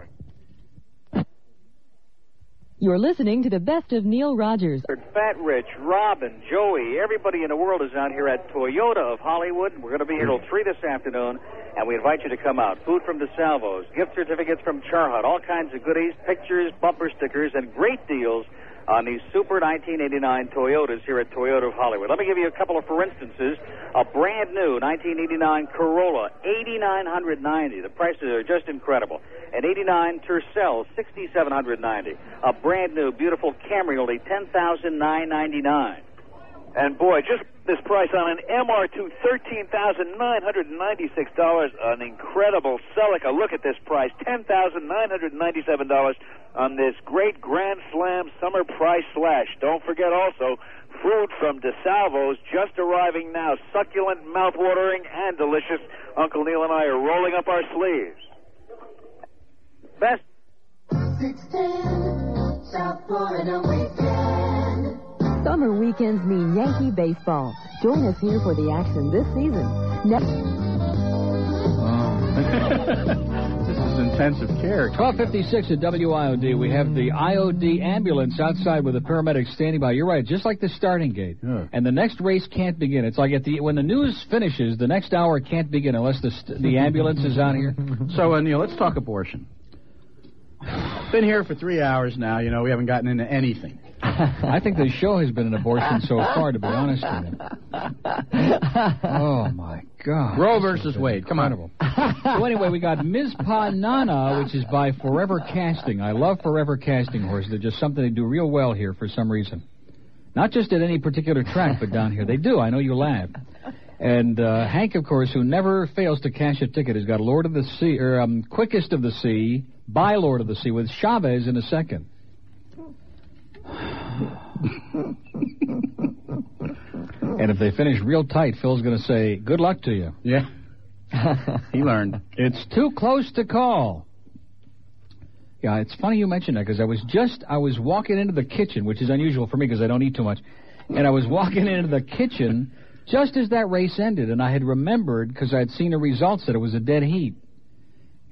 S8: You're listening to the best of Neil Rogers.
S20: Fat Rich, Robin, Joey, everybody in the world is out here at Toyota of Hollywood. We're going to be here till 3 this afternoon, and we invite you to come out. Food from DeSalvo's, gift certificates from Char Hut, all kinds of goodies, pictures, bumper stickers, and great deals on these super 1989 Toyotas here at Toyota of Hollywood. Let me give you a couple of for instances. A brand new 1989 Corolla, 8990 The prices are just incredible. An 89 Tercel, 6790 A brand new, beautiful Camry, only 10999
S21: And boy, just this price on an MR2, thirteen thousand nine hundred and ninety-six dollars. An incredible Celica. Look at this price, ten thousand nine hundred ninety-seven dollars on this great Grand Slam summer price slash. Don't forget also fruit from DeSalvo's just arriving now. Succulent, mouthwatering, and delicious. Uncle Neil and I are rolling up our sleeves.
S20: Best.
S8: Summer weekends mean Yankee baseball. Join us here for the action this season. Ne-
S6: this is intensive care.
S5: 1256 at WIOD. We have the IOD ambulance outside with the paramedics standing by. You're right, just like the starting gate. And the next race can't begin. It's like at the when the news finishes, the next hour can't begin unless the st- the ambulance is out here.
S6: So, uh, Neil, let's talk abortion. Been here for three hours now. You know, we haven't gotten into anything.
S5: I think the show has been an abortion so far, to be honest with you. Oh my God!
S6: Roe versus Wade. Come on.
S5: so anyway, we got Ms. Panana, which is by Forever Casting. I love Forever Casting horses. They're just something they do real well here for some reason. Not just at any particular track, but down here they do. I know you laugh. And uh, Hank, of course, who never fails to cash a ticket, has got Lord of the Sea or um, Quickest of the Sea by Lord of the Sea with Chavez in a second. and if they finish real tight, Phil's going to say, "Good luck to you."
S6: Yeah. he learned.
S5: It's too close to call. Yeah, it's funny you mentioned that because I was just I was walking into the kitchen, which is unusual for me because I don't eat too much, and I was walking into the kitchen just as that race ended, and I had remembered because I had seen the results that it was a dead heat,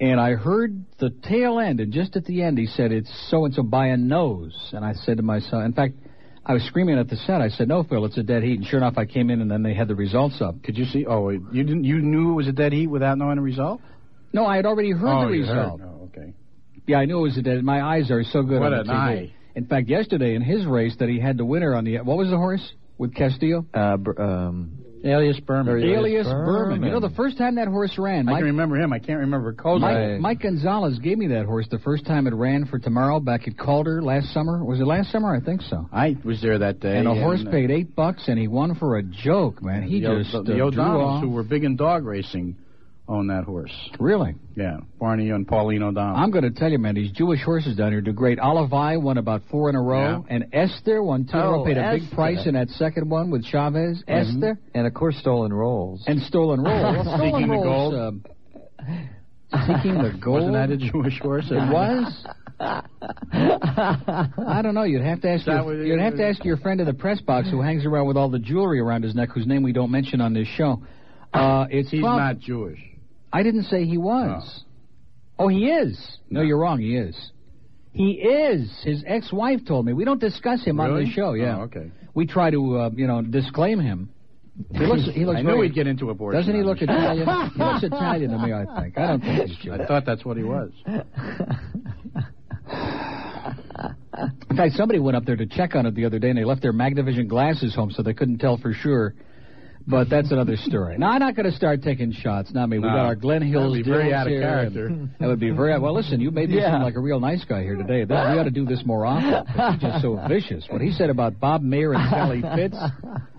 S5: and I heard the tail end, and just at the end he said it's so and so by a nose, and I said to myself, in fact. I was screaming at the set. I said, "No, Phil, it's a dead heat." And sure enough, I came in, and then they had the results up.
S6: Did you see? Oh, you didn't. You knew it was a dead heat without knowing the result.
S5: No, I had already heard
S6: oh,
S5: the
S6: you heard.
S5: result.
S6: Oh, okay.
S5: Yeah, I knew it was a dead. My eyes are so good
S6: What
S5: on the
S6: an
S5: TV.
S6: eye.
S5: In fact, yesterday in his race that he had the winner on the what was the horse with Castillo?
S3: Uh, br- um,
S6: Alias Berman.
S5: Alias Berman. You know, the first time that horse ran,
S6: I
S5: Mike,
S6: can remember him. I can't remember Cold.
S5: Mike, Mike Gonzalez gave me that horse the first time it ran for tomorrow back at Calder last summer. Was it last summer? I think so.
S6: I was there that day.
S5: and a horse
S6: uh,
S5: paid eight bucks, and he won for a joke, man. He
S6: the, O-
S5: just
S6: the,
S5: uh, drew
S6: O'Donnells,
S5: off.
S6: who were big in dog racing, own that horse.
S5: Really?
S6: Yeah, Barney and Pauline O'Donnell.
S5: I'm going to tell you, man, these Jewish horses down here do great. Olivai won about four in a row, and Esther won two in a row.
S22: Oh,
S5: Paid a big
S22: Esther.
S5: price in that second one with Chavez.
S3: Mm-hmm.
S5: Esther
S22: And of course, stolen rolls.
S5: and Stolen Roll. Well, Stolen
S22: Seeking the gold.
S5: Roll's, um, seeking the gold.
S6: Wasn't that a Jewish horse?
S5: It was. I don't know. You'd have to ask. Your,
S6: That was-
S5: you'd have to ask your friend in the press box who hangs around with all the jewelry around his neck, whose name we don't mention on this show. Uh, it's
S6: He's
S5: 12
S6: not Jewish.
S5: I didn't say he was. Oh, he is. No, you're wrong. He is. He is. His ex-wife told me. We don't discuss him on
S6: Really?
S5: the show. Yeah.
S6: Oh, okay.
S5: We try to, uh, you know, disclaim him. He looks. He looks
S6: I knew
S5: very-
S6: we'd get into abortion.
S5: Doesn't he
S6: on
S5: look
S6: this
S5: Italian?
S6: show.
S5: he looks Italian to me. I think. I don't think he's Jewish.
S6: I thought that's what he was.
S5: In fact, somebody went up there to check on it the other day, and they left their Magnavision glasses home, so they couldn't tell for sure. But that's another story. Now I'm not going to start taking shots. Not me. We
S6: No.
S5: got our Glen Hills
S6: That'd be very
S5: dills
S6: out of
S5: here, and
S6: character.
S5: That would be very well. Listen, you made me
S6: Yeah.
S5: seem like a real nice guy here today. That, we ought to do this more often. He's just so vicious. What he said about Bob Mayer and Sally Fitz.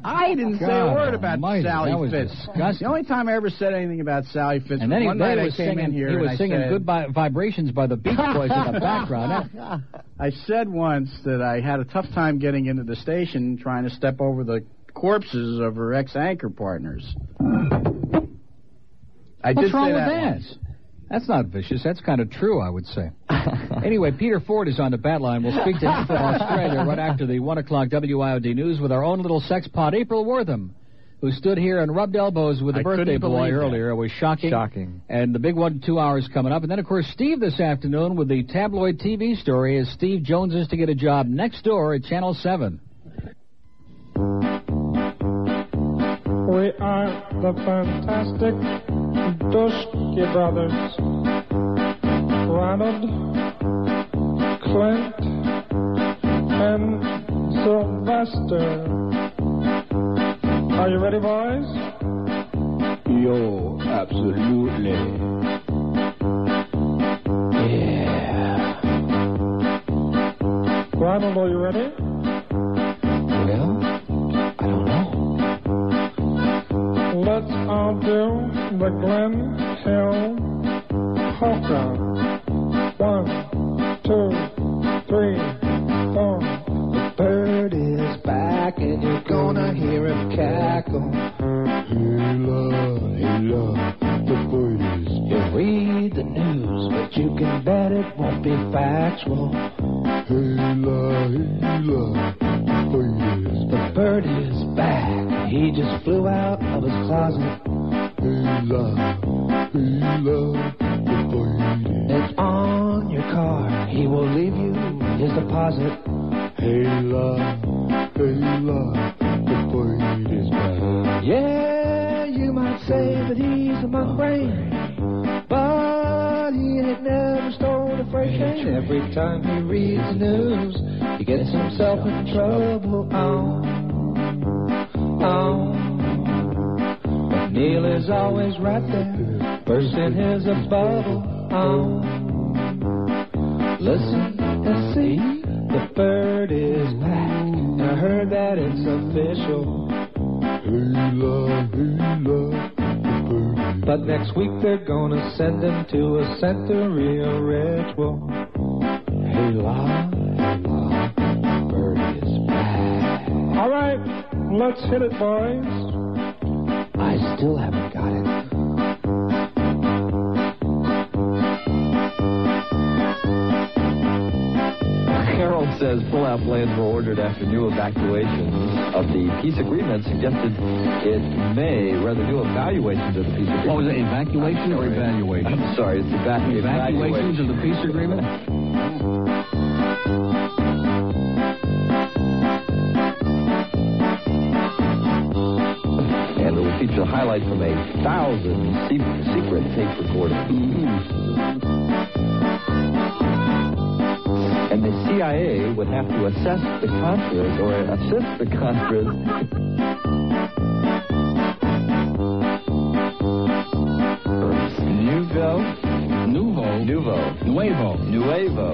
S6: I didn't say a
S5: God
S6: word about
S5: almighty,
S6: Sally
S5: that was
S6: Fitz.
S5: disgusting.
S6: The only time I ever said anything about Sally Fitz
S5: And then
S6: was
S5: he,
S6: one
S5: then
S6: night
S5: he was
S6: I came
S5: singing,
S6: in here
S5: he
S6: and
S5: was
S6: I
S5: singing
S6: said,
S5: "Good Vibrations" by the Beach Boys in the background. That-
S6: I said once that I had a tough time getting into the station trying to step over the corpses of her ex anchor partners. I
S5: What's
S6: did
S5: wrong
S6: say
S5: with
S6: that
S5: that?
S6: once.
S5: That's not vicious. That's kind of true, I would say. anyway, Peter Ford is on the bat line. We'll speak to him from Australia right after the 1 o'clock WIOD news with our own little sex pod, April Wortham, who stood here and rubbed elbows with the
S22: I couldn't
S5: birthday boy
S22: believe that.
S5: earlier. It was shocking.
S22: Shocking.
S5: And the big one, two hours coming up. And then, of course, Steve this afternoon with the tabloid TV story as Steve Jones is to get a job next door at Channel 7.
S2: We are the fantastic Dusky Brothers. Ronald, Clint, and Sylvester. Are you ready, boys?
S11: Yo, absolutely. Yeah.
S2: Ronald, are you ready?
S11: Well, I don't know.
S2: Let's all do the Glen Hill Polka. One, two, three, four.
S11: The bird is back and you're gonna hear him cackle. Hey, love, hey, love, the bird is back. You read the news, but you can bet it won't be factual. Hey, love, hey, love, the bird is back. The bird is back. He just flew out of his closet. Hey, love, hey, love, the bird is It's on your car. He will leave you his deposit. Hey love, hey love, the bird is back. Yeah, you might say that he's a monk brain, but he ain't never stolen a freight train. Every time he reads the news, he gets himself in trouble. Oh, oh. But Neil is always right there, bursting his a bubble. Oh, listen and see, the bird is back. And I heard that it's official. Hey love, hey love, the bird
S5: uh,
S11: is But next week they're gonna send him to a century of ritual. Hey love, hey love, the bird is back.
S2: All right, let's hit it, boys.
S11: I still haven't got it.
S3: Harold says full appliance were ordered after new evacuations of the peace agreement suggested it may, rather new evaluations of the peace agreement. What
S11: Oh,
S3: was it, evacuation or evaluation? I'm sorry, it's eva-
S5: Evacuations of the peace agreement?
S3: And it will feature highlights from a thousand se- secret tape recordings. And the CIA would have to assess the Contras or assist the Contras. Nouveau. Nouveau. Nouveau. Nuevo. Nuevo.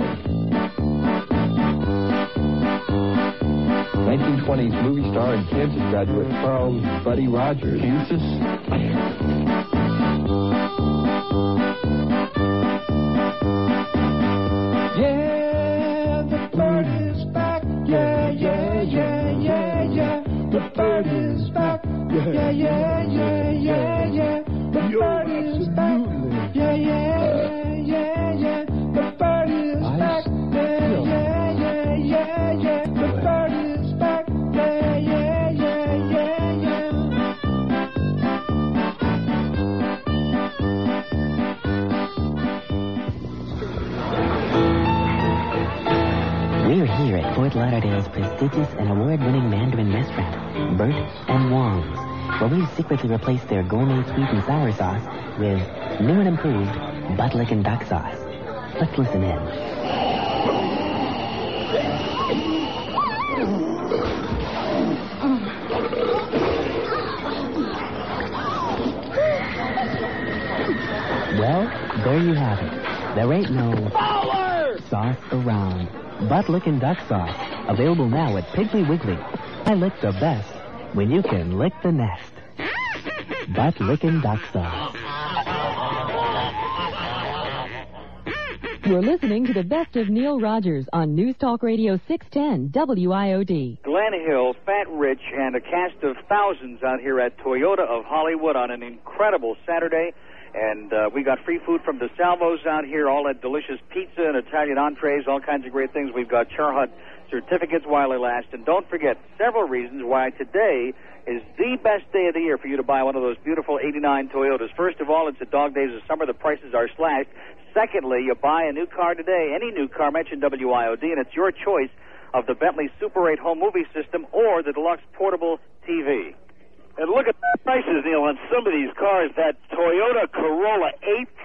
S3: 1920s movie star and Kansas graduate Charles Buddy Rogers. Kansas?
S11: yeah, yeah, yeah, yeah, yeah. The party is back. Yeah, yeah, yeah, yeah, yeah. The party is back. Yeah, yeah, yeah, yeah, yeah. The party is back. Yeah, yeah, yeah, yeah, yeah.
S2: We're here at Fort Lauderdale's prestigious and award-winning Mandarin restaurant, Bert and Wong's, where we've secretly replaced their gourmet sweet and sour sauce with new and improved buttlick and duck sauce. Let's listen in. Well, there you have it. There ain't no sauce around. Buttlick and duck sauce, available now at Piggly Wiggly. I lick the best when you can lick the nest. Buttlick and duck sauce.
S8: You're listening to the best of Neil Rogers on News Talk Radio 610 WIOD.
S20: Glen Hill, Fat Rich, and a cast of thousands out here at Toyota of Hollywood on an incredible Saturday. And uh, we got free food from DeSalvo's out here, all that delicious pizza and Italian entrees, all kinds of great things. We've got Char Hut certificates while they last. And don't forget, several reasons why today is the best day of the year for you to buy one of those beautiful 89 Toyotas. First of all, it's the dog days of summer. The prices are slashed. Secondly, you buy a new car today, any new car, mention WIOD, and it's your choice of the Bentley Super 8 home movie system or the deluxe portable TV.
S7: And look at the prices, Neil, on some of these cars. That Toyota Corolla,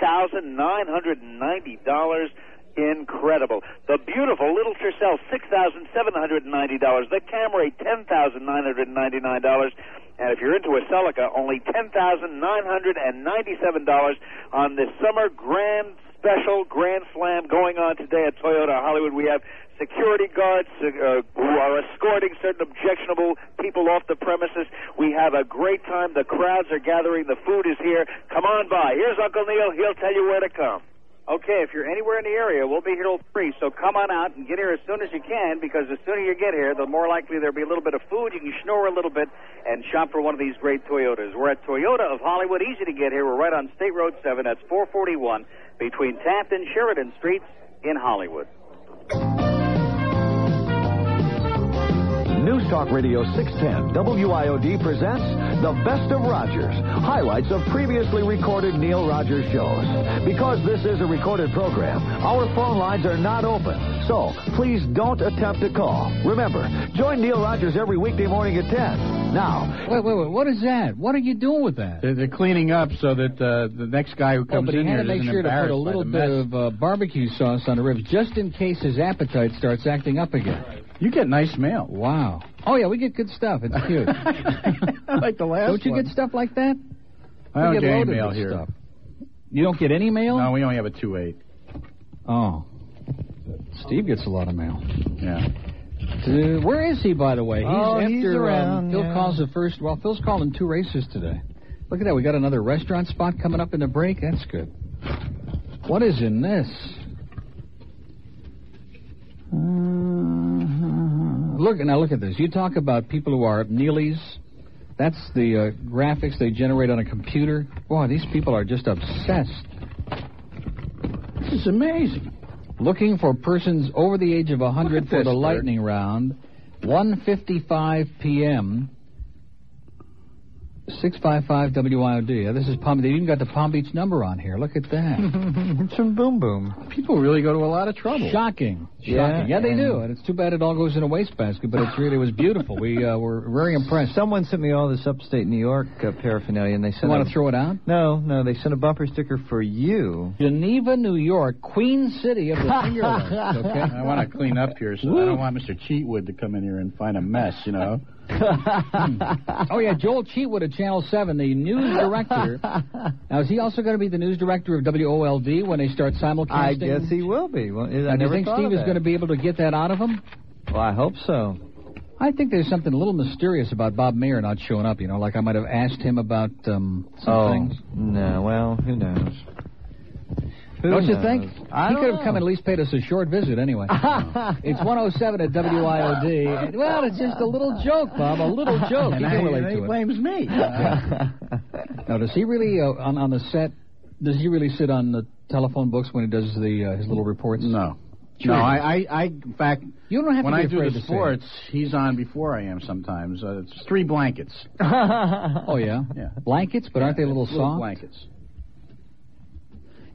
S7: $8,990. Incredible. The beautiful little Tercel, $6,790. The Camry, $10,999. And if you're into a Celica, only $10,997 on this summer grand special grand slam going on today at Toyota Hollywood. We have security guards uh, who are escorting certain objectionable people off the premises. We have a great time. The crowds are gathering. The food is here. Come on by. Here's Uncle Neil. He'll tell you where to come.
S20: Okay, if you're anywhere in the area, we'll be here till 3, so come on out and get here as soon as you can because the sooner you get here, the more likely there'll be a little bit of food. You can snore a little bit and shop for one of these great Toyotas. We're at Toyota of Hollywood. Easy to get here. We're right on State Road 7. That's 441 between Taft and Sheridan Streets in Hollywood.
S1: News Talk Radio 610 WIOD presents The Best of Rogers, highlights of previously recorded Neil Rogers shows. Because this is a recorded program, our phone lines are not open, so please don't attempt to call. Remember, join Neil Rogers every weekday morning at 10. Now,
S5: Wait, wait, wait. What is that? What are you doing with that?
S6: They're, they're cleaning up so that uh, the next guy who
S5: Oh,
S6: comes
S5: but he
S6: in
S5: had
S6: here
S5: to make
S6: isn't
S5: sure to put a
S6: embarrassed by
S5: little
S6: the
S5: bit
S6: mess.
S5: of uh, barbecue sauce on the ribs just in case his appetite starts acting up again.
S6: You get nice mail.
S5: Wow. Oh, yeah, we get good stuff. It's cute.
S6: I like the last
S5: Don't you
S6: one.
S5: get stuff like that?
S6: I
S5: We
S6: don't
S5: get
S6: get any
S5: loaded
S6: mail
S5: with
S6: here.
S5: stuff. You don't get any mail?
S6: No, we only have a two eight.
S5: Oh. Steve gets a lot of mail.
S6: Yeah.
S5: Uh, where is he, by the way? He's
S3: Oh,
S5: after
S3: he's around,
S5: um, Phil
S3: yeah.
S5: calls the first. Well, Phil's calling two races today. Look at that. We got another restaurant spot coming up in the break. That's good. What is in this? Uh, look now. Look at this. You talk about people who are at Neely's. That's the uh, graphics they generate on a computer. Boy, these people are just obsessed. This is amazing. Looking for persons over the age of 100
S6: at
S5: for
S6: this,
S5: the
S6: Bert.
S5: lightning round. 1:55 p.m. 655 WIOD. Yeah, Uh, this is Palm. They even got the Palm Beach number on here. Look at that. it's from Boom Boom.
S6: People really go to a lot of trouble.
S5: Shocking. Shocking.
S3: Yeah,
S5: Yeah, they
S3: and-
S5: do. And it's too bad it all goes in a wastebasket, but it's really it was beautiful. we uh, were very impressed.
S3: Someone sent me all this upstate New York uh, paraphernalia, and they sent.
S5: You want
S3: a-
S5: to throw it out?
S3: No, no, they sent a bumper sticker for you.
S5: Geneva, New York, Queen City of the Fingerlings. Okay.
S6: I want to clean up here, so I don't want Mr. Cheatwood to come in here and find a mess, you know.
S5: oh yeah, Joel Cheatwood of Channel Seven, the news director. now is he also going to be the news director of WOLD when they start simulcasting?
S3: I guess he will be. Well, I
S5: Now, do you
S3: never
S5: think
S3: thought
S5: Steve
S3: of
S5: is
S3: that.
S5: going to be able to get that out of him?
S3: Well, I hope so.
S5: I think there's something a little mysterious about Bob Mayer not showing up. You know, like I might have asked him about um, some
S3: oh
S5: things.
S3: no, well, who knows? Who
S5: don't you
S3: knows?
S5: think?
S3: I
S5: he
S3: don't
S5: could have
S3: know.
S5: come and at least paid us a short visit anyway. it's 107 at WIOD. And, well, it's just a little joke, Bob. A little joke.
S23: And
S5: you
S23: I-
S5: can relate
S23: he
S5: to it.
S23: blames me.
S5: Now, does he really uh, on on the set? Does he really sit on the telephone books when he does the uh, his little reports?
S6: No. No, I, I, I, in fact,
S5: you don't have to
S6: when
S5: be
S6: I do
S5: afraid
S6: the
S5: to say it.
S6: sports, he's on before I am sometimes. Uh, it's three blankets.
S5: oh yeah,
S6: Yeah.
S5: blankets, but aren't they a little
S6: Little
S5: soft?
S6: blankets.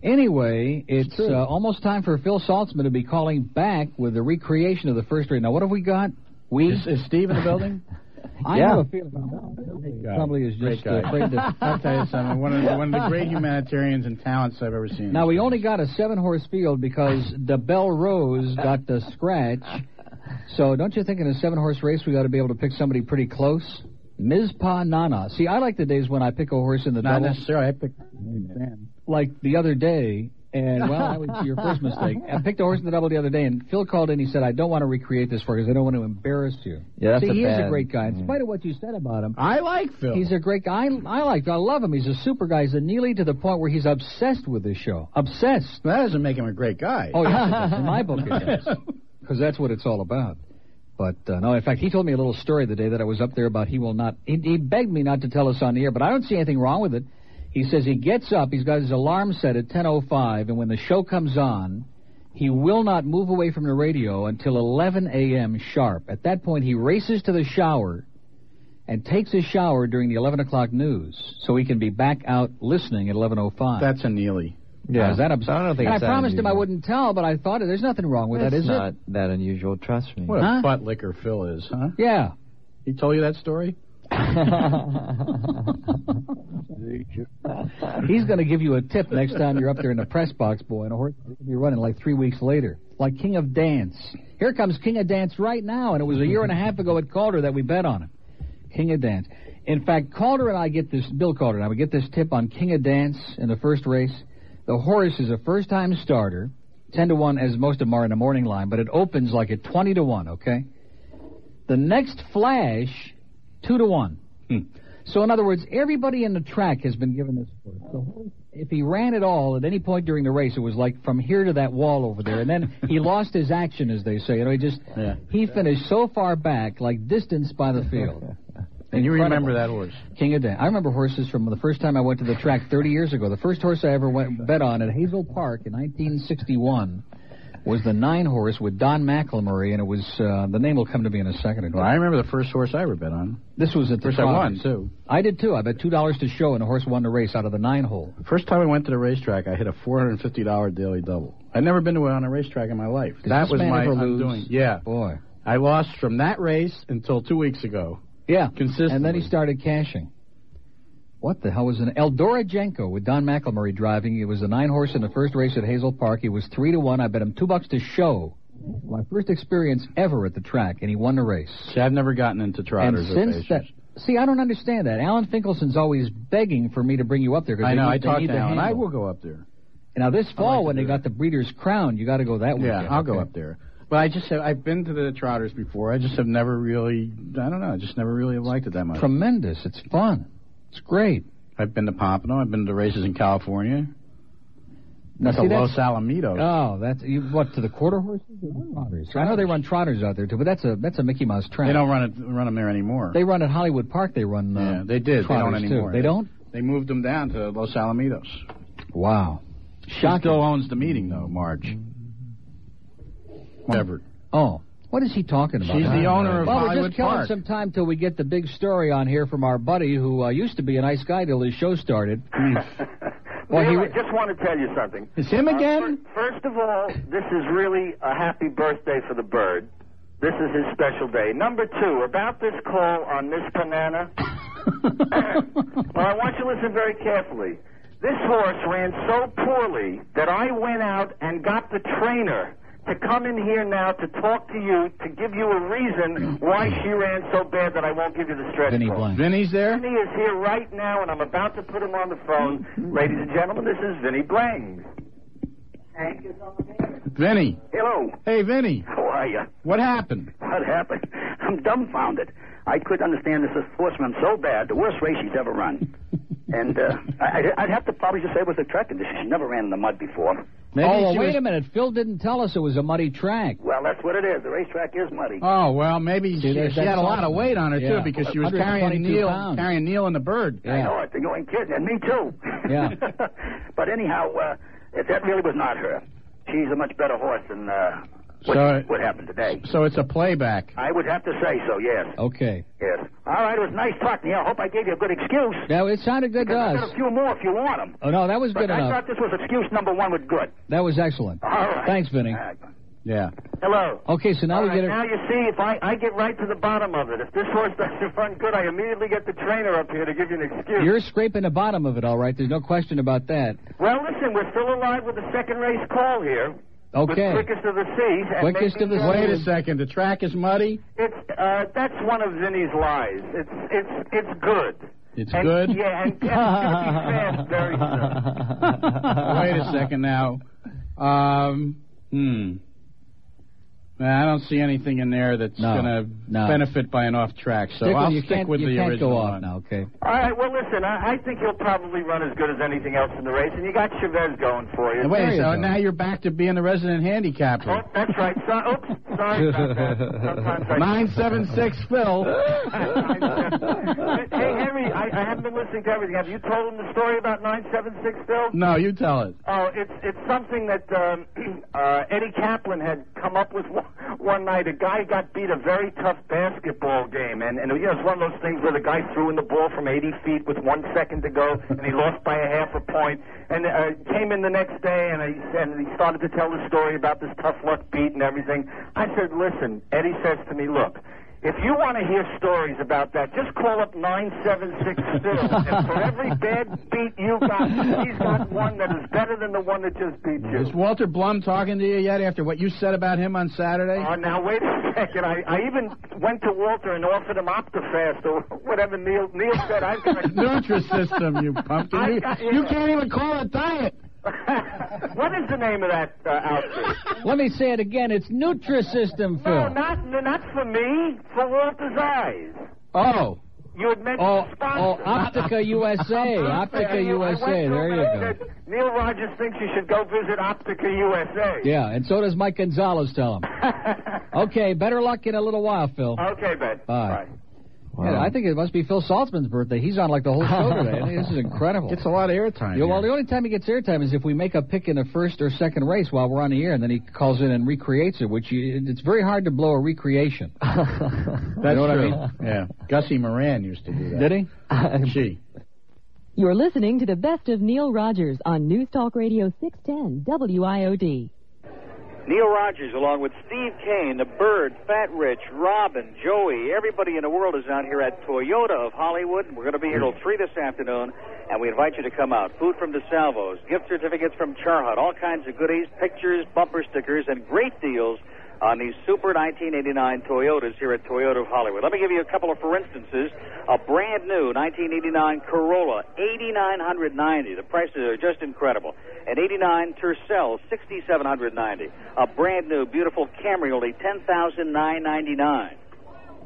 S5: Anyway, it's, uh, almost time for Phil Saltzman to be calling back with the recreation of the first raid. Now, what have we got? We is, Steve in the building? I
S6: Yeah. Oh,
S5: have a feeling probably is
S6: Great
S5: just uh,
S6: guy.
S5: afraid to.
S6: I'll tell you something. One of, the, one of the great humanitarians and talents I've ever seen.
S5: Now we only got a seven-horse field because the Bell Rose got the scratch. So don't you think in a seven-horse race we got to be able to pick somebody pretty close? Mizpah Nana. See, I like the days when I pick a horse in the
S6: Not
S5: double.
S6: necessarily. I picked.
S5: like the other day, and well, that was your first mistake. I picked a horse in the double the other day, and Phil called in. He said, "I don't want to recreate this for because I don't want to embarrass you."
S14: Yeah, that's
S5: See,
S14: a
S5: he is a
S14: bad-
S5: great guy. In
S14: yeah.
S5: spite of what you said about him,
S6: I like Phil.
S5: He's a great guy. I, I like. I love him. He's a super guy. He's a Neely to the point where he's obsessed with this show. Obsessed.
S6: That doesn't make him a great guy.
S5: Oh yes, it does. in my book, because that's what it's all about. But uh, no, in fact, he told me a little story the day that I was up there about he will not. He, he begged me not to tell us on the air, but I don't see anything wrong with it. He says he gets up, he's got his alarm set at 10:05, and when the show comes on, he will not move away from the radio until 11 a.m. sharp. At that point, he races to the shower and takes his shower during the 11 o'clock news, so he can be back out listening at 11:05.
S6: That's a Neely.
S5: Now, is that abs-
S3: I don't think
S5: and I
S3: it's that
S5: promised him I
S3: unusual.
S5: wouldn't tell, but I thought it. There's nothing wrong with
S3: That's
S5: that, is
S3: not
S5: it?
S3: that unusual. Trust me.
S6: What a
S5: Huh?
S6: butt licker Phil is, huh?
S5: Yeah.
S6: He told you that story?
S5: He's going to give you a tip next time you're up there in the press box, boy, and a horse will be running like three weeks later, like King of Dance. Here comes King of Dance right now, and it was a year and a half ago at Calder that we bet on him. King of Dance. In fact, Calder and I get this, Bill Calder and I, we get this tip on King of Dance in the first race. The horse is a first time starter, 10 to 1, as most of them are in the morning line, but it opens like at 20 to 1, okay? The next flash, 2 to 1.
S6: Hmm.
S5: So, in other words, everybody in the track has been given this horse. The horse, if he ran at all at any point during the race, it was like from here to that wall over there, and then he lost his action, as they say. You know, he just
S6: Yeah.
S5: he finished so far back, like distanced by the field.
S6: And you
S5: Incredible.
S6: remember that horse.
S5: King of Dan. I remember horses from the first time I went to the track 30 years ago. The first horse I ever went bet on at Hazel Park in 1961 was the nine horse with Don McLemore, and it was uh, the name will come to me in a second.
S6: Well, I remember the first horse I ever bet on.
S5: This was at the
S6: First I won
S5: Providence.
S6: too.
S5: I did too. I bet two dollars to show, and the horse won the race out of the nine hole.
S6: First time I went to the racetrack, I hit a four hundred and fifty dollar daily double. I'd never been to on a racetrack in my life.
S5: Did
S6: that
S5: this
S6: was
S5: man
S6: my
S5: ever lose?
S6: undoing. Yeah,
S5: boy,
S6: I lost from that race until two weeks ago.
S5: Yeah,
S6: consistently.
S5: And then he started cashing. What the hell was an Eldora Jenko with Don McLemore driving? It was the nine horse in the first race at Hazel Park. He was three to one. I bet him two bucks to show. My first experience ever at the track, and he won the race.
S6: See, I've never gotten into
S5: and
S6: trotters. or
S5: since
S6: pacers.
S5: that, see, I don't understand that. Alan Finkelson's always begging for me to bring you up there. 'cause
S6: I
S5: they
S6: know.
S5: need-
S6: I
S5: they
S6: talked
S5: need
S6: to
S5: the
S6: Alan. I
S5: handle.
S6: will go up there.
S5: Now this fall, when they got the Breeders' Crown, you got to go that
S6: Yeah,
S5: weekend.
S6: I'll go
S5: okay?
S6: up there. But I just have, I've been to the trotters before. I just have never really I don't know. I just never really liked it that much.
S5: Tremendous. It's fun. It's great.
S6: I've been to Pompano. I've been to races in California.
S5: Now,
S6: That's
S5: see,
S6: a Los
S5: that's-
S6: Alamitos.
S5: Oh, that's you, what to the quarter horses? Trotters. I know they run trotters out there too, but that's a that's a Mickey Mouse track.
S6: They don't run it, run them there anymore.
S5: They run at Hollywood Park. They run. Uh,
S6: yeah, they did. They don't
S5: trotters, too.
S6: anymore.
S5: They don't.
S6: They moved them down to Los Alamitos.
S5: Wow.
S6: He still owns the meeting though, Marge. Whatever.
S5: Oh, what is he talking about?
S6: She's the owner of
S5: well, we're
S6: Hollywood
S5: just killing
S6: Park.
S5: some time till we get the big story on here from our buddy who uh, used to be a nice guy till his show started. Oh, well,
S17: Neil,
S5: he.
S17: I just want to tell you something.
S6: It's him again?
S17: Uh, fir- first of all, this is really a happy birthday for the bird. This is his special day. Number two, about this call on Miss Banana. well, I want you to listen very carefully. This horse ran so poorly that I went out and got the trainer to come in here now to talk to you to give you a reason why she ran so bad that I won't give you the stretch.
S5: Vinny
S17: call.
S5: Blank.
S6: Vinny's there.
S17: Vinny is here right now, and I'm about to put him on the phone. Ladies and gentlemen, this is Vinny Blangs.
S6: Vinny.
S7: Hello.
S6: Hey, Vinny.
S7: How are you?
S6: What happened?
S7: What happened? I'm dumbfounded. I couldn't understand this horseman so bad, the worst race he's ever run. And uh, I, I- I'd have to probably just say it was a track condition. She never ran in the mud before.
S5: Maybe oh, well, wait a minute. Phil didn't tell us it was a muddy track.
S7: Well, that's what it is. The racetrack is muddy.
S6: Oh well, maybe she,
S5: there's
S6: she
S5: that
S6: had a lot
S5: song.
S6: of weight on her
S5: Yeah.
S6: too because she was
S5: 122
S6: carrying Neil,
S5: pounds.
S6: carrying Neil and the bird.
S7: I know it. They're going kidding, and me too.
S6: Yeah.
S7: but anyhow, uh, if that really was not her. She's a much better horse than uh, what,
S6: So it-
S7: what happened today.
S6: So it's a playback.
S7: I would have to say so. Yes.
S5: Okay.
S7: Yes. All right. It was nice talking to you. I hope I gave you a good excuse.
S5: Now it sounded good to
S7: Because I've got
S5: us.
S7: a few more if you want them.
S5: Oh no, that was
S7: but
S5: good
S7: I
S5: enough.
S7: thought this was excuse number one was good.
S5: That was excellent.
S7: All right.
S5: Thanks, Vinny.
S6: Yeah.
S7: Hello.
S5: Okay, so now
S7: All
S5: we
S7: right,
S5: get it.
S7: Now you see, if I, I get right to the bottom of it, if this horse doesn't run good, I immediately get the trainer up here to give you an excuse.
S5: You're scraping the bottom of it, all right. There's no question about that.
S7: Well, listen, we're still alive with the second race call here.
S5: Okay.
S7: With quickest of the seas. and maybe-
S6: Wait a second. The track is muddy.
S7: It's uh, that's one of Vinny's lies. It's it's it's good.
S6: It's
S7: And-
S6: good.
S7: Yeah, and, and it's gonna be fast very
S6: Wait a second now. Um, hmm. Nah, I don't see anything in there that's
S5: No,
S6: going to
S5: no.
S6: benefit by an off track. So
S5: Stick with-
S6: I'll
S5: you
S6: stick
S5: can't-
S6: with
S5: you
S6: the
S5: can't go
S6: original
S5: off
S6: one.
S5: now, okay.
S7: All right. Well, listen, I, I think he'll probably run as good as anything else in the race, and you got Chavez going for you.
S6: Wait, so now you're back to being the resident handicapper.
S7: That's right. So, oops, sorry about that. Sometimes I-
S6: Nine seven six Phil.
S7: hey, Henry, I, I haven't been listening to everything. Have you told him the story about 976 Phil?
S6: No, you tell it.
S7: Oh, it's it's something that um, uh, Eddie Kaplan had come up with one, one night. A guy got beat a very tough basketball game, and and you know, it's one of those things where the guy threw in the ball from 80 feet with one second to go, and he lost by a half a point. And uh, came in the next day, and he and he started to tell the story about this tough luck beat and everything. I said, listen, Eddie says to me, look. If you want to hear stories about that, just call up 976 Phil. and for every bad beat you got, he's got one that is better than the one that just beat you.
S6: Is Walter Blum talking to you yet after what you said about him on Saturday?
S7: Uh, now wait a second. I, I even went to Walter and offered him Optifast or whatever Neil Neil said. I've got a
S6: Nutrisystem, you pumpkin.
S7: I
S6: You,
S7: got-
S6: you can't even call it diet.
S7: What is the name of that uh, outfit?
S5: Let me say it again. It's Nutrisystem,
S7: No,
S5: Phil.
S7: not no, not for me. For Walter's eyes.
S5: Oh.
S7: You had mentioned
S5: Oh,
S7: the
S5: oh,
S7: sponsor.
S5: Optica USA, Optica
S7: And you- I went
S5: USA.
S7: to
S5: There
S7: him and
S5: you
S7: I
S5: go.
S7: said, Neil Rogers thinks you should go visit Optica USA.
S5: Yeah, and so does Mike Gonzalez. Tell him. okay, better luck in a little while, Phil.
S7: Okay, Ben.
S5: Bye. Yeah, I think it must be Phil Saltzman's birthday. He's on like the whole show today. I think this is incredible.
S6: Gets a lot of airtime.
S5: Yeah, well, the only time he gets airtime is if we make a pick in the first or second race while we're on the air, and then he calls in and recreates it, which you, it's very hard to blow a recreation.
S6: That's
S5: know what I
S6: true.
S5: mean?
S6: Yeah. Gussie Moran used to do that.
S5: Did
S6: he? she.
S8: You're listening to the best of Neil Rogers on News Talk Radio 610 WIOD.
S20: Neil Rogers, along with Steve Kane, the Bird, Fat Rich, Robin, Joey, everybody in the world is out here at Toyota of Hollywood. We're going to be here till three this afternoon, and we invite you to come out. Food from DeSalvo's, gift certificates from Char Hut, all kinds of goodies, pictures, bumper stickers, and great deals on these super 1989 Toyotas here at Toyota of Hollywood. Let me give you a couple of for instances. A brand new 1989 Corolla, 8990. The prices are just incredible. An 89 Tercel, 6790. A brand new beautiful Camry, only 10999.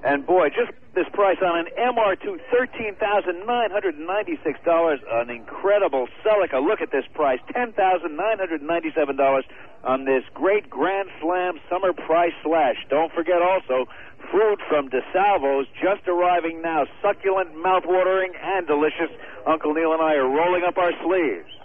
S20: And boy, just this price on an MR2, thirteen thousand nine hundred and ninety-six dollars. An incredible Celica. Look at this price, ten thousand nine hundred ninety-seven dollars on this great Grand Slam summer price slash. Don't forget also fruit from DeSalvo's just arriving now. Succulent, mouthwatering, and delicious. Uncle Neil and I are rolling up our sleeves.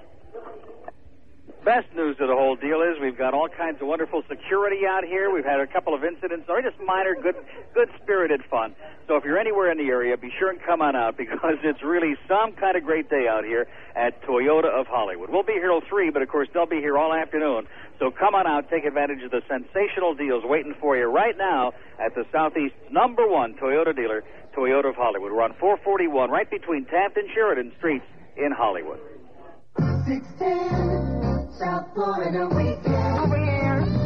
S20: Best news of the whole deal is we've got all kinds of wonderful security out here. We've had a couple of incidents, or just minor, good, good spirited fun. So if you're anywhere in the area, be sure and come on out because it's really some kind of great day out here at Toyota of Hollywood. We'll be here till three, but of course they'll be here all afternoon. So come on out, take advantage of the sensational deals waiting for you right now at the Southeast number one Toyota dealer, Toyota of Hollywood. We're on 441, right between Taft and Sheridan Streets in Hollywood.
S23: 610 South Florida weekend. Over here.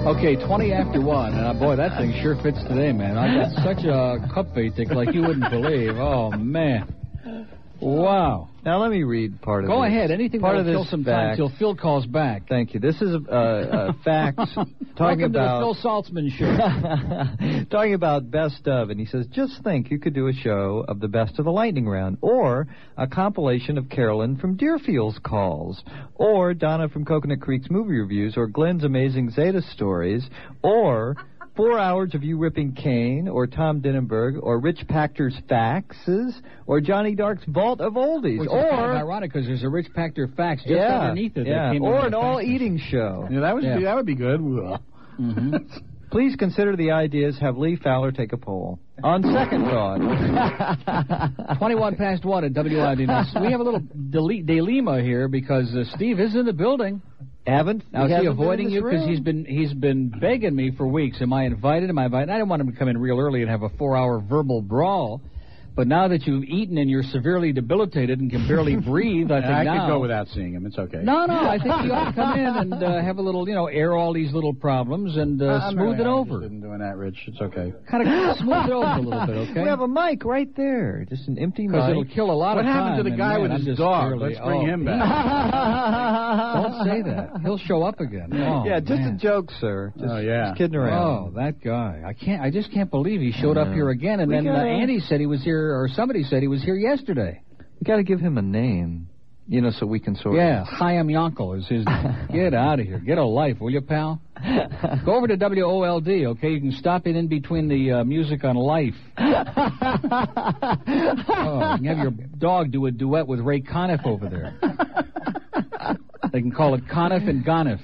S5: Okay, 20 after 1. And uh, boy, that thing sure fits today, man. I Oh. got such a cup fatigue like you wouldn't believe. Oh, man. Wow.
S3: Now let me read part of
S5: Go
S3: this.
S5: ahead. Anything
S3: part
S5: that'll
S3: of this
S5: fill some time
S3: fact.
S5: till Phil calls back.
S3: Thank you. This is uh, uh, facts talking
S5: Welcome
S3: about
S5: to the Phil Saltzman show.
S3: talking about best of, and he says, just think you could do a show of the best of the lightning round, or a compilation of Carolyn from Deerfield's calls, or Donna from Coconut Creek's movie reviews, or Glenn's amazing Zeta stories, or four hours of you ripping Kane, or Tom Dinenberg, or Rich Pactor's faxes, or Johnny Dark's vault of oldies,
S5: Which is
S3: or
S5: kind of ironic because there's a Rich Pactor fax just
S3: yeah,
S5: underneath it. that
S3: yeah.
S5: came
S3: or an
S5: out of the fax.
S3: all-eating show.
S6: Yeah, that would
S5: Yeah. Mm-hmm.
S6: Be, that would be good.
S3: Please consider the ideas. Have Lee Fowler take a poll. On second thought,
S5: 21 past 1 at WID. Now, we have a little dele- dilemma here because uh, Steve is in the building.
S3: haven't he
S5: Now, is he
S3: hasn't been
S5: avoiding
S3: in
S5: you?
S3: this
S5: Because
S3: room.
S5: he's been, he's been begging me for weeks. Am I invited? Am I invited? I didn't want him to come in real early and have a four hour verbal brawl. But now that you've eaten and you're severely debilitated and can barely breathe, I think
S6: I
S5: now.
S6: could go without seeing him. It's okay.
S5: No, no, I think you ought to come in and uh, have a little, you know, air all these little problems and uh,
S6: I'm
S5: smooth
S6: really
S5: it
S6: not
S5: over.
S6: interested in doing that, Rich. It's okay.
S5: Kind of smooth it over a little bit, okay?
S3: We have a mic right there, just an empty mic.
S5: 'Cause it'll kill a lot
S6: What
S5: of
S6: happened to
S5: time,
S6: the
S5: and
S6: guy
S5: man,
S6: with
S5: I'm
S6: his
S5: just
S6: dog?
S5: barely-
S6: Let's bring
S5: oh,
S6: him back.
S5: Don't say that. He'll show up again. Oh,
S3: yeah, just
S5: man.
S3: a joke, sir. Just,
S5: Oh, yeah.
S3: just kidding around.
S5: Oh, that guy. I can't. I just can't believe he showed up
S3: Yeah.
S5: here again. And
S3: We
S5: then uh,
S3: gotta-
S5: Andy said he was here, or somebody said he was here yesterday.
S3: We got to give him a name, you know, so we can sort.
S5: Yeah, Chaim Yonkel is his. Get out of here. Get a life, will you, pal? Go over to WOLD, okay? You can stop it in between the uh, music on Life. oh, you can have your dog do a duet with Ray Conniff over there. They can call it Conniff and Goniff.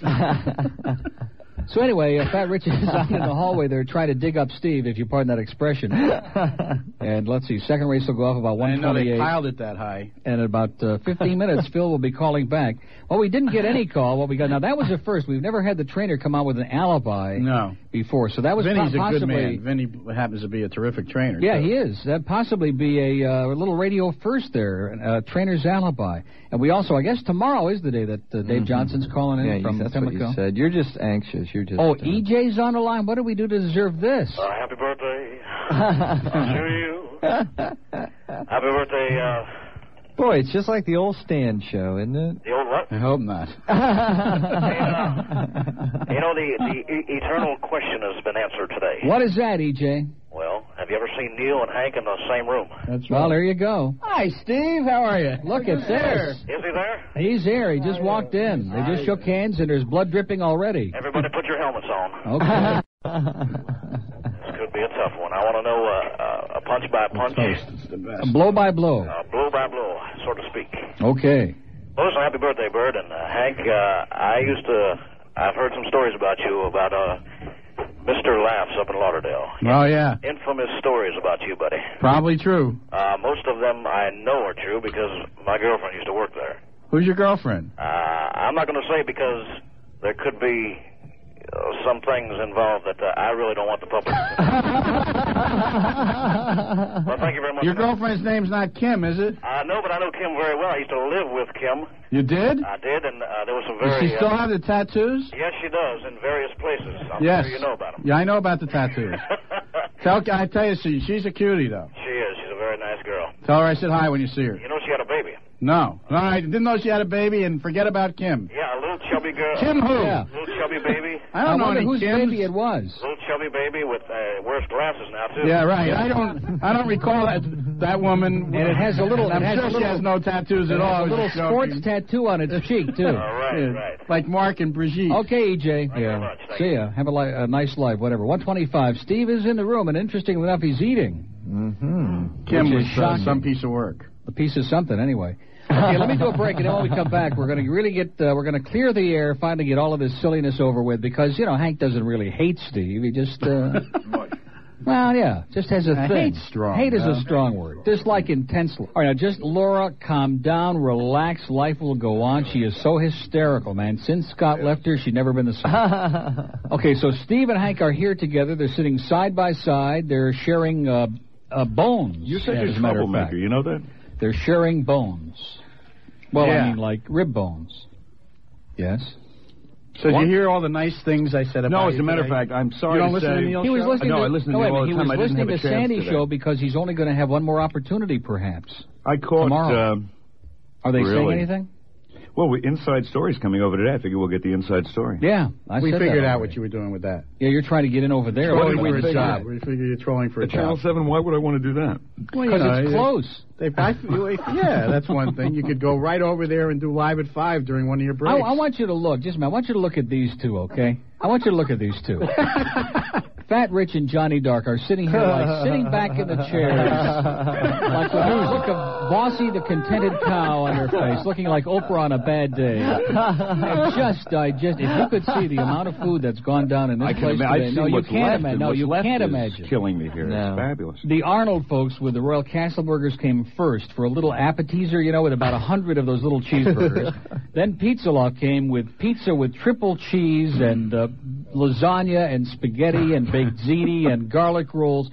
S5: So anyway, uh, Fat Rich is out in the hallway there trying to dig up Steve, if you pardon that expression. And let's see, second race will go off about
S6: I didn't know they
S5: 128.
S6: piled it that high.
S5: And in about uh, 15 minutes, Phil will be calling back. Well, we didn't get any call. What we got now? That was the first. We've never had the trainer come out with an alibi.
S6: No.
S5: Before, so that was
S6: Vinny's
S5: po-
S6: a good
S5: possibly.
S6: man. Vinny happens to be a terrific trainer.
S5: Yeah,
S6: too.
S5: he is. That possibly be a uh, little radio first there, uh, trainer's alibi. And we also, I guess, tomorrow is the day that uh, Dave Johnson's calling
S3: Mm-hmm.
S5: in
S3: Yeah, you-
S5: from
S3: that's what
S5: Pimlico.
S3: you said. You're just anxious. You're just.
S5: Oh, EJ's on the line. What do we do to deserve this?
S7: Uh, happy birthday to you. Happy birthday, uh,
S3: boy, it's just like the old stand show, isn't it?
S7: the old what?
S6: I hope not.
S20: uh,
S7: You know, the, the e- eternal question has been answered today.
S5: What is that, E EJ?
S7: Well, have you ever seen Neil and Hank in the same room?
S5: That's right. Well, there you go.
S6: Hi, Steve. How are you?
S5: Look at this.
S7: Is he there?
S5: He's here. He just walked in. They just shook hands, and there's blood dripping already.
S7: Everybody put your helmets on.
S5: Okay.
S7: This could be a tough one. I want to know uh, uh, a punch by punch,
S5: blow by blow.
S7: uh, blow by blow, so to speak.
S5: Okay.
S7: Well, listen, happy birthday, Bird. And uh, Hank, uh, I used to, I've heard some stories about you, about uh, Mr. Laughs up in Lauderdale.
S6: Oh, yeah.
S7: Infamous stories about you, buddy.
S6: Probably true.
S7: Uh, most of them I know are true because my girlfriend used to work there.
S6: Who's your girlfriend?
S7: Uh, I'm not going to say because there could be uh, some things involved that uh, I really don't want the public. to know. well, thank you very much.
S6: Your girlfriend's name's not Kim, is it?
S7: Uh, no, but I know Kim very well. I used to live with Kim.
S6: You did?
S7: I did, and uh, there was some
S6: Does
S7: very.
S6: she still
S7: uh,
S6: have the tattoos?
S7: Yes, she does in various places. I'm
S6: yes.
S7: sure you know about them.
S6: Yeah, I know about the tattoos. tell, I tell you, she, she's a cutie though.
S7: She is. She's a very nice girl.
S6: Tell her I said hi when you see her.
S7: You know she had a baby.
S6: No, no, I didn't know she had a baby, and forget about Kim.
S7: Yeah, a little chubby girl.
S6: Kim who?
S7: Yeah. Little chubby baby.
S6: I don't know
S5: wonder
S6: any
S5: whose
S6: Kims.
S5: baby it was.
S7: Little chubby baby with uh, wears glasses now too.
S6: Yeah, right. I don't, I don't recall that that
S5: And
S6: woman.
S5: it has a little-
S6: I'm
S5: it has
S6: sure
S5: a
S6: she
S5: little-
S6: has no tattoos
S5: It has
S6: at
S5: a
S6: all. I was
S5: little
S6: just
S5: sports
S6: joking.
S5: tattoo on its cheek too.
S6: Yeah, Like Mark and Brigitte.
S5: Okay, EJ. Yeah. See ya. Have a, li- a nice life, whatever. 125. Steve is in the room, and interestingly enough, he's eating.
S6: Mm-hmm. Kim
S5: Which
S6: was
S5: is
S6: uh,
S5: shocking.
S6: some piece of work.
S5: A piece of something, anyway. Okay, let me do a break, and then when we come back, we're going to really get uh, we're going to clear the air, finally get all of this silliness over with, because you know Hank doesn't really hate Steve. He just uh, well, yeah, just has a
S6: Uh,
S5: thing.
S6: hate's strong,
S5: Hate is
S6: huh?
S5: a strong word. Dislike intensely. All right, now just Laura, calm down, relax. Life will go on. She is so hysterical, man. Since Scott left her, she's never been the same. okay, so Steve and Hank are here together. They're sitting side by side. They're sharing uh, uh, bones.
S24: You said
S5: as
S24: you're
S5: a matter of fact.
S24: troublemaker. You know that?
S5: They're sharing bones. Well,
S24: uh,
S6: Yeah.
S5: I mean, like rib bones. Yes.
S6: So
S5: What?
S6: did you hear all the nice things I said about
S24: No, as a
S6: you
S24: matter of
S6: today?
S24: fact, I'm sorry
S6: You don't
S24: to
S6: listen
S24: say-
S6: to Oh, Neil
S5: He was
S6: show?
S5: listening
S24: No,
S5: to,
S24: I listen to
S5: no, wait a
S24: Neil all the
S5: minute,
S24: time. I
S5: He was
S24: didn't have
S5: listening
S24: a
S5: to
S24: chance
S5: Sandy's
S24: today.
S5: show because he's only going to have one more opportunity, perhaps.
S24: I caught
S5: Tomorrow.
S24: uh,
S5: Are they saying
S24: Really?
S5: anything?
S24: Well, we, Inside Story's coming over today. I figure we'll get the Inside Story.
S5: Yeah, I
S6: we
S5: said
S6: figured
S5: that
S6: out
S5: already.
S6: what you were doing with that.
S5: Yeah, you're trying to get in over there.
S6: Trolling
S5: What do
S6: for
S5: you
S6: a
S5: think?
S6: job. We figured you're trolling for a
S24: At Channel
S6: job.
S24: 7, why would I want to do that?
S6: Well, you
S24: Because
S6: know,
S24: it's
S6: it-
S24: close.
S6: They, I, yeah, that's one thing. You could go right over there and do live at five during one of your
S5: I,
S6: breaks.
S5: I want you to look. Just a minute. I want you to look at these two, okay? I want you to look at these two. Fat Rich and Johnny Dark are sitting here like sitting back in the chairs, like the news. Look of Bossy the contented cow on their face, looking like Oprah on a bad day. And just digest. If you could see the amount of food that's gone down in this
S24: I can
S5: place
S24: ima- I've
S5: today, no,
S24: seen
S5: you
S24: what's
S5: can't
S24: left,
S5: imagine.
S24: and
S5: No,
S24: what's
S5: you
S24: left
S5: can't
S24: is
S5: imagine.
S24: killing me here. It's fabulous.
S5: The Arnold folks with the Royal Castle burgers came first for a little appetizer, you know, with about a hundred of those little cheeseburgers. then Pizza Law came with pizza with triple cheese and uh, lasagna and spaghetti and baked ziti and garlic rolls.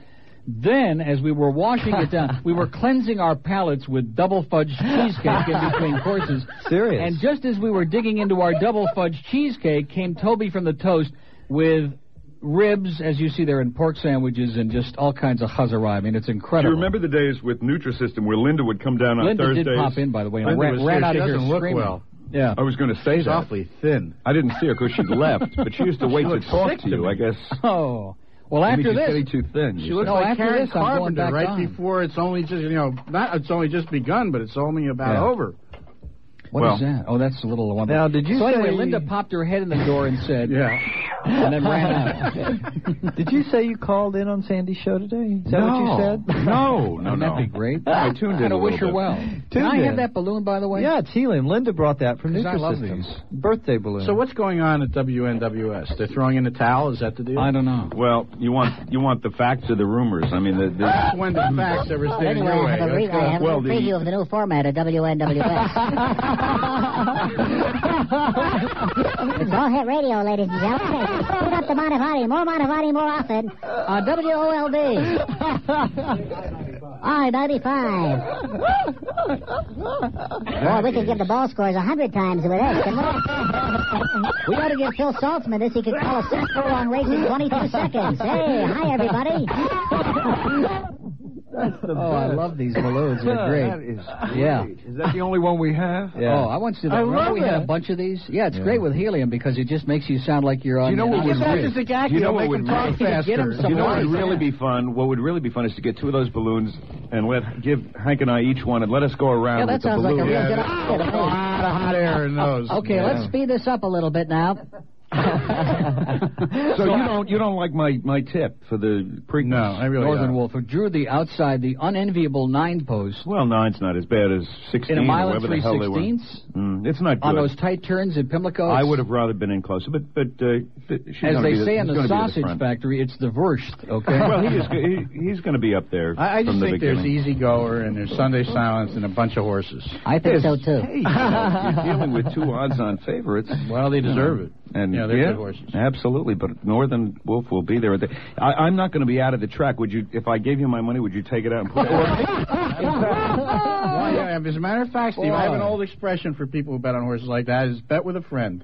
S5: Then, as we were washing it down, we were cleansing our palates with double fudge cheesecake in between courses.
S3: Serious?
S5: And just as we were digging into our double fudge cheesecake, came Toby from the toast with ribs, as you see there, and pork sandwiches, and just all kinds of huzzah. I mean, it's
S24: Do you
S5: incredible.
S24: remember the days with Nutrisystem where Linda would come down on
S5: Linda
S24: Thursdays?
S5: did pop in, by the way, and
S24: Linda
S5: ran,
S24: was
S5: ran
S24: here.
S5: out
S24: She
S5: of here
S24: doesn't look
S5: screaming.
S24: well.
S5: Yeah.
S24: I was going to say
S5: She's
S24: that.
S5: awfully
S24: thin. I didn't see her because she'd left, but she used to wait to
S5: looks
S24: talk
S5: sick
S24: to
S5: to
S24: you. I guess.
S5: Oh. Well,
S24: Maybe
S5: after
S24: she's
S5: this,
S24: getting too thin.
S6: She
S24: you
S6: looks
S24: said.
S6: like Karen
S5: this, I'm going
S6: Carpenter
S5: back
S6: right
S5: on.
S6: before it's only just you know not it's only just begun, but it's only about
S5: Yeah.
S6: over.
S5: What is that? Oh, that's a little one.
S6: Now, did you
S5: So anyway,
S6: say-
S5: Linda popped her head in the door and said,
S6: "Yeah,"
S5: and then ran out.
S3: Did you say you called in on Sandy's show today? Is that
S5: No.
S3: what you said?
S24: No, no,
S5: Wouldn't
S24: no.
S5: that be great?
S24: I tuned in
S5: And I
S24: a
S5: wish
S24: little
S5: her
S24: bit.
S5: well. Can
S3: Tuned
S5: I have
S3: in.
S5: that balloon, by the way?
S3: Yeah, it's helium. Linda brought that from
S5: Because I love
S3: Nutrisystem.
S5: these.
S3: Birthday balloon.
S6: So what's going on at WNWS? They're throwing in the towel. Is that the deal?
S5: don't know.
S24: Well, you want you want the facts or the rumors? I mean, the, the
S6: That's when the facts ever stand in
S25: Anyway,
S6: your
S25: I
S6: way.
S25: have a, re-
S6: Let's
S24: Uh,
S6: go.
S25: I have a little preview of the new format of WNWS. it's all hit radio, ladies and gentlemen. Put up the Montevati, more Montevati, more often Uh, on WOLD.
S5: Oh.
S24: Oh.
S25: I-95. Boy, we could give the ball scores a hundred times with this. couldn't We We ought to give Phil Saltzman this. He could call a six furlong race in 22 seconds. Hey, hi, everybody.
S3: oh, I love these balloons. They're great.
S5: That is great.
S3: Yeah.
S24: Is that the only one we have?
S3: Yeah.
S5: Oh, I once did.
S3: I
S5: Remember
S3: love
S5: we had a
S3: it.
S5: bunch of these. Yeah, it's great with helium because it just makes you sound like you're on.
S24: You know what would really, you know what would really-
S5: Get him some
S24: you know what
S5: light.
S24: would really be fun? What would really be fun is to get two of those balloons and let give Hank and I each one and let us go around
S25: Yeah, that
S24: with the
S25: sounds like a
S24: balloon.
S25: real good idea to me.
S6: hot air in those.
S25: Okay, let's speed this up a little bit now.
S24: So you don't you don't like my my tip for the pre No, I
S6: really
S5: Northern Wolf, who drew the outside the unenviable nine post
S24: Well, nine's not as bad as sixteen
S5: in
S24: or
S5: a mile and
S24: whatever
S5: three
S24: the hell they were.
S5: sixteenths
S24: Mm, it's not good.
S5: on those tight turns in Pimlico.
S24: I would have rather been in closer, but but uh, th- she's
S5: As
S24: gonna
S5: they
S24: be the,
S5: say in
S24: she's
S5: the
S24: gonna be at
S5: sausage
S24: front.
S5: factory, it's the worst. Okay.
S24: well, he is, he, he's going to be up there.
S6: I, I
S24: from
S6: just
S24: the
S6: think there's
S24: beginning.
S6: easy goer and there's Sunday silence and a bunch of horses.
S25: I think so too.
S24: You're dealing with two odds-on favorites. Uh,
S6: Well, they deserve it.
S24: And
S6: You know, they're good horses.
S24: absolutely. But Northern Wolf will be there. at the- I, I'm not going to be out of the track. Would you? If I gave you my money, would you take it out and put it?
S6: Well, yeah, as a matter of fact, Steve, I have an old expression for people who bet on horses like that: is bet with a friend.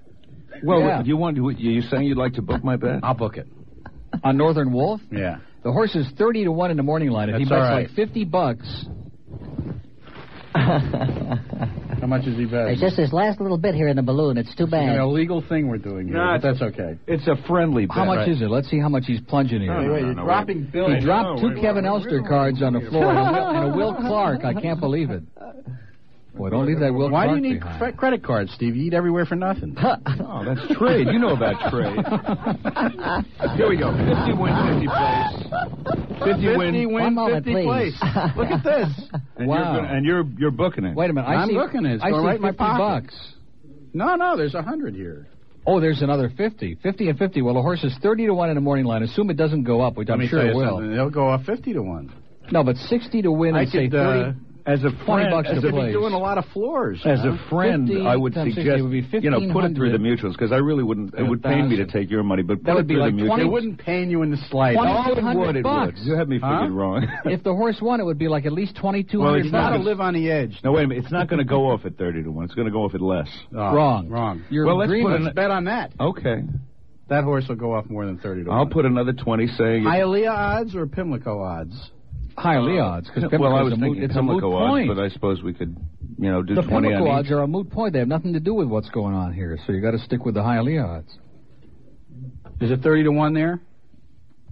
S24: Well,
S6: Yeah.
S24: you want? You, you saying you'd like to book my bet?
S6: I'll book it.
S5: on Northern Wolf,
S6: Yeah.
S5: the horse is thirty to one in the morning line. If he
S6: That's
S5: bets
S6: all right.
S5: like fifty bucks,
S6: How much is he bet?
S25: It's just this last little bit here in the balloon. It's too
S6: an
S25: bad.
S6: illegal thing we're doing here,
S5: No,
S6: but that's okay.
S24: It's a friendly
S5: how much is it? Let's see how much he's plunging here.
S6: No, no, no, You're no, dropping wait. bills.
S5: He dropped
S6: No,
S5: two
S6: wait,
S5: Kevin Elster cards on the floor and a, Will, and a Will Clark. I can't believe it. Boy, don't leave that Will
S6: Why do
S5: Clark
S6: you need
S5: behind.
S6: cre- credit cards, Steve? You eat everywhere for nothing.
S24: oh, that's trade. You know about trade. Here we go. 50 win, 50 place. 50, win.
S6: 50 win,
S24: One moment,
S6: 50
S24: please.
S6: place. Look at this.
S24: And
S6: Wow.
S24: You're gonna, and you're you're booking it.
S5: Wait a minute. I
S6: I'm
S5: see,
S6: looking at it. It's
S5: I
S6: going
S5: see
S6: right in my
S5: 50
S6: pocket.
S5: bucks.
S6: No, no, there's a hundred here.
S5: Oh, there's another 50. 50 and 50. Well, a horse is 30 to 1 in the morning line. Assume it doesn't go up, which
S6: Let
S5: I'm
S6: me
S5: sure
S6: tell
S5: it
S6: you
S5: will.
S6: something. They'll go up fifty to one.
S5: No, but 60 to win
S6: I
S5: and say
S6: could, uh,
S5: 30.
S24: As a
S5: 20
S24: friend,
S5: bucks
S24: as
S5: to
S24: a-
S5: play.
S6: Doing a lot of floors.
S24: As
S6: huh?
S24: a friend,
S5: 50
S24: I would
S5: times 60
S24: suggest
S5: would be
S24: you know put it through
S5: 1500.
S24: the mutuals because I really wouldn't. It would pain me to take your money, but put
S5: That would
S24: it
S5: be
S24: through
S5: like
S24: the
S5: 20
S24: mutuals.
S6: It wouldn't pain you in the slightest.
S24: Oh, it would. It would.
S5: bucks.
S24: You have me figured
S5: Huh?
S24: wrong.
S5: if the horse won, it would be like at least
S6: Well,
S5: 2200
S6: it's not to
S5: bucks.
S6: live on the edge.
S24: No, wait a minute. It's not going to go off at thirty to one. It's going to go off at less.
S6: Oh,
S5: Wrong.
S6: Wrong.
S5: You're
S24: Well, let's put
S5: dreaming.
S24: an-
S6: Bet on that.
S24: Okay,
S6: That horse will go off more than thirty to
S24: I'll
S6: one.
S24: put another twenty saying.
S6: Hialeah odds or Pimlico odds?
S5: highly odds because
S24: uh, well, I was
S5: a moot,
S24: thinking
S5: it's a moot
S24: Pimlico odds,
S5: point.
S24: but I suppose we could, you know, do
S5: the
S24: 20
S5: Pimlico
S24: on
S5: odds
S24: each.
S5: are a moot point. They have nothing to do with what's going on here. So you got to stick with the highly odds.
S6: Is it thirty to one there?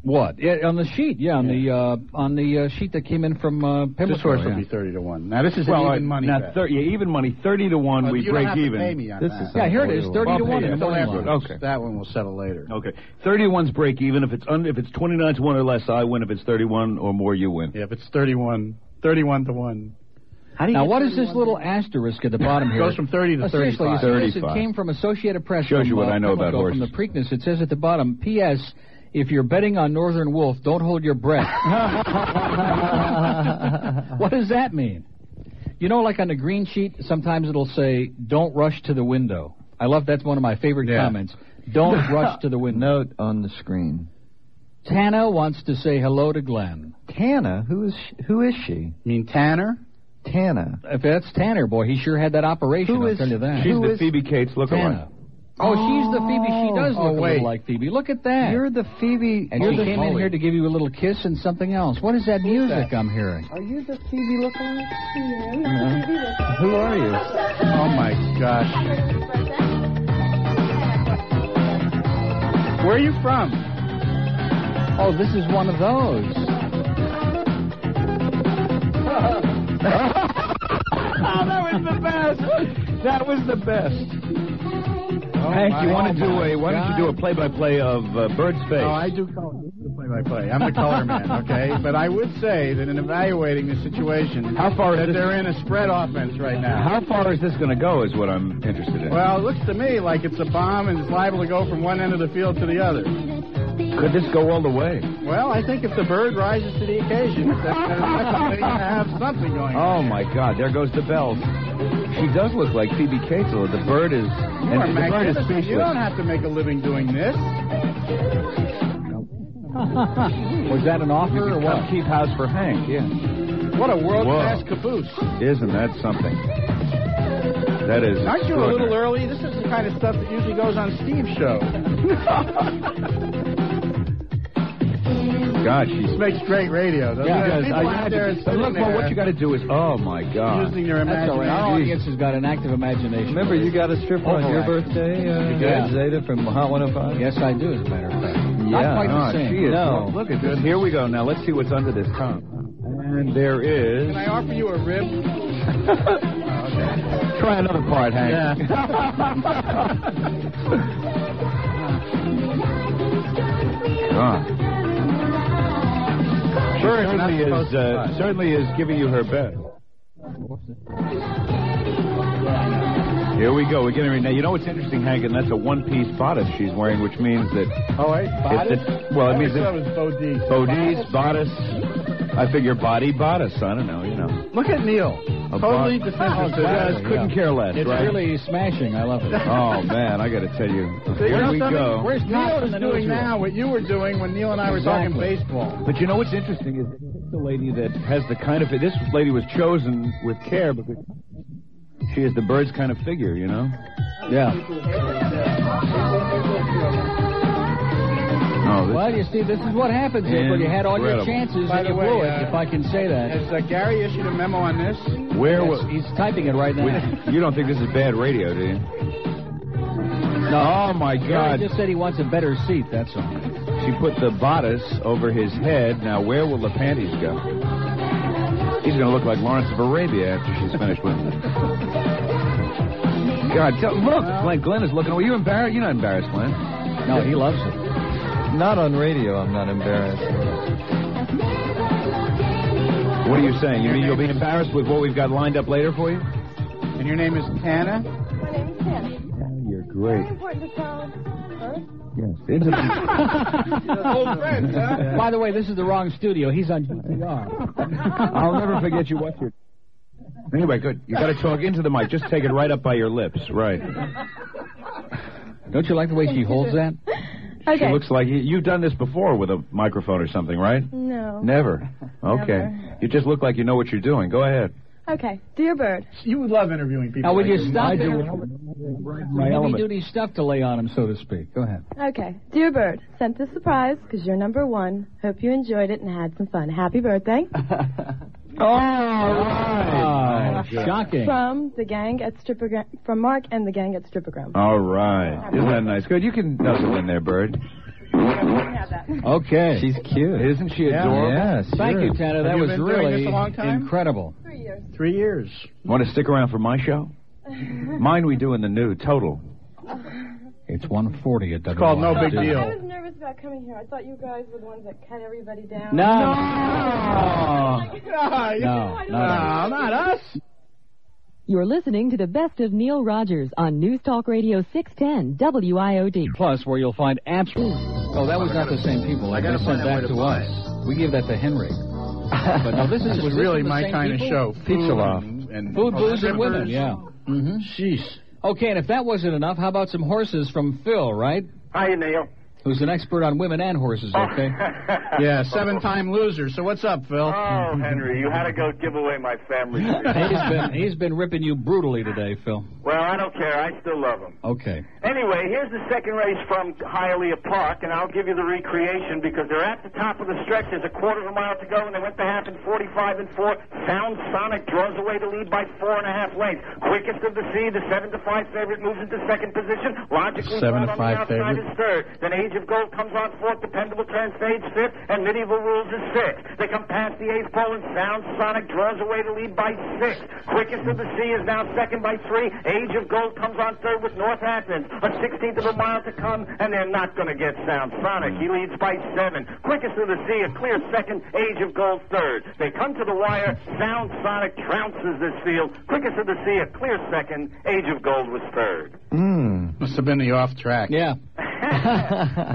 S5: What? Yeah, on the sheet. Yeah, on the uh, on the uh, sheet that came in from uh, Pimlico.
S6: This horse
S5: yeah.
S6: will be thirty to one. Now this is an
S5: Well,
S6: even
S5: I-
S6: money.
S5: now
S6: bet.
S24: uh, Thir- yeah, even money, thirty to one.
S6: Oh,
S24: we
S6: you don't
S24: break
S6: have to
S24: even.
S6: pay me on that.
S5: Yeah, here it is, 30 to
S24: Well,
S5: 1 in
S24: I'll pay you.
S5: the morning
S24: Don't
S5: line.
S24: ask for it. Okay.
S6: That one we'll settle later.
S24: Okay, thirty to one's break even. If it's un- if it's twenty nine to one or less, I win. If it's thirty one or more, you win.
S6: Yeah, if it's thirty one, thirty one to one.
S5: now, what is this little asterisk at the bottom here?
S6: Goes from 30 to
S24: Oh,
S5: Uh, seriously, you
S6: 35.
S5: see this? It came from Associated Press.
S24: Shows
S5: from,
S24: you what
S5: uh,
S24: I know about
S5: Pimlico, From the Preakness, it says at the bottom, P.S. If you're betting on Northern Wolf, don't hold your breath. what does that mean? You know, like on the green sheet, sometimes it'll say, "Don't rush to the window." I love that's one of my favorite comments. Don't rush to the window.
S3: Note on the screen.
S5: Tana wants to say hello to Glenn.
S3: Tana, who is sh- who is she?
S6: You mean Tanner?
S3: Tana.
S5: If that's Tanner, boy, he sure had that operation.
S3: Who
S5: I'll
S3: is-
S5: tell you that.
S24: She's the Phoebe Cates look
S5: Tana. Oh, she's the Phoebe. She does
S3: Oh,
S5: look a
S3: wait.
S5: little like Phoebe. Look at that.
S3: You're the Phoebe.
S5: and
S3: you're
S5: she
S3: the
S5: came in here to give you a little kiss and something else. What is that music I'm hearing?
S23: Are you the Phoebe lookalike? Yeah, I'm
S5: No.
S23: the Phoebe
S11: Uh-huh.
S23: lookalike.
S5: Who are you?
S6: Oh my gosh. Where are you from?
S5: Oh, this is one of those.
S24: Oh, that was the best. That was the best.
S6: Oh,
S24: Hank, you want to do a? Why don't you do a play-by-play of uh, Bird's face?
S6: No, Oh, I do color play-by-play. I'm the color man, okay? But I would say that in evaluating the situation,
S24: How far is
S6: that
S24: this-
S6: they're in a spread offense right now.
S24: How far is this going to go? Is what I'm interested in.
S6: Well, it looks to me like it's a bomb and it's liable to go from one end of the field to the other.
S24: Could this go all the way?
S6: Well, I think if the bird rises to the occasion, uh, that's going to have something going
S24: Oh
S6: on.
S24: my God! There goes the bell. She does look like Phoebe Cates. although The bird is
S6: You
S24: and
S6: are
S24: the bird is
S6: magnificent.
S24: speechless.
S6: You don't have to make a living doing this.
S5: Was that an offer or what?
S24: Keep house for Hank. Yeah.
S6: What a world-class caboose.
S24: Isn't that something? That is.
S6: Aren't you a little early? This is the kind of stuff that usually goes on Steve's show.
S24: early? God, she's.
S6: This makes great radio, doesn't
S24: Yeah,
S6: it?
S24: because
S6: People
S24: I
S6: out
S24: had
S6: there
S24: to-
S6: sitting
S24: look, well, what
S6: there
S24: you got to do is, oh my God.
S6: using their
S5: That's all right. Our
S6: imagination.
S5: audience has got an active imagination.
S3: Remember, you got a stripper on your
S5: Overactive.
S3: birthday, uh,
S5: Yeah.
S3: Zeta from Hot 105.
S5: Yes, I do, as a matter of fact.
S24: Yeah,
S5: Not quite
S24: God,
S5: the same.
S24: she is.
S3: No.
S24: Look at this. Here we go. Now let's see what's under this tongue. And there is.
S6: Can I offer you a rib?
S24: Try another part, Hank. God. She
S6: Sure, it's not
S24: certainly
S6: supposed
S24: is
S6: to
S24: uh,
S6: touch.
S24: certainly is giving you her best. Here we go. We're getting ready now. You know what's interesting, Hank, and that's a one-piece bodice she's wearing, which means that
S6: Oh, wait, bodice?
S24: it's- well, it
S6: I
S24: means
S6: always
S24: it-
S6: thought it was Bodice.
S24: bodice, bodice. I figure body bodice. I don't know. You know.
S6: Look at Neil.
S24: A
S6: Totally
S24: bod-
S6: disinterested.
S24: Just couldn't care less,
S5: It's
S24: right?
S5: really smashing. I love it.
S24: Oh man, I got to tell you.
S6: You
S24: Here
S6: know
S24: we
S6: something?
S24: go.
S5: Where's
S6: Neil
S5: Todd in
S6: is
S5: the
S6: doing
S5: newsroom?
S6: now what you were doing when Neil and I were talking
S5: Exactly.
S6: baseball.
S24: But you know what's interesting is this is the lady that has the kind of this lady was chosen with care because she is the bird's kind of figure, you know.
S5: Yeah.
S24: Oh,
S5: Well, you see, this is what happens here. When you had all
S24: Incredible.
S5: your chances
S6: By
S5: and
S6: the
S5: you blew
S6: way,
S5: it,
S6: uh,
S5: if I can say that.
S6: Has uh, Gary issued a memo on this?
S24: this, where
S5: Yes,
S24: was?
S5: he's typing it right now.
S24: You don't think this is bad radio, do you? No. Oh my
S5: Gary
S24: God!
S5: just said he wants a better seat. That's all.
S24: She put the bodice over his head. Now where will the panties go? He's going to look like Lawrence of Arabia after she's finished with him. God, tell, look, Glenn, Glenn is looking. Were you embarrassed? You're not embarrassed, Glenn.
S5: No, he loves it.
S3: Not on radio. I'm not embarrassed.
S24: What are you saying? You mean you'll be embarrassed with what we've got lined up later for you?
S6: And your name is Tana?
S23: My name is Tim.
S24: You're
S23: Very important to tell first.
S24: Yes. Isn't
S3: Oh,
S6: Old friends, huh?
S5: By the way, this is the wrong studio. He's on GTR.
S24: I'll never forget you. What's your? Anyway, good. You got to talk into the mic. Just take it right up by your lips. Right.
S5: Don't you like the way she holds that?
S24: She
S23: Okay.
S24: looks like you, you've done this before with a microphone or something, right?
S23: no.
S24: Never. Okay. You just look like you know what you're doing. Go ahead.
S4: Okay. Dear Bird.
S12: You would love interviewing people.
S5: Now, would
S12: like
S5: you
S12: this.
S5: stop
S12: I
S5: it?
S12: do.
S5: Heavy
S12: element.
S5: duty stuff to lay on him, so to speak. Go ahead.
S4: Okay. Dear Bird, sent this surprise because you're number one. Hope you enjoyed it and had some fun. Happy birthday.
S5: Oh,
S4: From the gang at Strippogram. From Mark and the gang at Strippogram.
S24: All right. Isn't that nice? Good. You can nuzzle in there, Bird. Okay. She's cute. Isn't she
S5: Yeah.
S24: adorable?
S5: Yes, Thank sure. you, Tanner. That
S24: Have you
S5: was
S24: been
S5: really
S24: doing this a long time?
S5: incredible.
S4: Three years.
S12: Three years.
S24: Want to stick around for my show? Mine we do in the new total. It's 140 at It's
S12: called No Big
S4: I was nervous about coming here. I thought you guys were the ones that cut everybody down.
S24: No.
S4: No,
S23: no, not
S12: us.
S8: You're listening to the best of Neil Rogers on News Talk Radio 610 WIOD.
S5: Plus, where you'll find apps. Oh, that was not the same people. I got sent back to us. We gave that to Henry. But no, this is
S6: This was
S5: this
S6: really
S5: the
S6: my
S5: same
S6: kind of
S5: people?
S6: show.
S5: Pizza
S6: Food
S5: Loft.
S6: and- and-
S5: Food,
S6: Oh,
S5: booze, and
S6: strippers.
S5: women. Yeah. Mm-hmm. Jeez. Okay, and if that wasn't enough, how about some horses from Phil, right?
S7: Hi, Neil. Oh.
S5: Who's an expert on women and horses, okay?
S6: Yeah, seven-time loser. So what's up, Phil?
S7: Oh, Henry, you had to go give away my family.
S5: he's been he's been ripping you brutally today, Phil.
S7: Well, I don't care. I still love him.
S5: Okay.
S7: Anyway, here's the second race from Hialeah Park, and I'll give you the recreation because they're at the top of the stretch. There's a quarter of a mile to go, and they went the half in 45 and 4. Sound Sonic draws away the lead by four and a half lengths. Quickest of the sea, the 7 to 5 favorite moves into second position. Logically, Proud on
S6: Seven to
S7: the
S6: five
S7: outside
S6: favorite.
S7: is third. Then Age of Gold comes on fourth, Dependable Turn fades fifth, and Medieval Rules is sixth. They come past the eighth pole, and Sound Sonic draws away the lead by six. Quickest of the Sea is now second by three. Age of Gold comes on third with North Athens. A sixteenth of a mile to come, and they're not going to get Sound Sonic. He leads by seven. Quickest of the Sea, a clear second. Age of Gold third. They come to the wire. Sound Sonic trounces this field. Quickest of the Sea, a clear second. Age of Gold was third.
S24: Hmm.
S6: Must have been the off track.
S5: Yeah.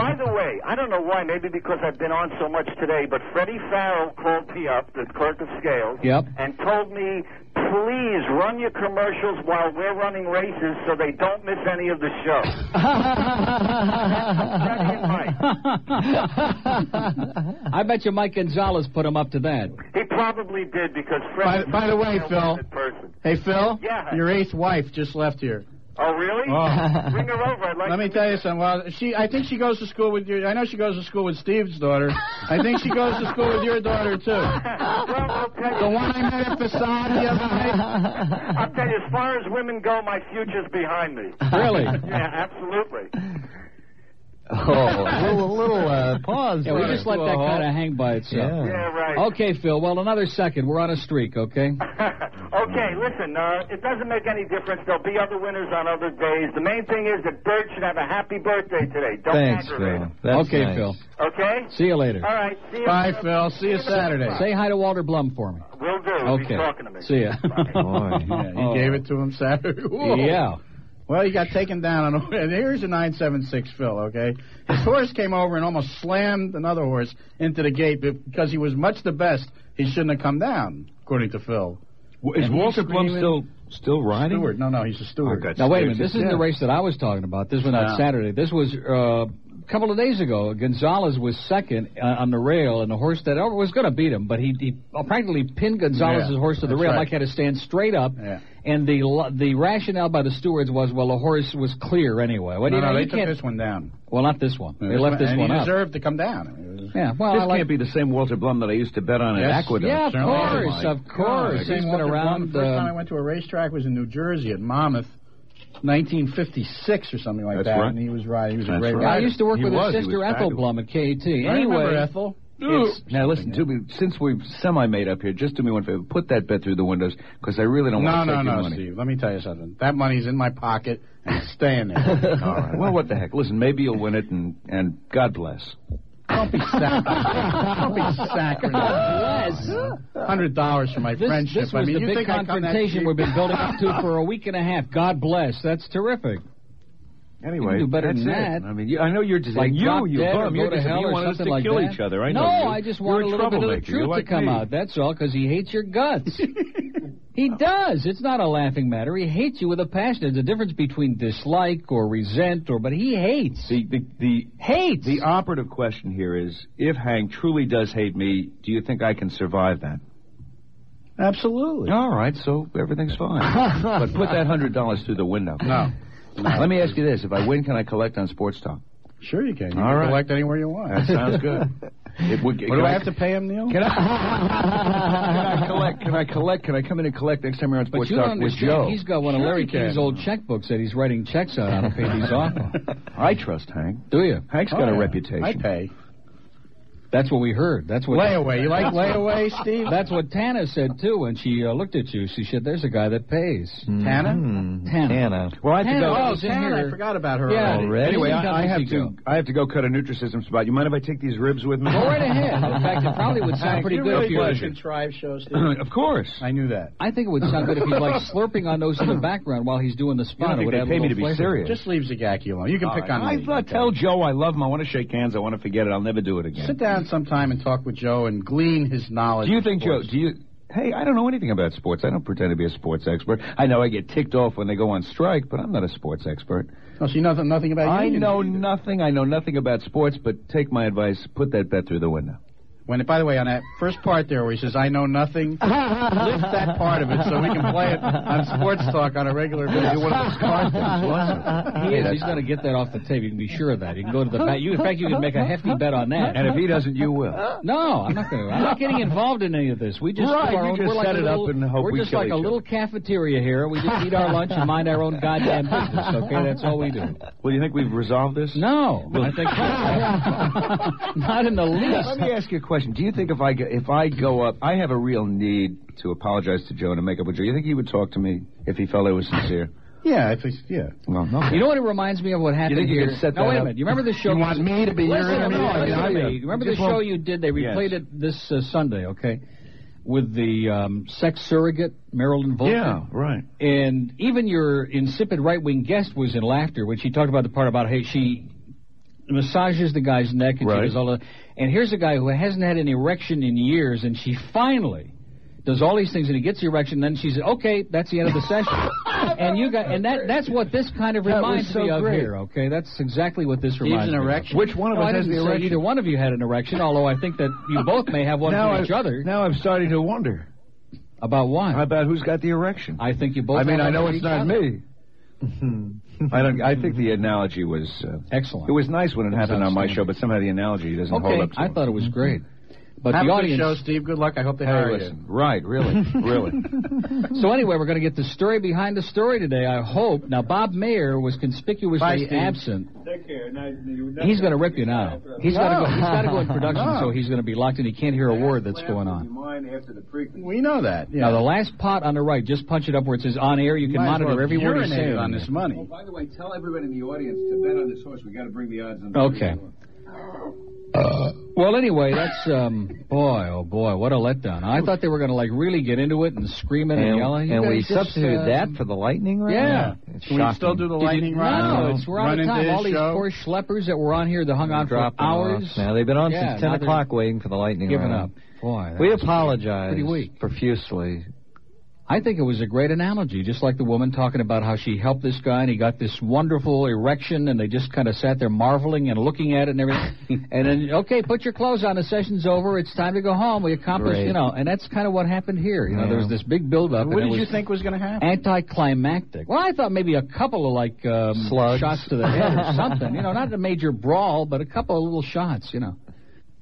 S7: By the way, I don't know why, maybe because I've been on so much today, but Freddie Farrell called me up, the clerk of scales,
S5: Yep.
S7: and told me, please run your commercials while we're running races so they don't miss any of the show. Freddie and
S5: I bet you Mike Gonzalez put him up to that.
S7: Mike. He probably did because Freddie.
S6: By- by the way, Phil.
S7: Person.
S6: Hey, Phil.
S7: Yeah.
S6: Your eighth wife just left here.
S7: Oh, really?
S6: Oh.
S7: Bring her over. I'd like
S6: Let me tell you something. Well, she, I think she goes to school with your. I know she goes to school with Steve's daughter. I think she goes to school with your daughter too.
S7: The
S6: one I met at Facade the other night.
S7: I'll tell you, as far as women go, my future's behind me.
S5: Really?
S7: yeah, absolutely.
S24: Oh, a little, a little uh, pause.
S5: Yeah, we
S24: there.
S5: just let that kind of hang by itself.
S24: Yeah.
S7: right.
S5: Okay, Phil. Well, another second. We're on a streak, okay?
S7: Okay, listen, uh, it doesn't make any difference. There'll be other winners on other days. The main thing is that Bert should have a happy birthday today. Don't
S5: Thanks,
S24: uh,
S7: aggravate
S5: Phil.
S7: him.
S5: That's Okay, nice. Phil.
S7: Okay?
S5: See you later.
S7: All right, see you.
S6: Bye, Phil. See you Saturday.
S5: Say hi to Walter Blum for me.
S7: Will do.
S5: Okay.
S7: He's talking to me.
S5: See ya.
S6: Yeah, you gave it to him Saturday. Whoa.
S5: Yeah.
S6: Well, he got taken down, on, and here's a 976 Phil, okay? His horse came over and almost slammed another horse into the gate be- because he was much the best. He shouldn't have come down, according to Phil.
S24: is Walter Blum still-
S6: still riding? Steward. No, no, he's a steward.
S5: Now wait a minute. This isn't the race that I was talking about. This was not
S6: No.
S5: Saturday. This was uh, a couple of days ago. Gonzalez was second uh, on the rail, and the horse that oh, was going to beat him, but he, he uh, practically pinned Gonzalez's
S24: Yeah,
S5: horse to the
S24: that's
S5: rail.
S24: right.
S5: Mike had to stand straight up.
S24: Yeah.
S5: And the lo- the rationale by the stewards was, well, the horse was clear anyway. What do
S6: no,
S5: you
S6: no,
S5: know?
S6: they
S5: You
S6: took
S5: can't-
S6: this one down.
S5: Well, not this one. They
S6: This
S5: left this
S6: and
S5: one
S6: he
S5: up.
S6: deserved to come down. I mean, it was-
S5: Yeah, well,
S24: this
S5: I like-
S24: can't be the same Walter Blum that I used to bet on
S6: Yes.
S24: at Aqueduct.
S5: Yeah, of
S24: Certainly. Oh,
S5: course, of
S6: Yeah,
S5: course.
S6: I
S5: He's been
S6: came up with one.
S5: around.
S6: The first
S5: uh,
S6: time I went to a racetrack was in New Jersey at Monmouth, 1956 or something like
S24: That's
S6: that.
S24: right.
S6: And he was riding. He was a
S24: That's
S6: great
S24: right.
S5: I
S6: rider.
S5: used to work
S24: He
S5: with
S24: was, he
S5: his sister
S24: was
S5: Ethel
S24: fabulous.
S5: Blum at KAT.
S24: I
S5: Anyway,
S24: remember Ethel.
S5: It's-
S24: now listen to me. Since we've semi made up here, just do me one favor. Put that bet through the windows because I really don't
S6: No,
S24: want to
S6: no,
S24: take your
S6: no,
S24: money.
S6: Steve. Let me tell you something. That money's in my pocket and it's staying there.
S24: All right. Well, what the heck? Listen, maybe you'll win it, and and God bless.
S6: Don't be sacrilegious. Don't be sacrilegious. Hundred dollars for my
S5: This,
S6: friendship.
S5: this was
S6: I mean,
S5: the
S6: you
S5: big
S6: think I come that
S5: confrontation
S6: cheap?
S5: we've been building up to for a week and a half. God bless. That's terrific.
S24: Anyway,
S5: You can do better
S24: that's
S5: than
S24: it.
S5: that.
S24: I mean, you, I know you're just
S5: Like
S24: you,
S5: drop
S24: you
S5: dead or
S24: bum.
S5: go
S24: You're
S5: to
S24: just
S5: hell
S24: you
S5: or
S24: want us
S5: something
S24: to
S5: like
S24: kill
S5: that.
S24: each other. I
S5: no,
S24: know. you.
S5: I just
S24: You're
S5: want a little bit of the
S24: troublemaker. You're
S5: truth
S24: like
S5: to come
S24: me.
S5: out. That's all, because he hates your guts. he does. It's not a laughing matter. He hates you with a passion. There's a difference between dislike or resent, or but he hates.
S24: The the the
S5: hates.
S24: The operative question here is: If Hank truly does hate me, do you think I can survive that?
S6: Absolutely.
S24: All right, so everything's fine. but put that hundred dollars through the window. No. Let me ask you this: If I win, can I collect on Sports Talk?
S6: Sure, you can. You
S24: All
S6: can
S24: right.
S6: collect anywhere you want.
S24: That sounds good. It would-
S6: What
S24: can
S6: do I
S24: I-
S6: have to pay him, Neil?
S24: Can I, can I collect? Can I collect? Can I come in and collect next time you're on
S5: But
S24: Sports
S5: you
S24: Talk
S5: don't
S24: with
S5: understand.
S24: Joe?
S5: He's got one of
S24: Sure
S5: Larry
S24: he can.
S5: King's old checkbooks that he's writing checks out on to pay these off.
S24: I trust Hank.
S5: Do you?
S24: Hank's got a reputation.
S5: I
S6: pay.
S5: That's what we heard. That's what
S6: Layaway. You like
S5: That's what-
S6: layaway, Steve?
S5: That's what Tana said too when she uh, looked at you. She said, "There's a guy that pays."
S24: Mm-hmm.
S6: Tana?
S5: Tana.
S24: Well, I have to
S5: Tana
S24: go.
S5: was in here. Yeah.
S24: Yeah. Anyway,
S5: She's in
S24: I, I have
S5: Kentucky,
S24: to.
S5: too.
S24: I have to go cut a Nutrisystem spot. You mind if I take these ribs with me?
S5: Go right ahead. In fact, it probably would sound
S24: Hank,
S5: pretty
S24: you're
S5: good
S24: really
S5: if you
S24: pleasure.
S6: Contrived shows.
S24: of course.
S6: I knew that.
S5: I think it would sound good if he'd like slurping on those in the background while he's doing the
S24: You
S5: spot.
S24: don't
S5: It
S24: think
S5: would
S24: they
S5: add a
S24: pay me
S5: little
S24: to be
S5: flavor.
S24: serious?
S6: Just leaves the gacky alone. You can
S24: All
S6: pick
S24: right.
S6: on
S24: I
S6: me.
S24: thought- tell Joe I love him. I want to shake hands. I want to forget it. I'll never do it again.
S6: Sit down sometime and talk with Joe and glean his knowledge.
S24: Do you
S6: of
S24: think, Joe?
S6: sports.
S24: Do you? Hey, I don't know anything about sports. I don't pretend to be a sports expert. I know I get ticked off when they go on strike, but I'm not a sports expert.
S6: No, so Uh, you know nothing about
S24: I
S6: unions.
S24: know nothing. I know nothing about sports, but take my advice. Put that bet through the window.
S6: When, by the way, on that first part there where he says, I know nothing, lift that part of it so we can play it on Sports Talk on a regular basis. One of those car things, wasn't it?
S5: He is. He's going to get that off the tape. You can be sure of that. You can go to the bat. You, in fact, you can make a hefty bet on that.
S24: And if he doesn't, you will.
S5: No, I'm not going to. I'm not getting involved in any of this. We just do
S24: Right,
S5: our
S24: you
S5: own-
S24: just
S5: we're like
S24: set
S5: a
S24: it
S5: little,
S24: up and hope
S5: We're
S24: we
S5: just
S24: kill
S5: like a
S24: each
S5: little cafeteria here. We just eat our lunch and mind our own goddamn business. Okay, that's all we do.
S24: Well, you think we've resolved this?
S5: No, I think not in the least.
S24: Let me ask you a question. Do you think if I go, if I go up, I have a real need to apologize to Joe and to make up with Joe? You think he would talk to me if he felt I was sincere?
S6: Yeah, I think, yeah.
S24: Well, no.
S5: You know what it reminds me of? What happened
S24: think you
S5: here?
S24: could set
S5: no,
S24: that
S5: wait a
S24: up?
S5: minute. You remember the show?
S24: You want me to be your
S5: listen,
S24: enemy?
S5: No, listen
S24: Yeah,
S5: to
S24: yeah.
S5: me. You remember
S24: You
S5: the
S24: just
S5: show
S24: want-
S5: you did? They
S24: Yes.
S5: replayed it this uh, Sunday, okay? With the um, sex surrogate Marilyn Volpe.
S24: Yeah, right.
S5: And even your insipid right wing guest was in laughter when she talked about the part about hey she massages the guy's neck and
S24: Right.
S5: she does all that. And here's a guy who hasn't had an erection in years, and she finally does all these things, and he gets the erection. And then she says, "Okay, that's the end of the session." and you got and that that's what this kind of
S24: That was
S5: reminds
S24: so
S5: me of
S24: great.
S5: here. Okay, that's exactly what this
S24: Even
S5: reminds
S24: an
S5: me.
S24: erection? Which one of
S5: no,
S24: us
S5: I
S24: has
S5: didn't
S24: the
S5: say
S24: erection?
S5: Either one of you had an erection, although I think that you both may have one
S24: now
S5: for each
S24: I-
S5: other.
S24: Now I'm starting to wonder.
S5: About what?
S24: About who's got the erection.
S5: I think you both.
S24: I mean,
S5: have
S24: I
S5: one
S24: know
S5: for
S24: it's not
S5: each other.
S24: me. I don't. I think the analogy was uh,
S5: excellent.
S24: It was nice when it,
S5: It was
S24: happened on my
S5: outstanding.
S24: show, but somehow the analogy doesn't
S5: Okay,
S24: hold up. To it.
S5: I
S24: Mm-hmm.
S5: thought it was great. But
S6: Have
S5: the
S6: a
S5: audience
S6: good show, Steve. Good luck. I hope they
S24: Hey,
S6: hire
S24: listen, right? Really, really.
S5: So anyway, we're going to get the story behind the story today. I hope. Now, Bob Mayer was conspicuously
S16: Bye, Steve.
S5: absent.
S16: Take care. Nice to meet you.
S5: He's going to rip you now. He's got to go. He's got to go in production,
S16: No.
S5: so he's going to be locked in. He can't hear a word that's going on.
S16: Mine after the
S6: you. We know that. Yeah.
S5: Now, the last pot on the right, just punch it up where it says on air. You can
S6: Might as
S5: monitor
S6: well have
S5: every word he's
S6: urinated
S5: saying.
S6: on this money.
S24: by the way, tell everybody in the audience to bet on this horse. We got to bring the odds on.
S5: Okay. Uh, Well, anyway, that's um, boy, oh boy, what a letdown. I thought they were going to like really get into it and screaming and,
S3: And,
S5: yelling. You
S3: and
S5: guys
S3: we
S5: just,
S3: substituted
S5: uh,
S3: that for the lightning round?
S5: Yeah.
S3: It's
S5: Can we
S3: shocking.
S5: still do
S6: the
S5: Did you-
S6: lightning
S5: No,
S6: round?
S5: it's, we're out
S6: Run
S5: of
S6: into
S5: time.
S6: his
S5: All these
S6: show?
S5: poor schleppers that were on here that hung on for
S3: Dropping
S5: hours.
S3: off Now they've been on
S5: Yeah,
S3: since ten
S5: now they're
S3: o'clock waiting for the lightning
S5: Giving up.
S3: round.
S5: Boy, that
S3: we
S5: was
S3: apologize
S5: pretty weak.
S3: profusely.
S5: I think it was a great analogy, just like the woman talking about how she helped this guy and he got this wonderful erection and they just kind of sat there marveling and looking at it and everything. and then, okay, put your clothes on. The session's over. It's time to go home. We accomplished,
S6: Great.
S5: you know, and that's kind of what happened here. You know, there was this big buildup.
S6: What
S5: and it
S6: did you
S5: was
S6: think was going to happen?
S5: Anticlimactic. Well, I thought maybe a couple of like um, shots to the head or something. You know, not a major brawl, but a couple of little shots. You know.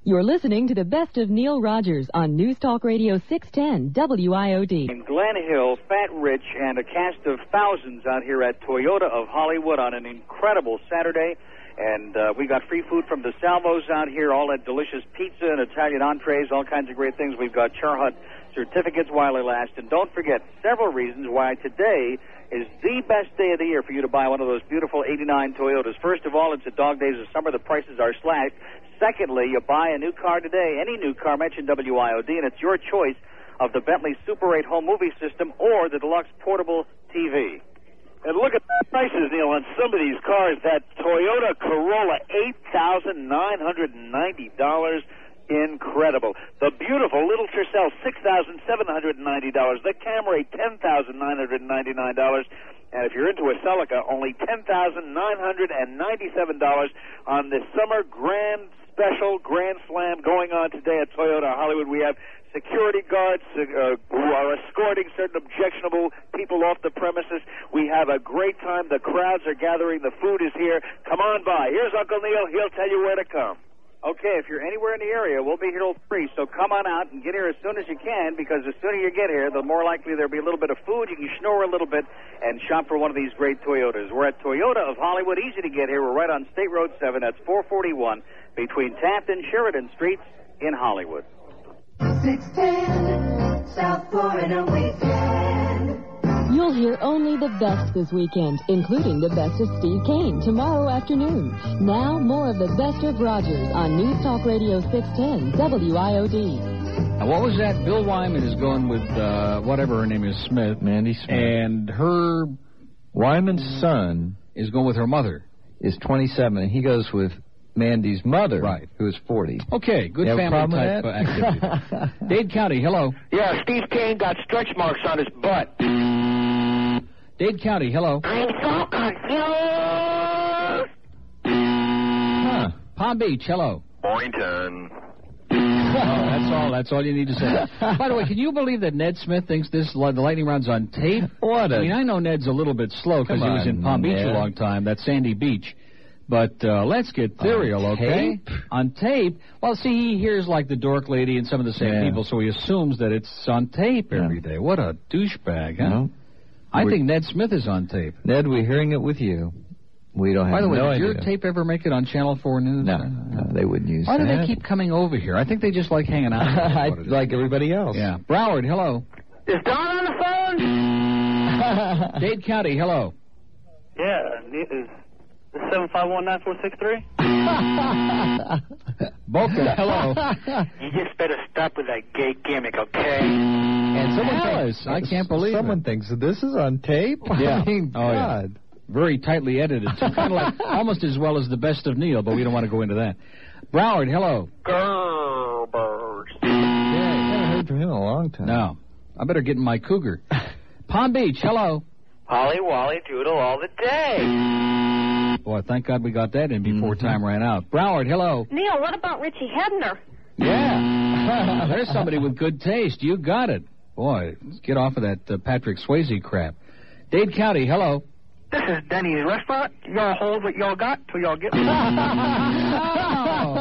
S8: You're listening to the best of Neil Rogers on News Talk Radio 610 WIOD.
S20: In Glen Hill, Fat Rich, and a cast of thousands out here at Toyota of Hollywood on an incredible Saturday. And uh, we got free food from the Salvos out here, all that delicious pizza and Italian entrees, all kinds of great things. We've got Char Hut certificates while they last. And don't forget several reasons why today is the best day of the year for you to buy one of those beautiful 89 Toyotas. First of all, it's the dog days of summer. The prices are slashed. Secondly, you buy a new car today, any new car, mention WIOD, and it's your choice of the Bentley Super 8 home movie system or the deluxe portable TV.
S21: And look at the prices, Neil, on some of these cars. That Toyota Corolla, $8,990.
S20: incredible. The beautiful little Tercel, $6,790. The Camry, $10,999. And if you're into a Celica, only $10,997 on this summer grand special grand slam going on today at Toyota Hollywood. We have security guards uh, who are escorting certain objectionable people off the premises. We have a great time. The crowds are gathering. The food is here. Come on by. Here's Uncle Neil. He'll tell you where to come. Okay, if you're anywhere in the area, we'll be here till 3, so come on out and get here as soon as you can because the sooner you get here, the more likely there'll be a little bit of food. You can snore a little bit and shop for one of these great Toyotas. We're at Toyota of Hollywood. Easy to get here. We're right on State Road 7. That's 441 between Taft and Sheridan Streets in Hollywood.
S11: 610 South Florida weekend.
S8: You'll hear only the best this weekend, including the best of Steve Kane tomorrow afternoon. Now, more of the best of Rogers on News Talk Radio 610 WIOD.
S5: Now, what was that? Bill Wyman is going with uh, whatever her name is, Smith. Mandy Smith. And her.
S3: Wyman's son
S5: is going with her mother.
S3: Is 27, and he goes with Mandy's mother, right? Who is 40.
S5: Okay, good
S3: You have a
S5: family
S3: problem
S5: type
S3: with
S5: uh,
S3: that?
S5: activity. Dade County, hello.
S7: Yeah, Steve Kane got stretch marks on his butt.
S5: Dade County, hello.
S7: I'm so confused.
S5: Huh. Palm Beach, hello.
S26: Boynton.
S5: that's all. That's all you need to say. By the way, can you believe that Ned Smith thinks this li- the lightning round's on tape? What? I mean, I know Ned's a little bit slow because he
S3: Come
S5: was in
S3: on,
S5: Palm Beach a
S3: Ned.
S5: long time. That's Sandy Beach. But uh, let's get ethereal, okay?
S3: tape?
S5: On tape. Well, see, he hears like the dork lady and some of the same
S3: Yeah.
S5: people, so he assumes that it's on tape every day. What a douchebag, huh?
S3: No.
S5: I
S3: We-
S5: think Ned Smith is on tape.
S3: Ned, we're hearing it with you. We don't have
S5: By the way,
S3: no
S5: did
S3: idea.
S5: your tape ever make it on Channel Four News?
S3: no, no, they wouldn't use
S5: Why do
S3: that.
S5: they keep coming over here? I think they just like hanging out.
S3: like everybody else.
S5: Yeah. Broward, hello.
S7: Is Don on the phone?
S5: Dade County, hello.
S27: Yeah, is seven five one nine four six three?
S5: Boca, hello.
S7: you just better stop with that gay gimmick, okay?
S5: And someone Mm. Alice, I can't believe
S3: someone thinks that this is on tape. I mean,
S5: oh, yeah.
S3: God.
S5: Very tightly edited, too. kind of like almost as well as the best of Neil, but we don't want to go into that. Broward, hello.
S3: I heard from him in a long time.
S5: No, I better get in my cougar. Palm Beach, hello.
S7: Holly Wally Doodle all the day.
S5: Boy, thank God we got that in before
S3: Mm-hmm.
S5: time ran out. Broward, hello.
S4: Neil, what about Richie Hebner?
S5: Yeah. There's somebody with good taste. You got it. Boy, let's get off of that uh, Patrick Swayze crap. Dade County, hello.
S7: This is Denny's restaurant. Y'all hold what y'all got till y'all get.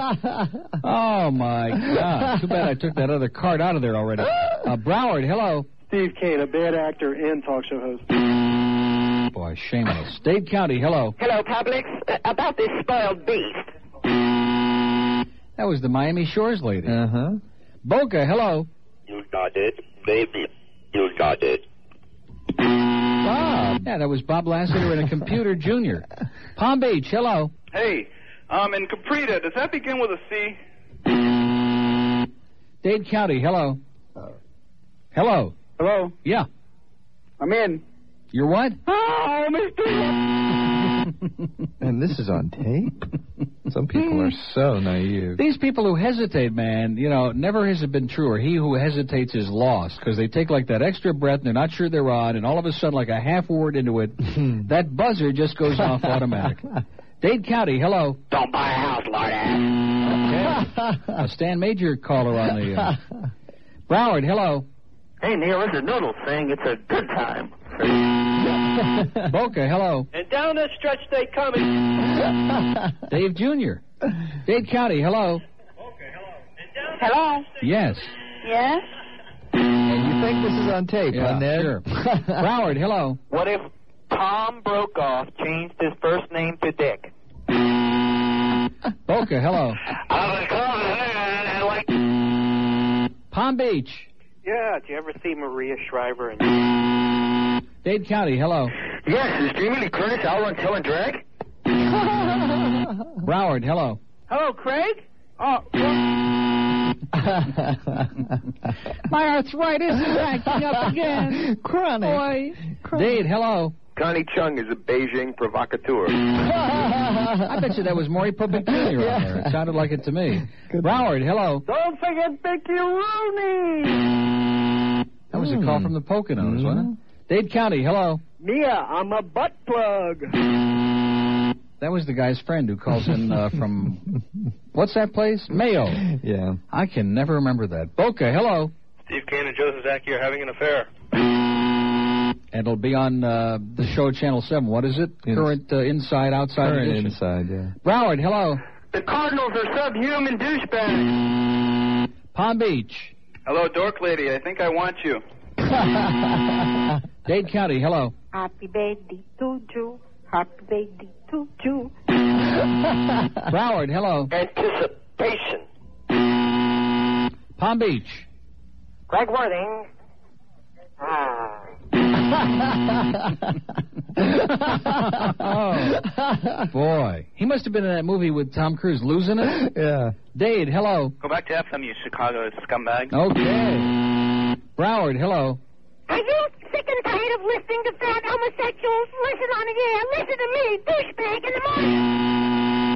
S5: Oh, my God. Too bad I took that other card out of there already. Uh, Broward, hello.
S27: Steve Kane, a bad actor and talk show host.
S5: Boy, shame on us. Dade County, hello.
S7: Hello, Publix. Uh, about this spoiled beast.
S5: That was the Miami Shores lady. Uh huh. Boca, hello.
S9: You got it, baby. You got it.
S5: Bob. Yeah, that was Bob Lassiter and a computer junior. Palm Beach, hello.
S27: Hey, um, in Caprita, does that begin with a C?
S5: Dade County, hello. Hello.
S27: Uh. Hello.
S5: Yeah.
S27: I'm in.
S5: You're what?
S27: Oh, Mr.
S3: And this is on tape? Some people are so naive.
S5: These people who hesitate, man, you know, never has it been truer. He who hesitates is lost because they take like that extra breath and they're not sure they're on, and all of a sudden, like a half word into it, that buzzer just goes off automatic. Dade County, hello.
S7: Don't buy a house like
S5: A Stan Major caller on the. Uh, Broward, hello.
S7: Hey, Neil, this is Noodle saying it's a good time.
S5: Boca, hello.
S27: And down the stretch they coming.
S5: Dave Jr. Dade County, hello.
S4: Hello.
S5: Yes.
S4: Yes.
S3: You think this is on tape,
S5: Yeah,
S3: huh, Ned?
S5: sure. Broward, hello.
S7: What if Tom Brokaw changed his first name to Dick?
S5: Boca, hello.
S7: like.
S5: Palm Beach.
S27: Yeah, did you ever see Maria Shriver? And-
S7: Mm.
S5: Dade County, hello.
S7: Yes, is Jamie Lee Curtis out on Tell and Drag?
S5: Broward, hello.
S7: Hello, Craig? Oh,
S5: My arthritis is acting up again. Chronic. Boy. Dade, hello.
S28: Connie Chung is a Beijing provocateur.
S5: I bet you that was Maury Publicini right there. It sounded like it to me. Broward, hello.
S29: Don't forget Mickey Rooney.
S5: That was a call from the Poconos, wasn't it? Dade County, hello.
S29: Mia, I'm a butt plug.
S5: That was the guy's friend who calls in uh, from what's that place? Mayo. Yeah. I can never remember that. Boca, hello.
S7: Steve Kane and Joseph Zaki are having an affair.
S5: And it'll be on uh, the show Channel Seven. What is it? Current uh, inside, outside,
S3: Current
S5: edition.
S3: inside, yeah.
S5: Broward, hello.
S7: The Cardinals are subhuman douchebags.
S5: Palm Beach.
S7: Hello, dork lady. I think I want you.
S5: Dade County, hello.
S4: Happy birthday to you. Happy birthday to you.
S5: Broward, hello.
S7: Anticipation.
S5: Palm Beach.
S7: Greg Worthing.
S5: oh, boy. He must have been in that movie with Tom Cruise losing it. Yeah. Dade, hello.
S7: Go back to FM, you Chicago scumbag.
S5: Okay. Broward, hello.
S29: Are you sick and tired of listening to fat homosexuals? Listen on the air. Listen to me, douchebag in the morning.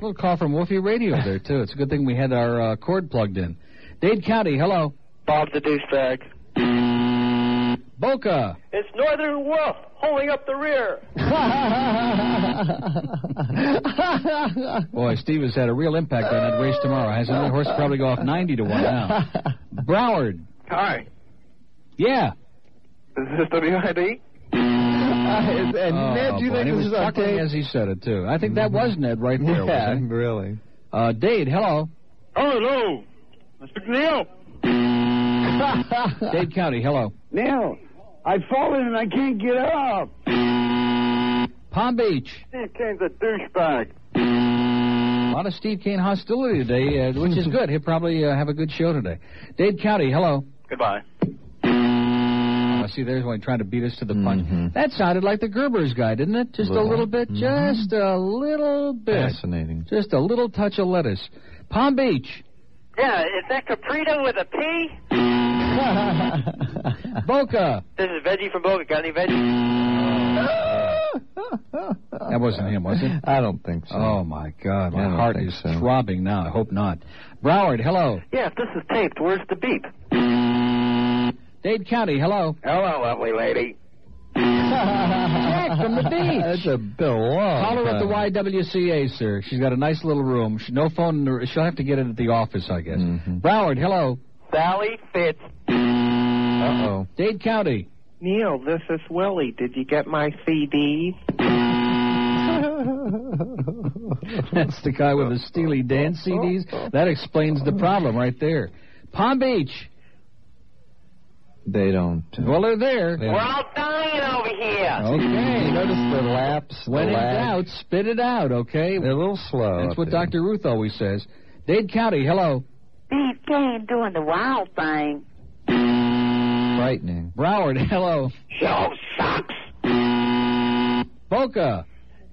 S5: A little call from Wolfie Radio there, too. It's a good thing we had our uh, cord plugged in. Dade County, hello.
S7: Bob the douchebag.
S5: Boca.
S7: It's Northern Wolf holding up the rear.
S5: Boy, Steve has had a real impact on that race tomorrow. Has that horse probably go off 90 to 1 now. Broward.
S7: Hi.
S5: Yeah.
S7: Is this WID?
S5: and
S29: Uh, Ned, you think
S5: he
S29: this
S5: Oh, was
S29: is on
S5: chuckling
S29: tape? Mm-hmm.
S5: as he said it, too. I think that was Ned right there.
S29: Yeah,
S5: wasn't it? really. Uh, Dade, hello.
S7: Oh, hello. Mr. Neil.
S5: Dade County, hello.
S29: Now, I've fallen and I can't get up.
S5: Palm Beach.
S7: Steve Kane's a douchebag.
S5: A lot of Steve Kane hostility today, uh, which is good. He'll probably uh, have a good show today. Dade County, hello.
S7: Goodbye.
S5: Uh, see, there's one trying to beat us to the punch. That sounded like the Gerber's guy, didn't it? Just a little
S29: mm-hmm.
S5: bit, just a little bit. Fascinating. Just a little touch of lettuce. Palm Beach.
S7: Yeah, is that Caprino with a P?
S5: Boca.
S7: This is Veggie from Boca. Got any veggies?
S5: That wasn't him, was it? I don't think so. Oh, my God.
S3: I
S5: My
S3: don't
S5: heart
S3: think
S5: is throbbing now. I hope not. Broward, hello.
S7: yeah, if this is taped, where's the beep?
S5: Dade County, hello.
S7: Hello, lovely lady.
S5: Jack from the beach. That's
S3: a bill.
S5: Call her at the YWCA, sir. She's got a nice little room. She, no phone. in the- She'll have to get it at the office, I guess.
S3: Mm-hmm.
S5: Broward, hello.
S7: Sally Fitz.
S5: Uh oh. Dade County.
S30: Neil, this is Willie. Did you get my CD?
S5: That's the guy with the Steely Dan CDs. That explains the problem right there. Palm Beach.
S3: They don't. uh,
S5: Well, they're there.
S3: We're all
S7: dying over here.
S5: Okay.
S3: Notice the lapse.
S5: When
S3: the
S5: in
S3: lag.
S5: doubt, spit it out, okay? They're a little slow. That's what Dr. Ruth always says. Dade County, hello.
S4: Steve Kane doing the wild thing.
S5: Frightening. Broward, hello.
S4: Show sucks.
S5: Boca.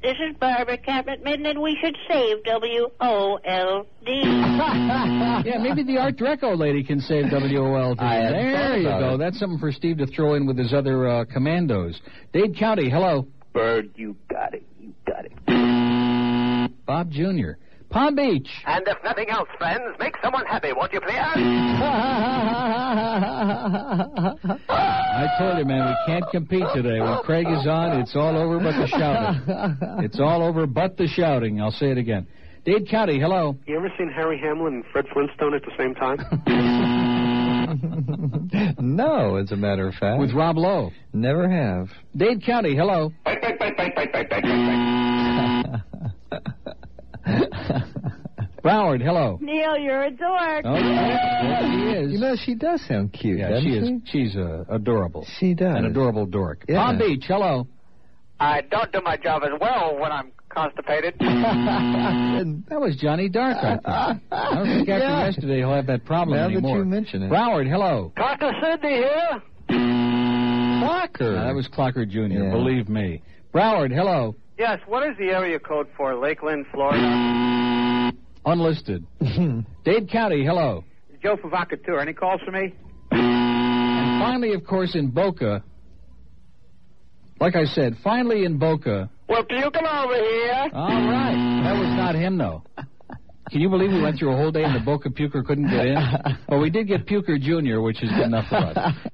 S4: This is Barbara Cabot Midland. We should save W O L D.
S5: Yeah, maybe the Art Dreco lady can save WOLD.
S4: hadn't
S5: There
S4: thought
S5: you
S4: about
S5: go.
S4: it.
S5: That's something for Steve to throw in with his other uh, commandos. Dade County, hello.
S7: Bird, you got it. You got it.
S5: Bob Jr. Palm Beach.
S7: And if nothing else, friends, make someone happy, won't you, please?
S5: I told you, man, we can't compete today. When Craig is on, it's all over but the shouting. It's all over but the shouting. I'll say it again. Dade County, hello.
S31: You ever seen Harry Hamlin and Fred Flintstone at the same time?
S3: No, as a matter of fact. With
S5: Rob Lowe.
S3: Never have.
S5: Dade County, hello. Broward, hello.
S29: Neil, you're a dork.
S5: You
S3: know, Oh, she does sound cute.
S5: Yeah,
S3: doesn't
S5: she is. She's uh, adorable. She does. An adorable dork.
S3: Yeah.
S5: Palm Beach, hello.
S7: I don't do my job as well when I'm constipated.
S5: That was Johnny Dark. I, think. I don't think after
S7: Yeah.
S5: yesterday he'll have that problem
S3: Now that
S5: anymore.
S3: you mention it.
S5: Broward, hello.
S7: Cocker Sidney here.
S5: Clocker. Uh, that was Clocker Jr. Believe me. Broward, hello.
S7: Yes, what is the area code for Lakeland, Florida?
S5: Unlisted. Dade County, hello.
S7: Joe Provocateur. Any calls for me?
S5: And finally, of course, in Boca, Like I said, finally in Boca.
S13: Well, can you come over here?
S5: All right. That was not him, though. Can you believe we went through a whole day and the Boca Puker couldn't get in? But we did get Puker Jr., which is good enough for us.